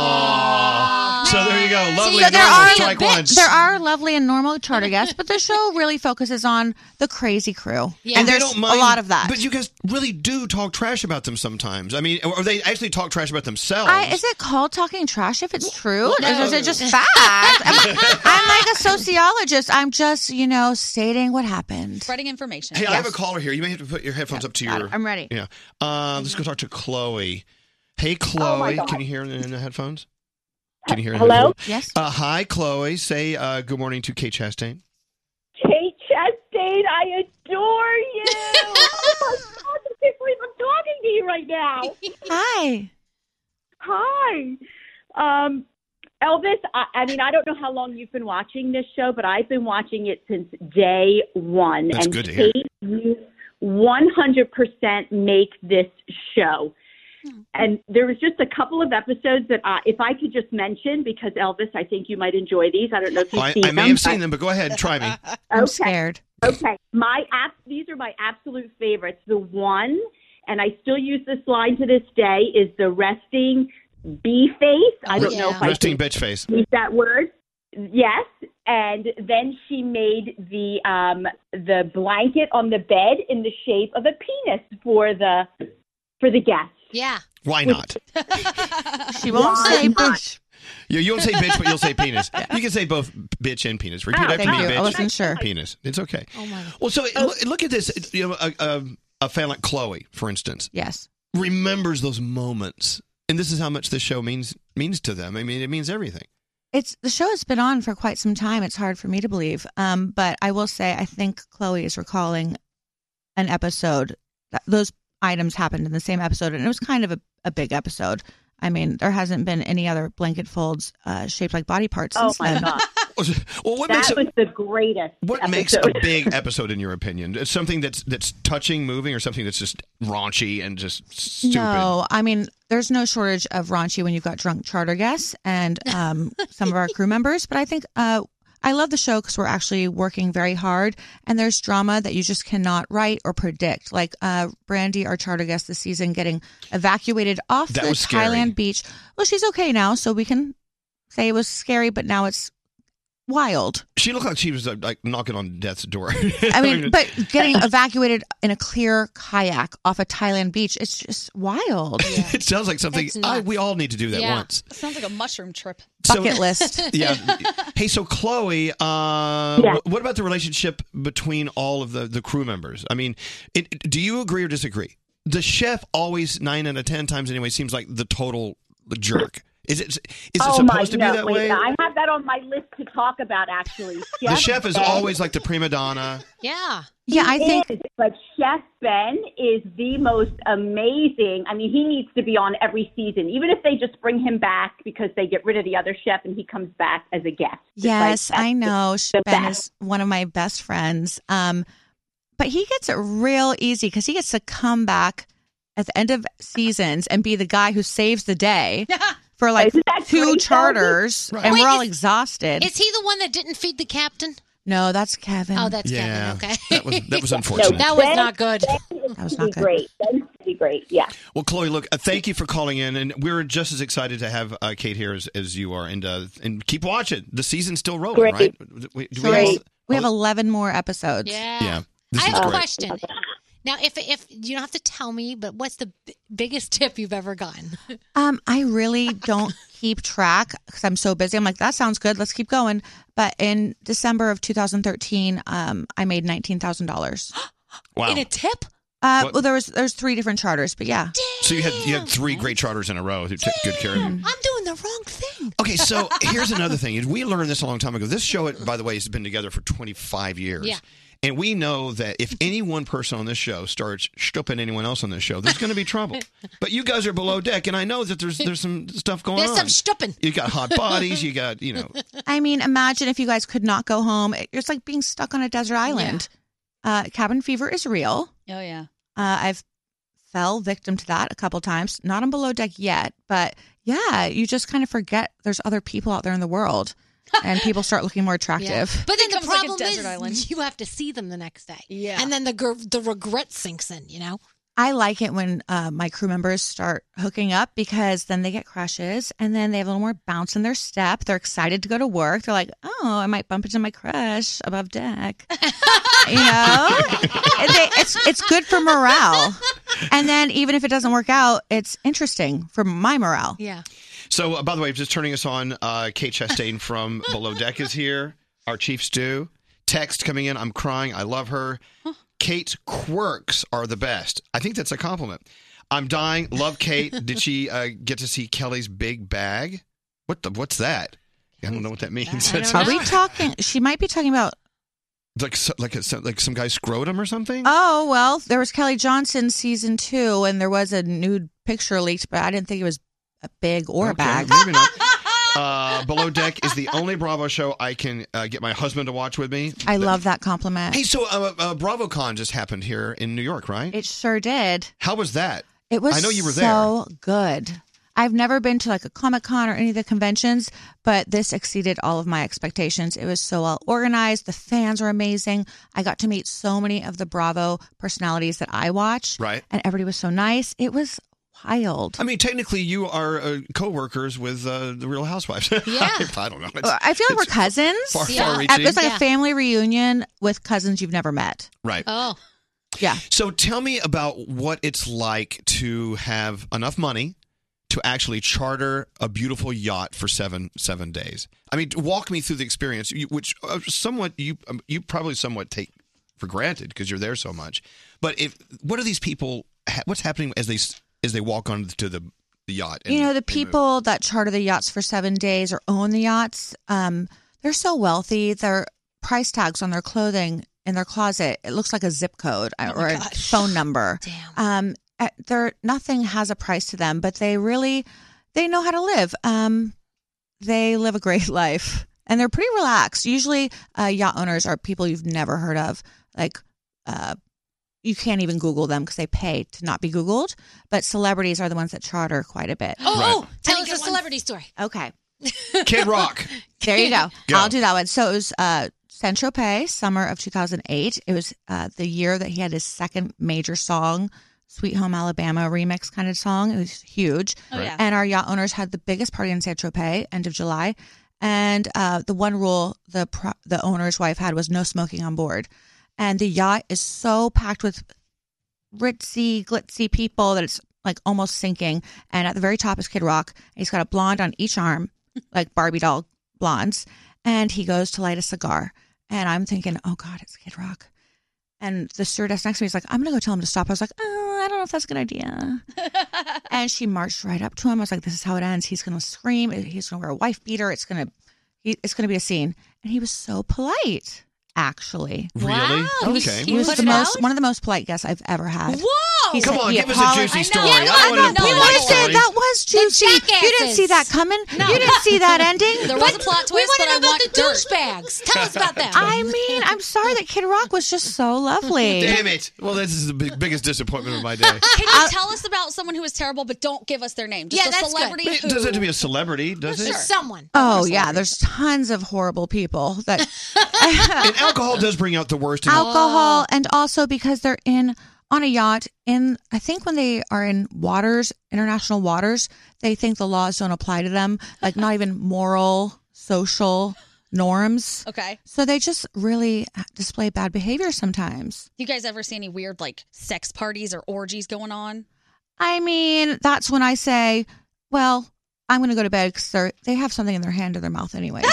S1: Aw. so there you go. Lovely,
S21: So there
S1: normal,
S21: are
S1: strike one.
S21: there are lovely and normal charter guests, but the show really focuses on the crazy crew, and
S1: they
S21: there's
S1: don't mind-
S21: a lot of that.
S1: But you guys really do talk trash about them sometimes. I mean, or they actually talk trash about themselves.
S21: I, is it called talking trash if it's true?
S1: no.
S21: Or is it just fact? I'm, I'm like a sociologist. I'm just, you know, stating what happened.
S6: Spreading information.
S1: hey, I have a caller here. You may have to put your headphones up to
S21: got
S1: your.
S21: it. I'm ready.
S1: Yeah. Um, let's go talk to Chloe. Hey,
S21: Oh,
S1: Chloe.
S21: my God.
S1: can you hear in the- in the headphones? Can you hear? in the
S14: Hello?
S1: headphones?
S21: Yes.
S1: Uh, hi, Chloe. Say uh, good morning to Kate Chastain.
S14: Kate Chastain, I adore you. oh my God, I can't believe I'm talking to you right now.
S21: Hi.
S14: Hi. Um, Elvis, I, I mean, I don't know how long you've been watching this show, but I've been watching it since day one.
S9: That's
S14: and
S9: good to hear.
S14: Kate, you 100% make this show. And there was just a couple of episodes that, I, if I could just mention, because Elvis, I think you might enjoy these. I don't know if you've
S1: Oh, I,
S14: seen
S1: I
S14: them.
S1: may have
S14: but-
S1: seen them, but go ahead, try me.
S21: I'm scared.
S14: Okay. My app these are my absolute favorites. The one, and I still use this line to this day, is the resting bee face. I don't know if I
S1: Resting bitch face.
S14: can use that word. Yes. And then she made the um the blanket on the bed in the shape of a penis for the for the guest.
S3: Yeah.
S1: Why not?
S21: She won't say bitch.
S1: You, you won't say bitch, but you'll say penis. You can say both bitch and penis. Repeat
S21: Oh,
S1: after
S21: thank
S1: me,
S21: you. I
S1: bitch.
S21: wasn't sure. Oh,
S1: Penis. It's okay. Well, so it- look, look at this. It- You know, a, a, a fan like Chloe, for instance.
S21: Yes.
S1: Remembers those moments, and this is how much this show means means to them. I mean, it means everything.
S21: It's the show has been on for quite some time. It's hard for me to believe. Um, but I will say I think Chloe is recalling an episode. That, those items happened in the same episode, and it was kind of a, a big episode. I mean, there hasn't been any other blanket folds uh, shaped like body parts
S14: Oh
S21: since
S14: my
S21: then.
S14: god.
S1: well, what
S14: that
S1: makes a-
S14: was the greatest.
S1: What makes a big episode, in your opinion? It's something that's that's touching, moving, or something that's just raunchy and just stupid.
S21: No, I mean, there's no shortage of raunchy when you've got drunk charter guests and um, some of our crew members. But I think uh, I love the show because we're actually working very hard, and there's drama that you just cannot write or predict. Like uh, Brandy, our charter guest this season, getting evacuated off
S22: That
S21: the
S22: was scary.
S21: Thailand beach. Well, she's okay now, so we can say it was scary, but now it's wild.
S1: She looked like she was uh, like knocking on death's door.
S21: I mean, but getting evacuated in a clear kayak off a Thailand beach, it's just wild.
S1: it sounds like something
S6: That's
S1: I,
S6: nuts.
S1: we all need to do that once.
S6: Sounds like a mushroom trip.
S1: So- yeah. Hey, so Chloe, uh, wh- what about the relationship between all of the, the crew members? I mean, it, it- do you agree or disagree? The chef always nine out of ten times anyway seems like the total jerk. Is it is it
S14: oh
S1: supposed
S14: my,
S1: to be
S14: no,
S1: that
S14: wait,
S1: way?
S14: I have that on my list to talk about actually.
S1: the chef is
S14: Ben-
S1: always like the prima donna.
S14: Yeah.
S21: Yeah, I think.
S14: But Chef Ben is the most amazing. I mean, he needs to be on every season, even if they just bring him back because they get rid of the other chef and he comes back as a guest. It's like,
S21: Yes, I know. Ben is one of my best friends. Um, but he gets it real easy because he gets to come back at the end of seasons and be the guy who saves the day for like
S14: Isn't that
S21: two
S14: great,
S21: charters,
S14: Right.
S21: and
S14: Wait,
S21: we're all
S14: is-
S21: exhausted.
S3: Is he the one that didn't feed the captain?
S21: no, that's Kevin.
S3: Oh, that's Yeah, Kevin, okay. that was- that was
S1: unfortunate.
S3: That was not good.
S21: That was not good.
S14: Great. Ben's pretty great. Yeah.
S1: Well, Chloe, look, uh, thank you for calling in, and we're just as excited to have uh, Kate here as, as you are, and uh, and keep watching. The season's still rolling,
S21: Great.
S1: right? Do we- do we have-
S21: Great. We have 11 more episodes.
S3: Yeah.
S1: yeah, this
S3: I
S1: is
S3: have a
S1: great.
S3: question. Now, if if you don't have to tell me, but what's the b- biggest tip you've ever gotten?
S21: Um, I really don't keep track because I'm so busy. I'm like, that sounds good. Let's keep going. But in December of 2013, um, I made nineteen thousand dollars.
S1: Wow.
S21: In a tip? Uh,
S1: What?
S21: well, there was there's three different charters, but yeah.
S1: So you had you had three great charters in a row who took good care of
S21: Hmm.
S1: you.
S3: I'm doing the wrong thing.
S1: Okay, so here's another thing. We learned this a long time ago. This show, by the way, has been together for 25 years.
S3: Yeah.
S1: And we know that if any one person on this show starts stooping anyone else on this show, there's going to be trouble. But you guys are below deck, and I know that there's there's some stuff going
S21: There's
S1: on.
S21: some stooping.
S1: You got hot bodies. You got you know.
S21: I mean, imagine if you guys could not go home. It- It's like being stuck on a desert island. Uh, cabin fever is real.
S6: Oh yeah.
S21: Uh, I've fell victim to that a couple times. Not on below deck yet, but yeah, you just kind of forget there's other people out there in the world, and people start looking more attractive.
S3: But then the
S6: Becomes like a
S3: problem
S6: desert
S3: is
S6: island.
S3: you have to see them the next day. Yeah. And then the gr- the regret sinks in, you know?
S21: I like it when uh, my crew members start hooking up because then they get crushes and then they have a little more bounce in their step. They're excited to go to work. They're like, oh, I might bump into my crush above deck. you know? And they- it's, it's good for morale. And then even if it doesn't work out, it's interesting for my morale.
S3: Yeah.
S1: So uh, by the way, just turning us on. Uh, Kate Chastain from Below Deck is here. Our chief stew. Text coming in. I'm crying. I love her. Kate's quirks are the best. I think that's a compliment. I'm dying. Love Kate. Did she uh, get to see Kelly's big bag? What the? What's that? I don't know what that means. That's
S21: Are we talking? She might be talking about,
S1: like so- like a, so- like some guy's scrotum or something?
S21: oh, well, there was Kelly Johnson season two and there was a nude picture leaked, but I didn't think it was a big or a
S1: Okay,
S21: bag.
S1: Maybe not. Uh, Below Deck is the only Bravo show I can uh, get my husband to watch with me.
S21: I love that compliment.
S1: Hey, so uh, uh, BravoCon just happened here in New York, right?
S21: It sure did.
S1: How was that?
S21: It was
S1: I know you were
S21: so good. I've never been to like a Comic Con or any of the conventions, but this exceeded all of my expectations. It was so well organized. The fans were amazing. I got to meet so many of the Bravo personalities that I watch.
S1: Right.
S21: And everybody was so nice. It was wild.
S1: there. I mean, technically, you are uh, co-workers with uh, the Real Housewives. Yeah. I don't know. It's-
S21: I feel like we're
S1: it's
S21: cousins.
S1: far-
S21: Uh,
S1: far-reaching.
S21: It was like
S1: Yeah.
S21: a family reunion with cousins you've never met.
S1: Right.
S21: Oh. Yeah.
S1: So tell me about what it's like to have enough money to actually charter a beautiful yacht for seven seven days. I mean, walk me through the experience, you- which uh, somewhat you um, you probably somewhat take for granted because you're there so much. But if what are these people? ha- What's happening as they s- as they walk onto the, the yacht? and
S21: you know the
S1: they move?
S21: people that charter the yachts for seven days or own the yachts um, they're so wealthy their price tags on their clothing in their closet it looks like a zip code
S1: Oh
S21: uh, or a phone number Damn. um, uh, they're, nothing has a price to them but they really they know how to live um, they live a great life and they're pretty relaxed usually uh, yacht owners are people you've never heard of like uh, you can't even Google them because they pay to not be Googled. But celebrities are the ones that charter quite a bit.
S3: Oh, oh tell us a celebrity story.
S21: Okay.
S1: Kid Rock.
S21: There you go.
S1: Go.
S21: I'll do that one. So it was uh, Saint Tropez, summer of 2008. It was uh, the year that he had his second major song, Sweet Home Alabama remix kind of song. It was huge.
S8: Oh, yeah.
S21: And our yacht owners had the biggest party in Saint Tropez, end of July. And uh, the one rule the pro- the owner's wife had was no smoking on board. And the yacht is so packed with ritzy, glitzy people that it's like almost sinking. And at the very top is Kid Rock. He's got a blonde on each arm, like Barbie doll blondes. And he goes to light a cigar. And I'm thinking, oh God, it's Kid Rock. And the stewardess next to me is like, I'm going to go tell him to stop. I was like, oh, I don't know if that's a good idea. and she marched right up to him. I was like, this is how it ends. He's going to scream. He's going to wear a wife beater. It's going to, it's going to be a scene. And he was so polite, actually.
S1: Really? Wow, he- Okay.
S21: He,
S1: he
S21: was
S1: put
S21: the
S1: it
S21: most,
S1: out?
S21: one of the most polite guests I've ever had.
S1: Whoa!
S21: He
S1: Come
S21: said
S1: on,
S21: he
S1: give us a
S21: apologed-
S1: juicy I know, story. I I want an know, I important
S21: What is it?
S1: story.
S21: That was juicy. You didn't see that
S3: jackasses.
S21: coming.
S3: No.
S21: You didn't see that ending.
S3: There was a plot
S21: we
S3: twist,
S21: wanna
S3: but
S21: know
S3: I
S21: about
S3: want
S21: the
S3: dirt. Tell us about that.
S21: I mean, I'm sorry that Kid Rock was just so lovely.
S1: Damn it. Well, this is the big, biggest disappointment of my day.
S6: Can you tell us about someone who is terrible, but don't give us their name? Just
S3: Yeah,
S6: a
S3: that's good.
S6: celebrity.
S1: It
S6: Who...
S1: doesn't have to be a celebrity, does it?
S3: someone.
S21: Oh yeah, there's tons of horrible people that
S1: And alcohol does bring out the worst in
S21: alcohol and also because they're in on a yacht in I think when they are in waters, international waters, they think the laws don't apply to them, like not even moral, social norms.
S6: Okay.
S21: So they just really display bad behavior sometimes.
S6: You guys ever see any weird like sex parties or orgies going on?
S21: I mean, that's when I say, well, I'm going to go to bed because they have something in their hand or their mouth anyways.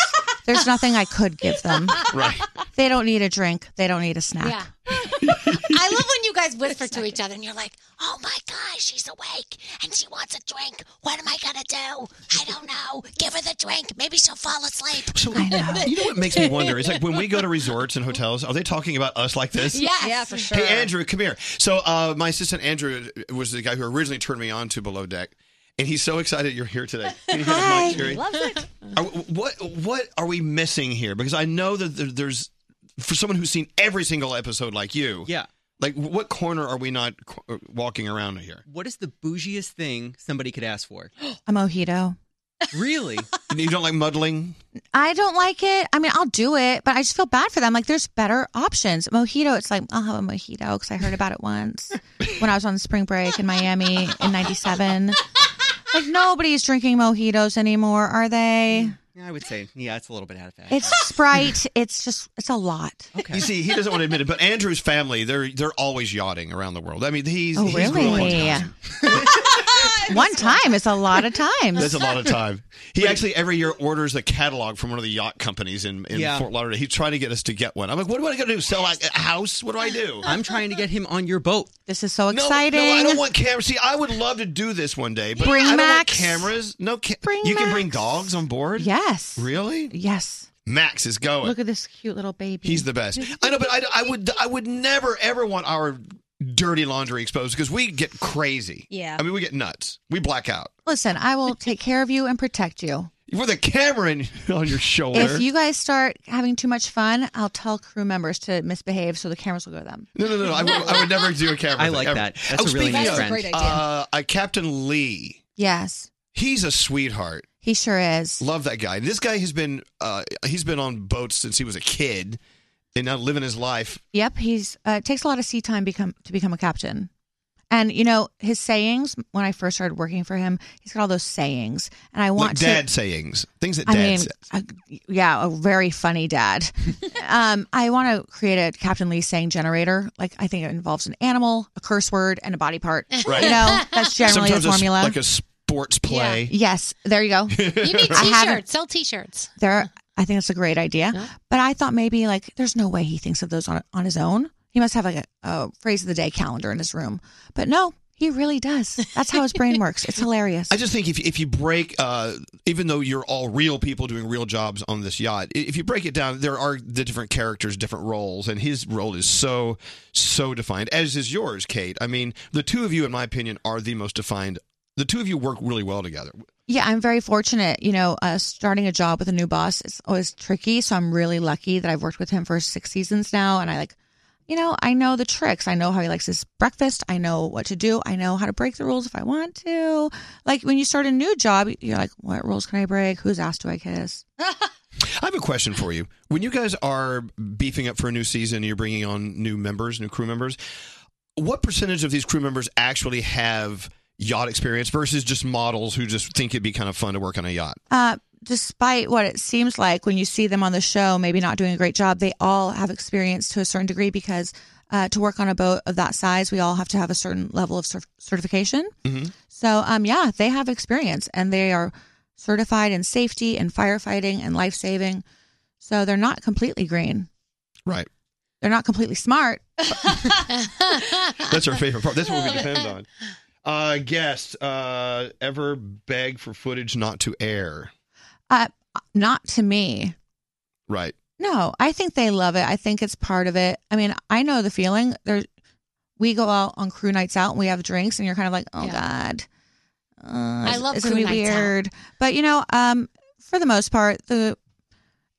S21: There's nothing I could give them.
S1: Right.
S21: They don't need a drink. They don't need a snack.
S3: Yeah. I love when you guys whisper to each other and you're like, oh my gosh, she's awake and she wants a drink. What am I going to do? I don't know. Give her the drink. Maybe she'll fall asleep.
S1: I know. You know what makes me wonder? It's like when we go to resorts and hotels, are they talking about us like this?
S6: Yes. Yeah, for sure.
S1: Hey, Andrew, come here. So, uh, my assistant Andrew was the guy who originally turned me on to Below Deck, and he's so excited you're here today. Can you hear the mic, Sherry?
S6: Loves it.
S1: Are- what what are we missing here? Because I know that there- there's for someone who's seen every single episode like you.
S8: Yeah.
S1: Like what corner are we not qu- uh, walking around here?
S8: What is the bougiest thing somebody could ask for?
S21: A mojito.
S8: Really?
S1: you don't like muddling?
S21: I don't like it. I mean, I'll do it, but I just feel bad for them. Like, there's better options. Mojito, it's like, I'll have a mojito because I heard about it once when I was on spring break in Miami in 97. Like, nobody's drinking mojitos anymore, are they?
S8: Yeah, I would say, yeah, it's a little bit out of
S1: Mm.
S8: fashion.
S21: It's Sprite. It's just, it's a lot.
S1: You see, he doesn't want to admit it, but Andrew's family, they're they're always yachting around the world. I mean, he's
S21: Oh,
S1: he's
S21: really? One time is a lot of times.
S1: That's a lot of time. He actually every year orders the catalog from one of the yacht companies in, in
S8: Yeah.
S1: Fort Lauderdale. He's trying to get us to get one. I'm like, what do I got to do? Sell like, a house? What do I do?
S8: I'm trying to get him on your boat.
S21: This is so
S1: No,
S21: exciting.
S1: No, I don't want cameras. See, I would love to do this one day, but
S21: Bring
S1: I don't want
S21: Max.
S1: cameras. No, ca- you can bring dogs on board.
S21: Yes.
S1: Really?
S21: Yes.
S1: Max is going.
S21: Look at this cute little baby.
S1: He's the best. I know, but I, I would I would never ever want our dirty laundry exposed because we get crazy.
S21: Yeah.
S1: I mean, we get nuts. We black out.
S21: Listen, I will take care of you and protect you.
S1: With a camera in, on your shoulder.
S21: If you guys start having too much fun, I'll tell crew members to misbehave so the cameras will go to them.
S1: No, no, no, no. I would, I would never do a camera.
S8: I
S1: thing,
S8: like
S1: ever.
S8: that. That's
S1: oh,
S8: a really
S1: speaking
S8: nice
S1: of,
S8: That's a great idea.
S1: Uh, uh, Captain Lee,
S21: Yes,
S1: he's a sweetheart.
S21: he sure is.
S1: Love that guy. This guy has been uh, he's been on boats since he was a kid, and now living his life.
S21: Yep, he's uh, it takes a lot of sea time become to become a captain. And you know his sayings. When I first started working for him, he's got all those sayings, and I want
S1: like
S21: to.
S1: dad sayings, things that dad
S21: I mean,
S1: says.
S21: a- yeah, a very funny dad. um, I want to create a Captain Lee saying generator. Like, I think it involves an animal, a curse word, and a body part. You know, that's generally
S1: Sometimes
S21: the
S1: a s-
S21: formula.
S1: like a sports play.
S21: Yes, there you go.
S1: You need
S21: I haven't-
S3: T-shirts. Sell T-shirts.
S21: There, I think that's a great idea. But I thought maybe like, there's no way he thinks of those on on his own. He must have like a, a phrase of the day calendar in his room. But no, he really does. That's how his brain works. It's hilarious.
S1: I just think if if you break, uh, even though you're all real people doing real jobs on this yacht, i- if you break it down, there are the different characters, different roles, and his role is so so defined, as is yours, Kate. I mean, the two of you, in my opinion, are the most defined. The two of you work really well together.
S21: Yeah, I'm very fortunate. You know, uh, starting a job with a new boss is always tricky. So I'm really lucky that I've worked with him for six seasons now. And I like, you know, I know the tricks. I know how he likes his breakfast. I know what to do. I know how to break the rules if I want to. Like when you start a new job, you're like, what rules can I break? Whose ass do I kiss?
S1: I have a question for you. When you guys are beefing up for a new season, you're bringing on new members, new crew members. What percentage of these crew members actually have yacht experience versus just models who just think it'd be kind of fun to work on a yacht?
S21: Uh, despite what it seems like when you see them on the show, maybe not doing a great job, they all have experience to a certain degree because uh, to work on a boat of that size, we all have to have a certain level of cer- certification.
S1: Mhm.
S21: So, um, yeah, they have experience and they are certified in safety and firefighting and life saving. So they're not completely green.
S1: Right.
S21: They're not completely smart.
S16: Mm-hmm.
S1: That's our favorite part. This movie depends on. Uh, guest, uh, ever beg for footage not to air?
S21: Uh, not to me.
S1: Right.
S21: No, I think they love it. I think it's part of it. I mean, I know the feeling. There, we go out on crew nights out and we have drinks, and you're kind of like, oh god, uh,
S3: I love
S21: it's
S3: crew
S21: gonna be
S3: nights out.
S21: weird. But you know, um, for the most part, the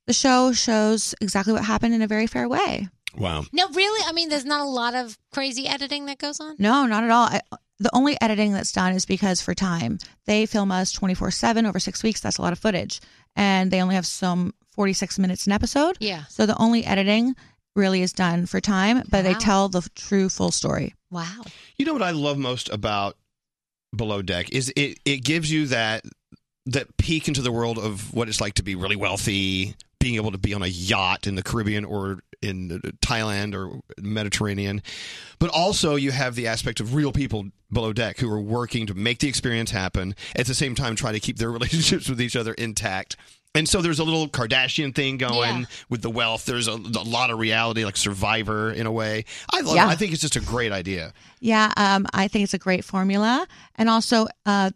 S21: the show shows exactly what happened in a very fair way.
S1: Wow.
S3: No, really. I mean, there's not a lot of crazy editing that goes on.
S21: No, not at all. I, the only editing that's done is because for time, they film us 24 7 over six weeks. That's a lot of footage. And they only have some 46 minutes an episode.
S3: Yeah.
S21: So the only editing really is done for time, but they
S1: Wow.
S21: tell the f- true full story.
S3: Wow.
S1: You know what I love most about Below Deck is it it gives you that that peek into the world of what it's like to be really wealthy, being able to be on a yacht in the Caribbean or in Thailand or Mediterranean. But also you have the aspect of real people below deck who are working to make the experience happen at the same time try to keep their relationships with each other intact. And so there's a little Kardashian thing going with the wealth. There's a, a lot of reality like Survivor in a way. I love
S21: Yeah.
S1: I think it's just a great idea.
S21: Yeah, um, I think it's a great formula, and also uh,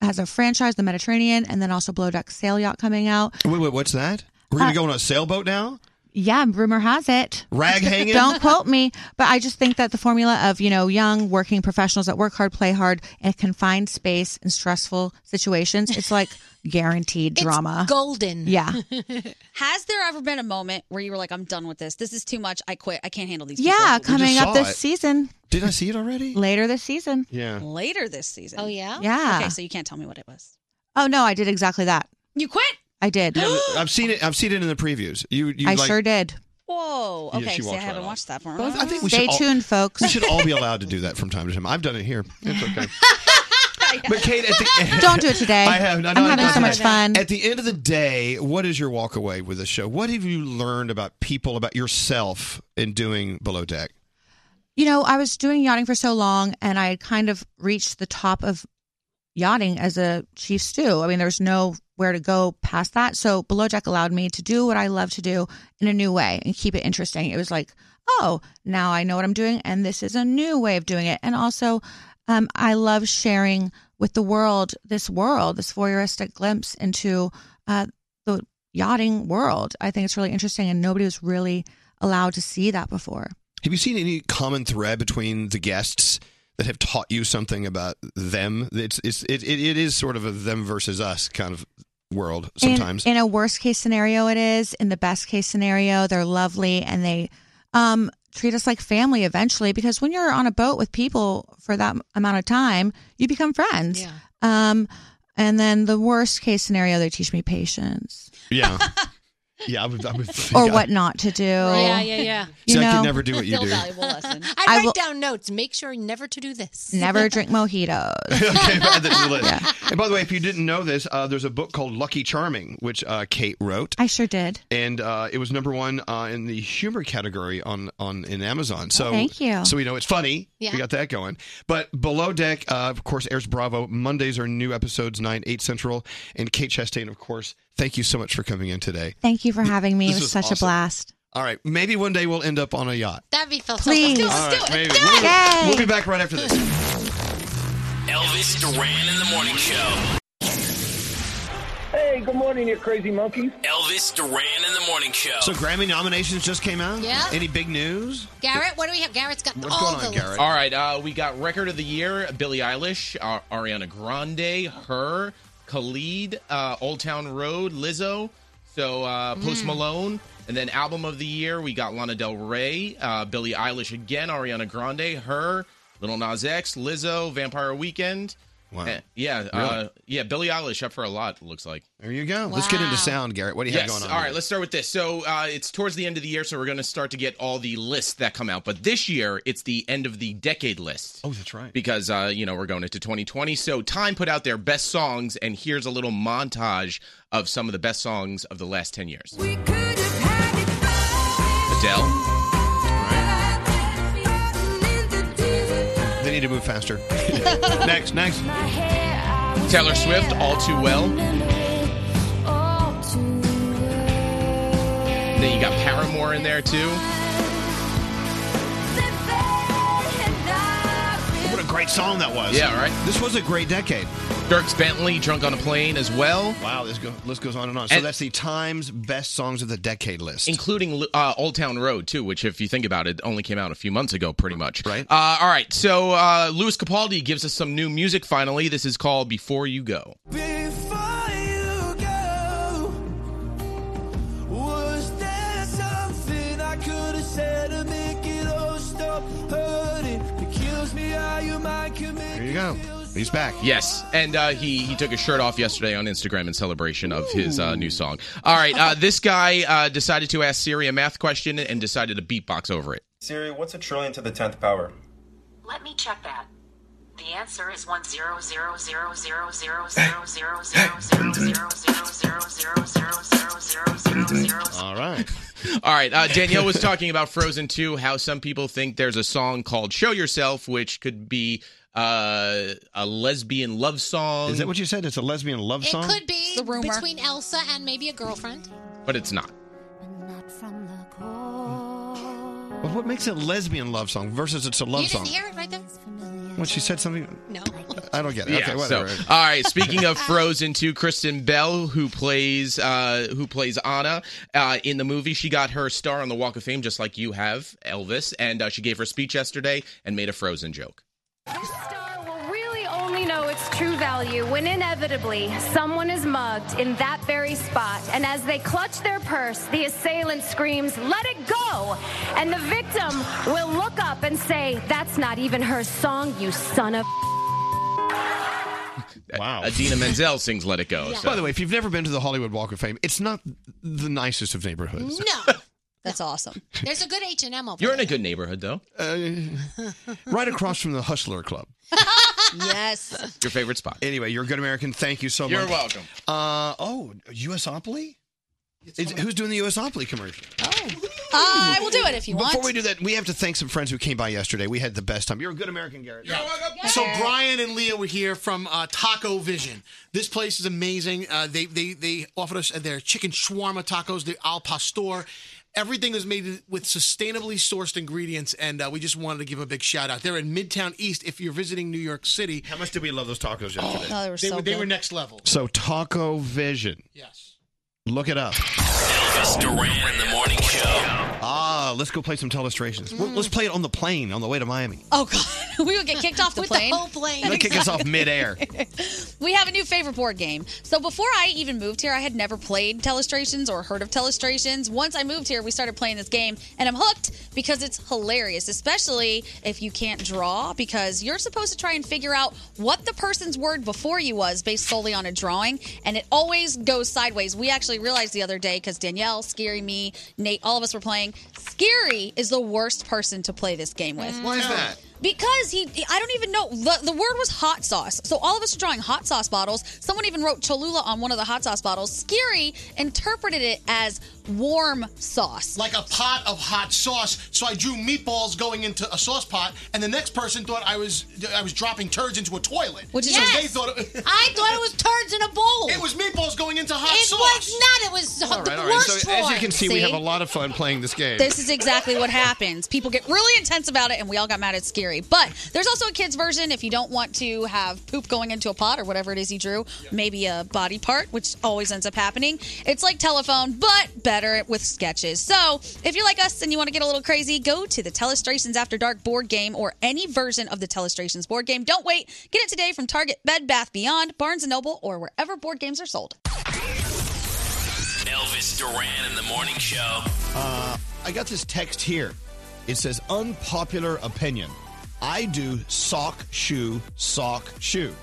S21: has a franchise, the Mediterranean, and then also Below Deck Sail Yacht coming out.
S1: Wait, wait, what's that? We're gonna
S21: Uh,
S1: go on a sailboat now?
S21: Yeah, rumor has it.
S1: Rag hanging?
S21: Don't quote me, but I just think that the formula of you know young working professionals that work hard, play hard, in a confined space and stressful situations, it's like guaranteed drama.
S3: golden.
S21: Yeah.
S6: Has there ever been a moment where you were like, I'm done with this. This is too much. I quit. I can't handle these.
S21: Yeah,
S6: people."
S21: coming up this
S1: it.
S21: season.
S1: Did I see it already?
S21: Later this season.
S1: Yeah.
S6: Later this season. Oh, yeah?
S21: Yeah.
S6: Okay, so you can't tell me what it was.
S21: Oh no, I did exactly that.
S6: You quit?
S21: I did.
S1: Yeah, but I've seen it. I've seen it in the previews. You, you
S21: I
S1: like,
S21: sure did.
S6: Whoa.
S1: Yeah,
S6: Okay,
S1: she
S6: see, I
S1: walked
S6: haven't
S1: right
S6: watched that one.
S21: I think
S1: we
S21: Stay
S1: should all-
S21: tuned, folks.
S1: We should all be allowed to do that from time to time. I've done it here. It's okay. But Kate, at the,
S21: Don't do it today.
S1: I have.
S21: I'm having so much fun.
S1: At the end of the day, what is your walk away with the show? What have you learned about people, about yourself, in doing below deck?
S21: You know, I was doing yachting for so long and I had kind of reached the top of yachting as a chief stew. I mean, there's nowhere to go past that. So Below Deck allowed me to do what I love to do in a new way and keep it interesting. It was like, oh, now I know what I'm doing and this is a new way of doing it. And also, um, I love sharing with the world this world, this voyeuristic glimpse into uh, the yachting world. I think it's really interesting and nobody was really allowed to see that before.
S1: Have you seen any common thread between the guests that have taught you something about them? It's, it's it, it, it is sort of a them versus us kind of world
S21: In-
S1: sometimes.
S21: In, a worst case scenario, it is. In the best case scenario, they're lovely and they um, treat us like family eventually. Because when you're on a boat with people for that amount of time, you become friends. Yeah. Um, and then the worst case scenario, they teach me patience
S1: yeah. Yeah, I would, I would think
S21: or
S1: I-
S21: what not to do.
S3: Yeah, yeah, yeah.
S1: See,
S21: You
S1: I
S21: know,
S1: could never do what you do.
S3: I Mm.
S21: I
S3: write
S21: will-
S3: down notes. Make sure never to do this.
S21: never drink mojitos.
S1: okay, add that to the list. And by the way, if you didn't know this, uh, there's a book called Lucky Charming, which uh, Kate wrote,
S21: I sure did.
S1: and uh, it was number one uh, in the humor category on on in Amazon. So
S21: Oh, thank you.
S1: So we know it's funny.
S21: Yeah.
S1: We got that going. But Below Deck, uh, of course, airs Bravo Mondays are new episodes nine eight central, and Kate Chastain, of course. Thank you so much for coming in today.
S21: Thank you for having me.
S1: This
S21: it was
S1: was
S21: such
S1: awesome.
S21: a blast.
S1: All right, maybe one day we'll end up on a yacht.
S3: That'd be fun.
S21: Please.
S3: Let's do it.
S1: All
S3: Let's
S1: right,
S3: do it.
S1: maybe.
S3: Let's do
S1: We'll,
S3: it.
S1: we'll be back right after this.
S5: Elvis Duran in the morning show.
S9: Hey, good morning, you crazy monkeys.
S5: Elvis Duran in the morning show.
S1: So Grammy nominations just came out.
S3: Yeah.
S1: Any big news?
S3: Garrett, what do we have? Garrett's got
S1: What's
S3: all
S1: going on,
S3: the
S1: Garrett?
S3: list.
S11: All right, uh, we got record of the year: Billie Eilish, uh, Ariana Grande, her, Khalid, uh, Old Town Road, Lizzo. So uh, Post
S22: Mm.
S11: Malone, and then album of the year we got Lana Del Rey, uh, Billie Eilish again, Ariana Grande, her, Little Nas X, Lizzo, Vampire Weekend.
S1: Wow.
S11: Eh, Yeah, uh,
S1: Really?
S11: yeah. Billie Eilish up for a lot. it Looks like.
S1: There you
S3: Oh,
S1: go. Let's get into sound, Garrett. What do you
S11: yes.
S1: have going on?
S11: All right,
S1: here?
S11: let's start with this. So uh, it's towards the end of the year, so we're going to start to get all the lists that come out. But this year, it's the end of the decade list.
S1: Oh, that's right.
S11: Because, uh, you know, we're going into 2020. So Time put out their best songs, and here's a little montage of some of the best songs of the last 10 years. Adele.
S1: They need to move faster. next, next.
S11: Taylor Swift, All Too Well. Then you got Paramore in there, too.
S1: What a great song that was.
S11: Yeah, right.
S1: This was a great decade.
S11: Dirks Bentley, Drunk on a Plane as well.
S1: Wow, this go, list goes on and on. So
S11: And-
S1: that's the Times Best Songs of the Decade list.
S11: Including uh, Old Town Road, too, which, if you think about it, only came out a few months ago, pretty much. Right. Uh, all right. So, uh, Louis Capaldi gives us some new music finally. This is called Before You Go.
S16: Was there something I could have said to make it all stop hurting? It kills me how you might commit.
S1: There you go. He's back.
S11: Yes. And uh, he, he took his shirt off yesterday on Instagram in celebration of his uh, new song. All right. Uh, this guy uh, decided to ask Siri a math question and decided to beatbox over it.
S17: Siri, what's a trillion to the tenth power?
S22: Let me check that. The answer is one zero zero zero zero zero zero zero zero zero zero zero zero zero zero zero zero zero zero.
S1: All right.
S11: All right. Uh, Danielle was talking about Frozen 2, how some people think there's a song called Show Yourself, which could be uh, a lesbian love song.
S1: Is that what you said? It's a lesbian love song?
S3: It could be between Elsa and maybe a girlfriend.
S11: But it's not.
S1: Well, what makes it a lesbian love song versus it's a love
S3: you
S1: song?
S3: didn't hear it right there?
S1: When she said something.
S3: No.
S1: I don't get it. okay,
S11: Yeah,
S1: whatever.
S11: So, all right. Speaking of Frozen 2, Kristen Bell, who plays uh, who plays Anna uh, in the movie, she got her star on the Walk of Fame, just like you have, Elvis. And uh, she gave her speech yesterday and made a Frozen joke.
S24: will really only know its true value when inevitably someone is mugged in that very spot. And as they clutch their purse, the assailant screams, Let it go! And the victim will look up and say, That's not even her song, you son of.
S11: uh,
S1: Wow.
S11: Adina Menzel sings "Let It Go." so-
S1: By the way, if you've never been to the Hollywood Walk of Fame, it's not the nicest of neighborhoods.
S3: No.
S6: That's awesome.
S3: There's a good H&M over
S11: Mm. You're in a good neighborhood, though.
S1: Uh, right across from the Hustler Club.
S6: yes.
S11: Your favorite spot.
S1: Anyway, you're a good American. Thank you so
S11: You're
S1: much.
S11: welcome.
S1: Uh, oh, USopoly? Is, who's doing the USopoly commercial?
S6: I will do it if you
S1: Before
S6: want.
S1: we do that, we have to thank some friends who came by yesterday. We had the best time. You're a good American, Garrett.
S13: So Brian and Leah were here from uh, Taco Vision. This place is amazing. Uh, they they they offered us their chicken shawarma tacos, the al pastor. Everything is made with sustainably sourced ingredients, and uh, we just wanted to give a big shout out. They're in Midtown East. If you're visiting New York City,
S1: how much did we love those tacos yesterday?
S13: they were
S1: so
S13: they
S1: good.
S13: were next level.
S1: So Taco Vision.
S13: Yes.
S1: Look it up.
S5: Elvis Duran in the morning show.
S1: Ah, let's go play some telestrations. Well, Let's play it on the plane on the way to Miami.
S6: Oh God, we would get kicked off the
S3: With the
S6: plane.
S3: whole plane.
S1: They'll kick us off midair.
S6: We have a new favorite board game. So before I even moved here, I had never played Telestrations or heard of Telestrations. Once I moved here, we started playing this game, and I'm hooked because it's hilarious, especially if you can't draw, because you're supposed to try and figure out what the person's word before you was based solely on a drawing, and it always goes sideways. We actually realized the other day because Danielle, Scary, me, Nate, all of us were playing. Scary is the worst person to play this game with.
S1: Why is that?
S6: Because he, I don't even know. The, the word was hot sauce. So all of us are drawing hot sauce bottles. Someone even wrote Cholula on one of the hot sauce bottles. Scary interpreted it as warm sauce.
S13: Like a pot of hot sauce. So I drew meatballs going into a sauce pot, and the next person thought I was I was dropping turds into a toilet.
S6: Which is-
S13: so
S6: Yes!
S13: they thought it,
S3: I thought it was turds in a bowl.
S13: It was meatballs going into hot
S3: it
S13: sauce.
S3: was not. It was
S1: All
S3: the
S1: right, all right.
S3: worst
S1: So as you
S3: one.
S1: can see, we
S6: See?
S1: have a lot of fun playing this game.
S6: This is exactly what happens. People get really intense about it, and we all got mad at Scary. But there's also a kids' version if you don't want to have poop going into a pot or whatever it is you drew, maybe a body part, which always ends up happening. It's like telephone, but better with sketches. So if you're like us and you want to get a little crazy, go to the Telestrations After Dark board game or any version of the Telestrations board game. Don't wait. Get it today from Target, Bed Bath Beyond, Barnes & Noble, or wherever board games are sold.
S5: Elvis Duran in the morning show.
S1: Uh, I got this text here. It says unpopular opinion. I do sock shoe sock shoe.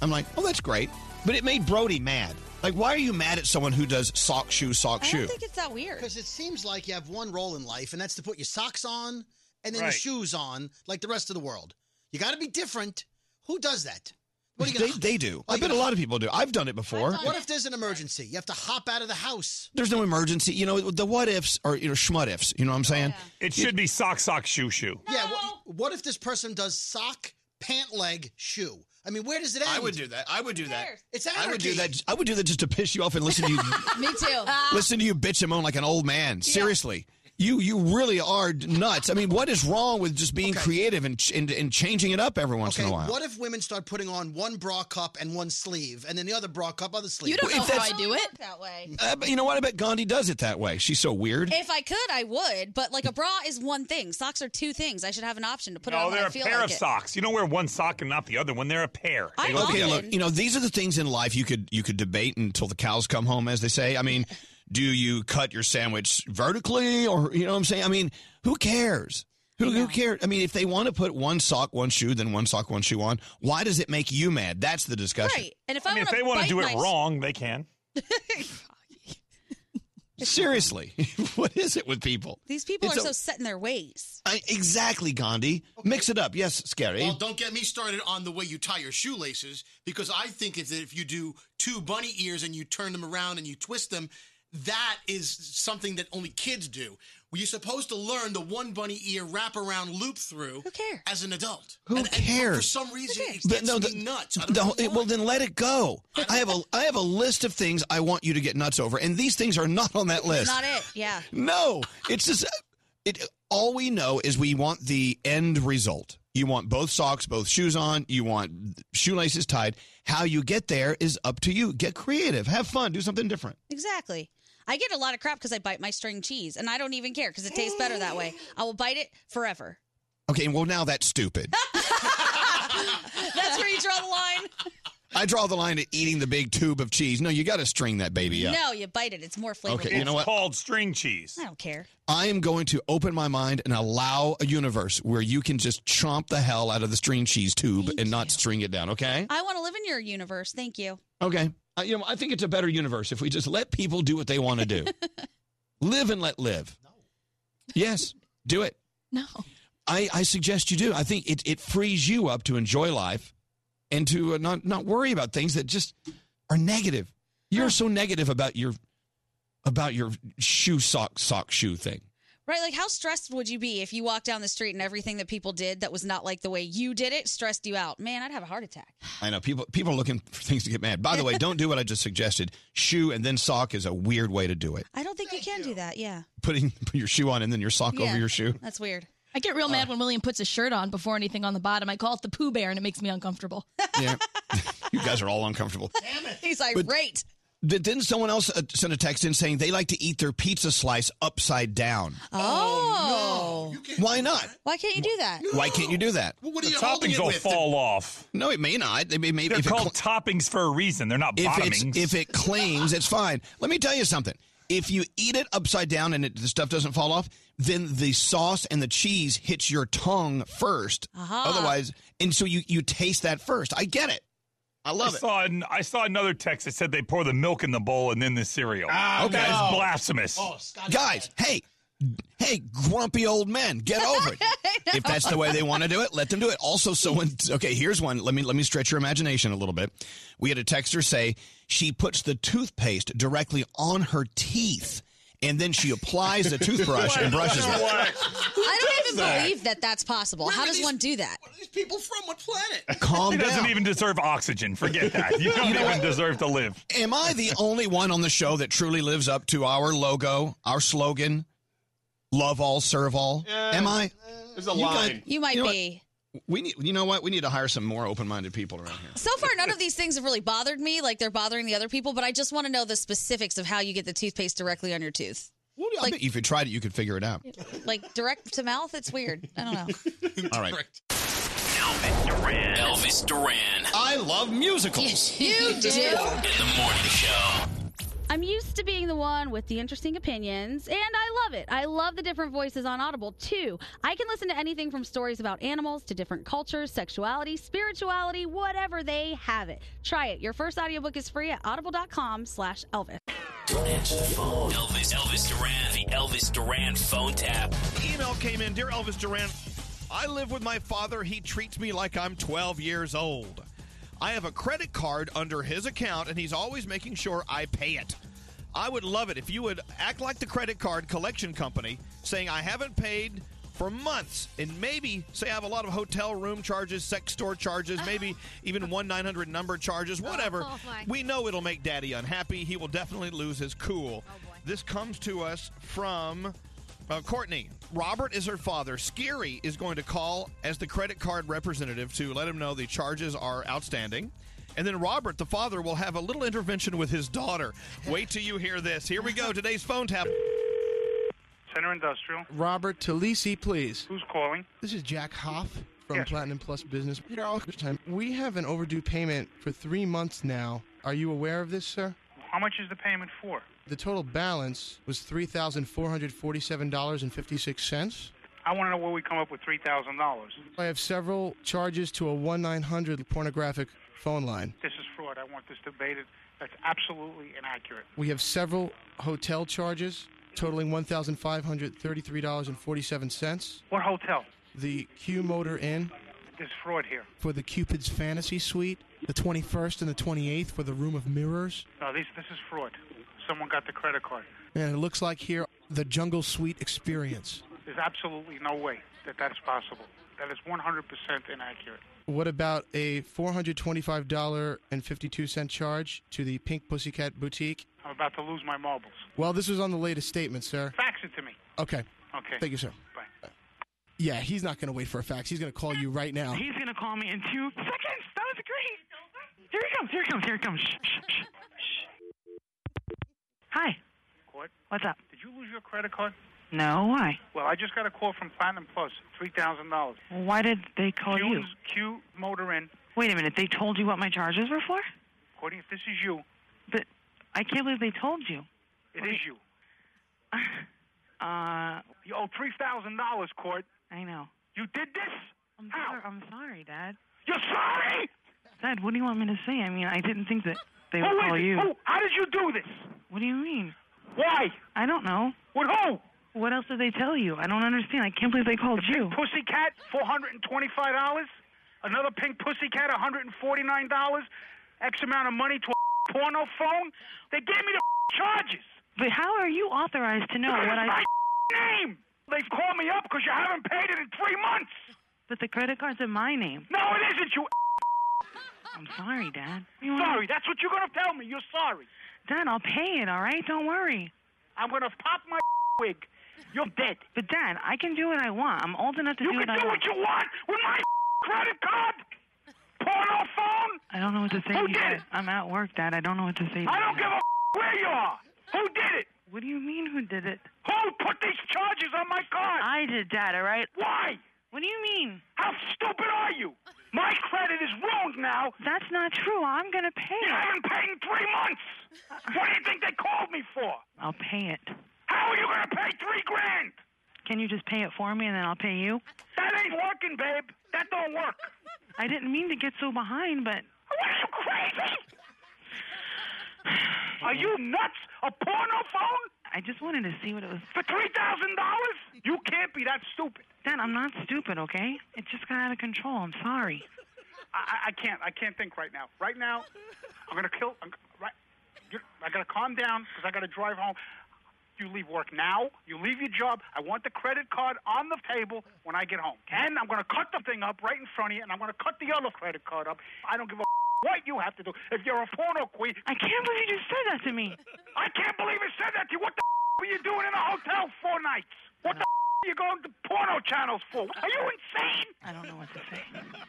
S1: I'm like, oh, that's great. But it made Brody mad. Like, why are you mad at someone who does sock, shoe, sock, shoe?
S6: it's that weird.
S10: Because it seems like you have one role in life, and that's to put your socks on and then your
S1: Right.
S10: shoes on, like the rest of the world. You got to be different. Who does that? What are you
S1: They,
S10: gonna,
S1: they do.
S10: Oh,
S1: I
S10: you
S1: bet a
S10: got-
S1: lot of people do. I've done it before.
S10: What if there's an emergency? You have to hop out of the house.
S1: There's no emergency. You know, the what ifs are, you know, schmut ifs. You know what I'm saying?
S4: It should be sock, sock, shoe, shoe.
S10: Yeah. What, what if this person does sock, pant leg, shoe? I mean, where does it end? I would
S25: do that. I would do that.
S10: It's anarchy.
S1: I would do that. I would do that just to piss you off and listen to you
S6: Me too.
S1: listen to you bitch and moan like an old man. Seriously. You you really are nuts. I mean, what is wrong with just being creative and, ch- and and changing it up every once
S10: Okay,
S1: in a while?
S10: what if women start putting on one bra cup and one sleeve, and then the other bra cup, other sleeve?
S6: You don't
S1: Well,
S6: know
S1: if
S6: how I
S1: that's-
S6: do it that way.
S1: Uh, but you know what? I bet Gandhi does it that way. She's so weird.
S6: If I could, I would. But like a bra is one thing. Socks are two things. I should have an option to put it
S4: no,
S6: on when
S4: they're
S6: I
S4: a
S6: feel
S4: pair
S6: like
S4: of
S6: it.
S4: socks. You don't wear one sock and not the other one. They're a pair. They go
S1: okay,
S4: together.
S1: look, you know, these are the things in life you could you could debate until the cows come home, as they say. I mean, do you cut your sandwich vertically, or you know what I'm saying? I mean, who cares? Who, who cares? I mean, if they want to put one sock, one shoe, then one sock, one shoe on, why does it make you mad? That's the discussion.
S6: Right. And if I,
S4: I, mean, if
S6: wanna
S4: they want
S6: bite
S4: to do
S6: my-
S4: it wrong, they can.
S1: Seriously, what is it with people?
S6: These people
S1: It's
S6: are
S1: a-
S6: so set in their ways.
S1: I, exactly, Gandhi. Mix it up. Yes, scary.
S13: Well, don't get me started on the way you tie your shoelaces because I think if, if you do two bunny ears and you turn them around and you twist them, that is something that only kids do. Well, you're supposed to learn the one bunny ear wrap around loop through Who cares? as an adult.
S1: Who cares?
S13: For some reason, it's
S1: But no,
S13: me
S1: the-
S13: nuts. I
S1: the
S13: don't know
S1: whole- it- well, then let it go. I have a I have a list of things I want you to get nuts over, and these things are not on that list.
S6: Not it. Yeah.
S1: No, it's just it. All we know is we want the end result. You want both socks, both shoes on. You want shoelaces tied. How you get there is up to you. Get creative, have fun, do something different.
S6: Exactly. I get a lot of crap because I bite my string cheese, and I don't even care because it tastes better that way. I will bite it forever.
S1: Okay, well now that's stupid.
S6: That's where you draw the line.
S1: I draw the line at eating the big tube of cheese. No, you got to string that baby up.
S6: No, you bite it. It's more flavorful.
S1: Okay, you know what?
S4: Called string cheese.
S6: I don't care.
S1: I am going to open my mind and allow a universe where you can just chomp the hell out of the string cheese tube and not string it down. Okay.
S6: I want to live in your universe. Thank you.
S1: Okay. I, you know, I think it's a better universe if we just let people do what they want to do. live and let live. No. Yes, do it.
S7: No.
S1: I, I suggest you do. I think it, it frees you up to enjoy life and to uh, not not worry about things that just are negative. You're so negative about your about your shoe sock sock shoe thing.
S6: Right? Like, how stressed would you be if you walked down the street and everything that people did that was not like the way you did it stressed you out? Man, I'd have a heart attack.
S1: I know people people are looking for things to get mad. By the way, don't do what I just suggested. Shoe and then sock is a weird way to do it.
S6: I don't think you can do that. Yeah.
S1: Putting your shoe on and then your sock
S7: Yeah.
S1: over your shoe. Uh.
S6: That's weird.
S7: I get real mad when William puts his shirt on before anything on the bottom. I call it the Pooh Bear, and it makes me uncomfortable.
S1: Yeah. you guys are all uncomfortable.
S6: He's
S1: But-
S6: irate.
S1: Did- Didn't someone else uh, send a text in saying they like to eat their pizza slice upside down?
S6: oh.
S1: Why not?
S6: Why can't you do that?
S1: Why can't you do that?
S6: Well, what
S4: are The you holding toppings it will with? fall off.
S1: No, it may not. They may, may
S4: They're
S1: if it
S4: called toppings for a reason. They're not
S1: if it's,
S4: bottomings.
S1: if it clings, it's fine. Let me tell you something. If you eat it upside down and it, the stuff doesn't fall off, then the sauce and the cheese hits your tongue 1st
S4: Aha.
S1: Otherwise, and so you you taste that first. I get it. I love
S4: I
S1: it.
S4: Saw an, I saw another text that said they pour the milk in the bowl and then the cereal. Ah,
S1: okay. Oh,
S4: That is
S1: no.
S4: blasphemous.
S1: Guys, hey, hey, grumpy old men, get over it. if that's the way they want to do it, let them do it. Also, someone okay, here's one. Let me let me stretch your imagination a little bit. We had a texter say she puts the toothpaste directly on her teeth, and then she applies the toothbrush and brushes it.
S6: I don't even
S1: that?
S6: believe that that's possible. How does one do that?
S10: People from what planet?
S1: Calm
S4: he doesn't
S1: down.
S4: even deserve oxygen. Forget that. You don't even deserve to live.
S1: Am I the only one on the show that truly lives up to our logo, our slogan, "Love all, serve all"? Am I?
S13: There's
S1: a You line. guys-
S6: You might
S1: You know what?
S6: be.
S1: We need. You know what? We need to hire some more open-minded people around here.
S6: So far, none of these things have really bothered me. Like they're bothering the other people, but I just want to know the specifics of how you get the toothpaste directly on your tooth.
S1: I bet if you tried it, you could figure it out.
S6: Like direct to mouth? It's weird. I don't know.
S1: All right.
S5: Elvis Duran. Elvis Duran.
S1: I love musicals.
S5: In the morning show.
S6: I'm used to being the one with the interesting opinions, and I love it. I love the different voices on Audible, too. I can listen to anything from stories about animals to different cultures, sexuality, spirituality, whatever they have it. Try it. Your first audiobook is free at audible.com slash Elvis.
S5: Don't answer the phone. Elvis, Elvis Duran, the Elvis Duran phone tap.
S1: Email came in Dear Elvis Duran, I live with my father. He treats me like I'm 12 years old. I have a credit card under his account, and he's always making sure I pay it. I would love it if you would act like the credit card collection company, saying I haven't paid for months, and maybe say I have a lot of hotel room charges, sex store charges, maybe even one nine hundred number charges, whatever.
S4: Oh, my.
S1: we know it'll make Daddy unhappy. He will definitely lose his cool. This comes to us from uh, Courtney. Robert is her father. Scary is going to call as the credit card representative to let him know the charges are outstanding. And then Robert, the father, will have a little intervention with his daughter. Wait till you hear this. Here we go. Today's phone tap.
S15: Center Industrial.
S16: Robert Talisi, please.
S15: Who's calling?
S16: This is Jack Hoff from
S15: Yes.
S16: Platinum Plus Business. Peter Alker's time. We have an overdue payment for three months now. Are you aware of this, sir?
S15: How much is the payment for?
S16: The total balance was three thousand four hundred forty-seven dollars and fifty-six cents.
S15: I want to know where we come up with three thousand dollars.
S16: I have several charges to a one nine hundred pornographic phone line.
S15: This is fraud. I want this debated. That's absolutely inaccurate.
S16: We have several hotel charges totaling one thousand five hundred thirty-three dollars and forty-seven cents.
S15: What hotel?
S16: The Q Motor Inn
S15: There's fraud here.
S16: for the Cupid's Fantasy Suite. The twenty-first and the twenty-eighth for the Room of Mirrors.
S15: No, this this is fraud. Someone got the credit card.
S16: And it looks like here the Jungle Suite Experience.
S15: There's absolutely no way that that's possible. That is 100% inaccurate.
S16: What about a $425.52 charge to the Pink Pussycat Boutique?
S15: I'm about to lose my marbles.
S16: Well, this was on the latest statement, sir.
S15: Fax it to me.
S16: Okay.
S15: Okay.
S16: Thank you, sir.
S15: Bye.
S16: Yeah, he's not going to wait for a fax. He's going to call you right now.
S15: He's
S17: gonna call me in two seconds. That was great. Here he comes. Here he comes. Here he comes. Shh, shh, shh, shh. Hi.
S15: Court,
S17: What's up?
S15: did you lose your credit card?
S17: No. Why?
S15: Well, I just got a call from Platinum Plus, three thousand dollars.
S17: Why did they call
S15: Q,
S17: you?
S15: Q Motor Inn.
S17: Wait a minute. They told you what my charges were for?
S15: Courtney, if this is you,
S17: But I can't believe they told you.
S15: it is you.
S17: Uh,
S15: You owe three thousand dollars, Court.
S17: I know.
S15: You did this?
S17: I'm sorry. I'm sorry, Dad.
S15: You're sorry?
S17: Dad, what do you want me to say? I mean, I didn't think that they
S15: Who
S17: would
S15: is
S17: call
S15: it?
S17: you.
S15: Who? How did you do this?
S17: What do you mean?
S15: Why?
S17: I don't know.
S15: With who?
S17: What else did they tell you? I don't understand. I can't believe they called you.
S15: Pussycat, four hundred and twenty-five dollars. Another pink pussycat, one hundred and forty-nine dollars. X amount of money to a porno phone. They gave me the charges.
S17: But how are you authorized to know what I?
S15: Name. They've called me up because you haven't paid it in three months.
S17: But the credit card's in my name.
S15: No, it isn't. You.
S17: I'm sorry, Dad. You wanna-
S15: Sorry, that's what you're gonna tell me. You're sorry.
S17: Dad, I'll pay it. All right, don't worry.
S15: I'm gonna pop my wig. You're dead.
S17: But Dad, I can do what I want. I'm old enough to
S15: You
S17: do
S15: can
S17: what I
S15: do
S17: want.
S15: what you want with my credit card, porno phone.
S17: I don't know what to say.
S15: Who
S17: to you,
S15: did
S17: Dad.
S15: it?
S17: I'm at work, Dad. I don't know what to say. to
S15: I
S17: you.
S15: don't give a where you are. Who did it?
S17: What do you mean? Who did it?
S15: Who put these charges on my card?
S17: I did, Dad. All right.
S15: Why?
S17: What do you mean?
S15: How stupid are you? My credit is ruined now.
S17: That's not true. I'm gonna pay
S15: You
S17: it. Uh,
S15: haven't paid in three months. What do you think they called me for?
S17: I'll pay it.
S15: How are you going to pay three grand?
S17: Can you just pay it for me and then I'll pay you?
S15: That ain't working, babe. That don't work.
S17: I didn't mean to get so behind, but
S15: What are you crazy? Are you nuts? A porno phone
S17: I just wanted to see what it was.
S15: for three thousand dollars? You can't be that stupid.
S17: Dad, I'm not stupid, okay? It just got out of control. I'm sorry.
S15: I, I- I can't. I can't think right now. Right now, I'm gonna kill. I'm, right, you- I gotta calm down because I gotta drive home. You leave work now. You leave your job. I want the credit card on the table when I get home. And I'm gonna cut the thing up right in front of you, and I'm gonna cut the other credit card up. I don't give a what you have to do. If you're a porno queen,
S17: I can't believe you just said that to me.
S15: I can't believe it said that to you. What the were you doing in a hotel four nights? What the are you going to porno channels for? Are you insane?
S17: I don't know what to say.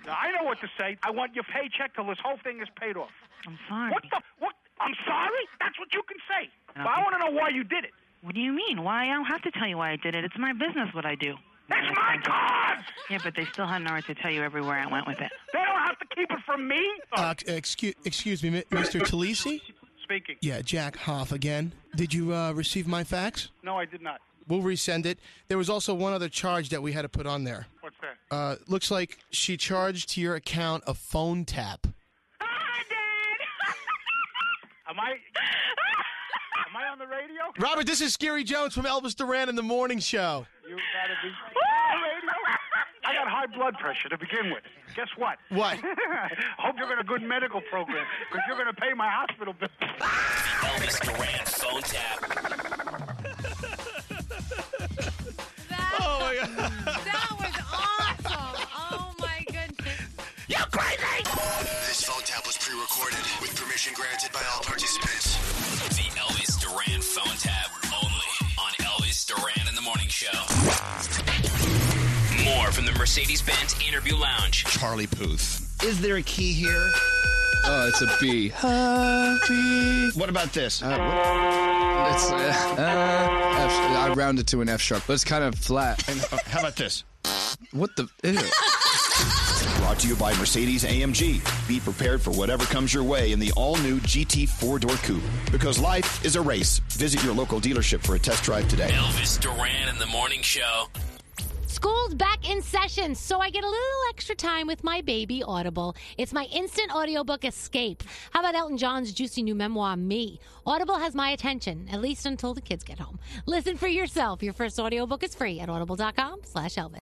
S15: Now, I know what to say. I want your paycheck till this whole thing is paid off.
S17: I'm sorry.
S15: What the? What? I'm sorry. That's what you can say.
S17: I don't
S15: But I
S17: think-
S15: want to know why you did it.
S17: What do you mean? Why? I don't have to tell you why I did it. It's my business what I do.
S15: That's my card.
S17: Yeah, but they still had an right to tell you everywhere I went with it.
S15: They don't have to keep it from me.
S16: Uh, excuse, excuse me, Mi- Mr. Talisi?
S26: speaking.
S16: Yeah, Jack Hoff again. Did you uh, receive my fax?
S26: No, I did not.
S16: We'll resend it. There was also one other charge that we had to put on there.
S26: What's that?
S16: Uh, looks like she charged to your account a phone tap.
S26: Am I? am I on the radio?
S16: Robert, this is Scary Jones from Elvis Duran in the Morning Show.
S26: You gotta be on the radio. I got high blood pressure to begin with. Guess what?
S16: What?
S26: Hope you're in a good medical program because you're going to pay my hospital bill.
S5: Elvis Duran phone tap.
S12: Oh my god. That was awesome. Oh my goodness. You crazy!
S5: This phone tap was pre-recorded with permission granted by all participants. The Elvis Duran phone tap only on Elvis Duran in the Morning Show. More from the Mercedes-Benz Interview Lounge.
S27: Charlie Puth.
S5: Is there a key here?
S27: Oh, it's a B. Happy.
S28: What about this?
S27: it's uh, uh, F, I rounded to an F sharp, but it's kind of flat.
S28: And how about this?
S27: What the? Ew.
S1: Brought to you by Mercedes AMG. Be prepared for whatever comes your way in the all new GT four door coupe. Because life is a race. Visit your local dealership for a test drive today.
S5: Elvis Duran in the Morning Show.
S3: School's back in session, so I get a little extra time with my baby Audible. It's my instant audiobook escape. How about Elton John's juicy new memoir, Me? Audible has my attention, at least until the kids get home. Listen for yourself. Your first audiobook is free at audible.com slash Elvis.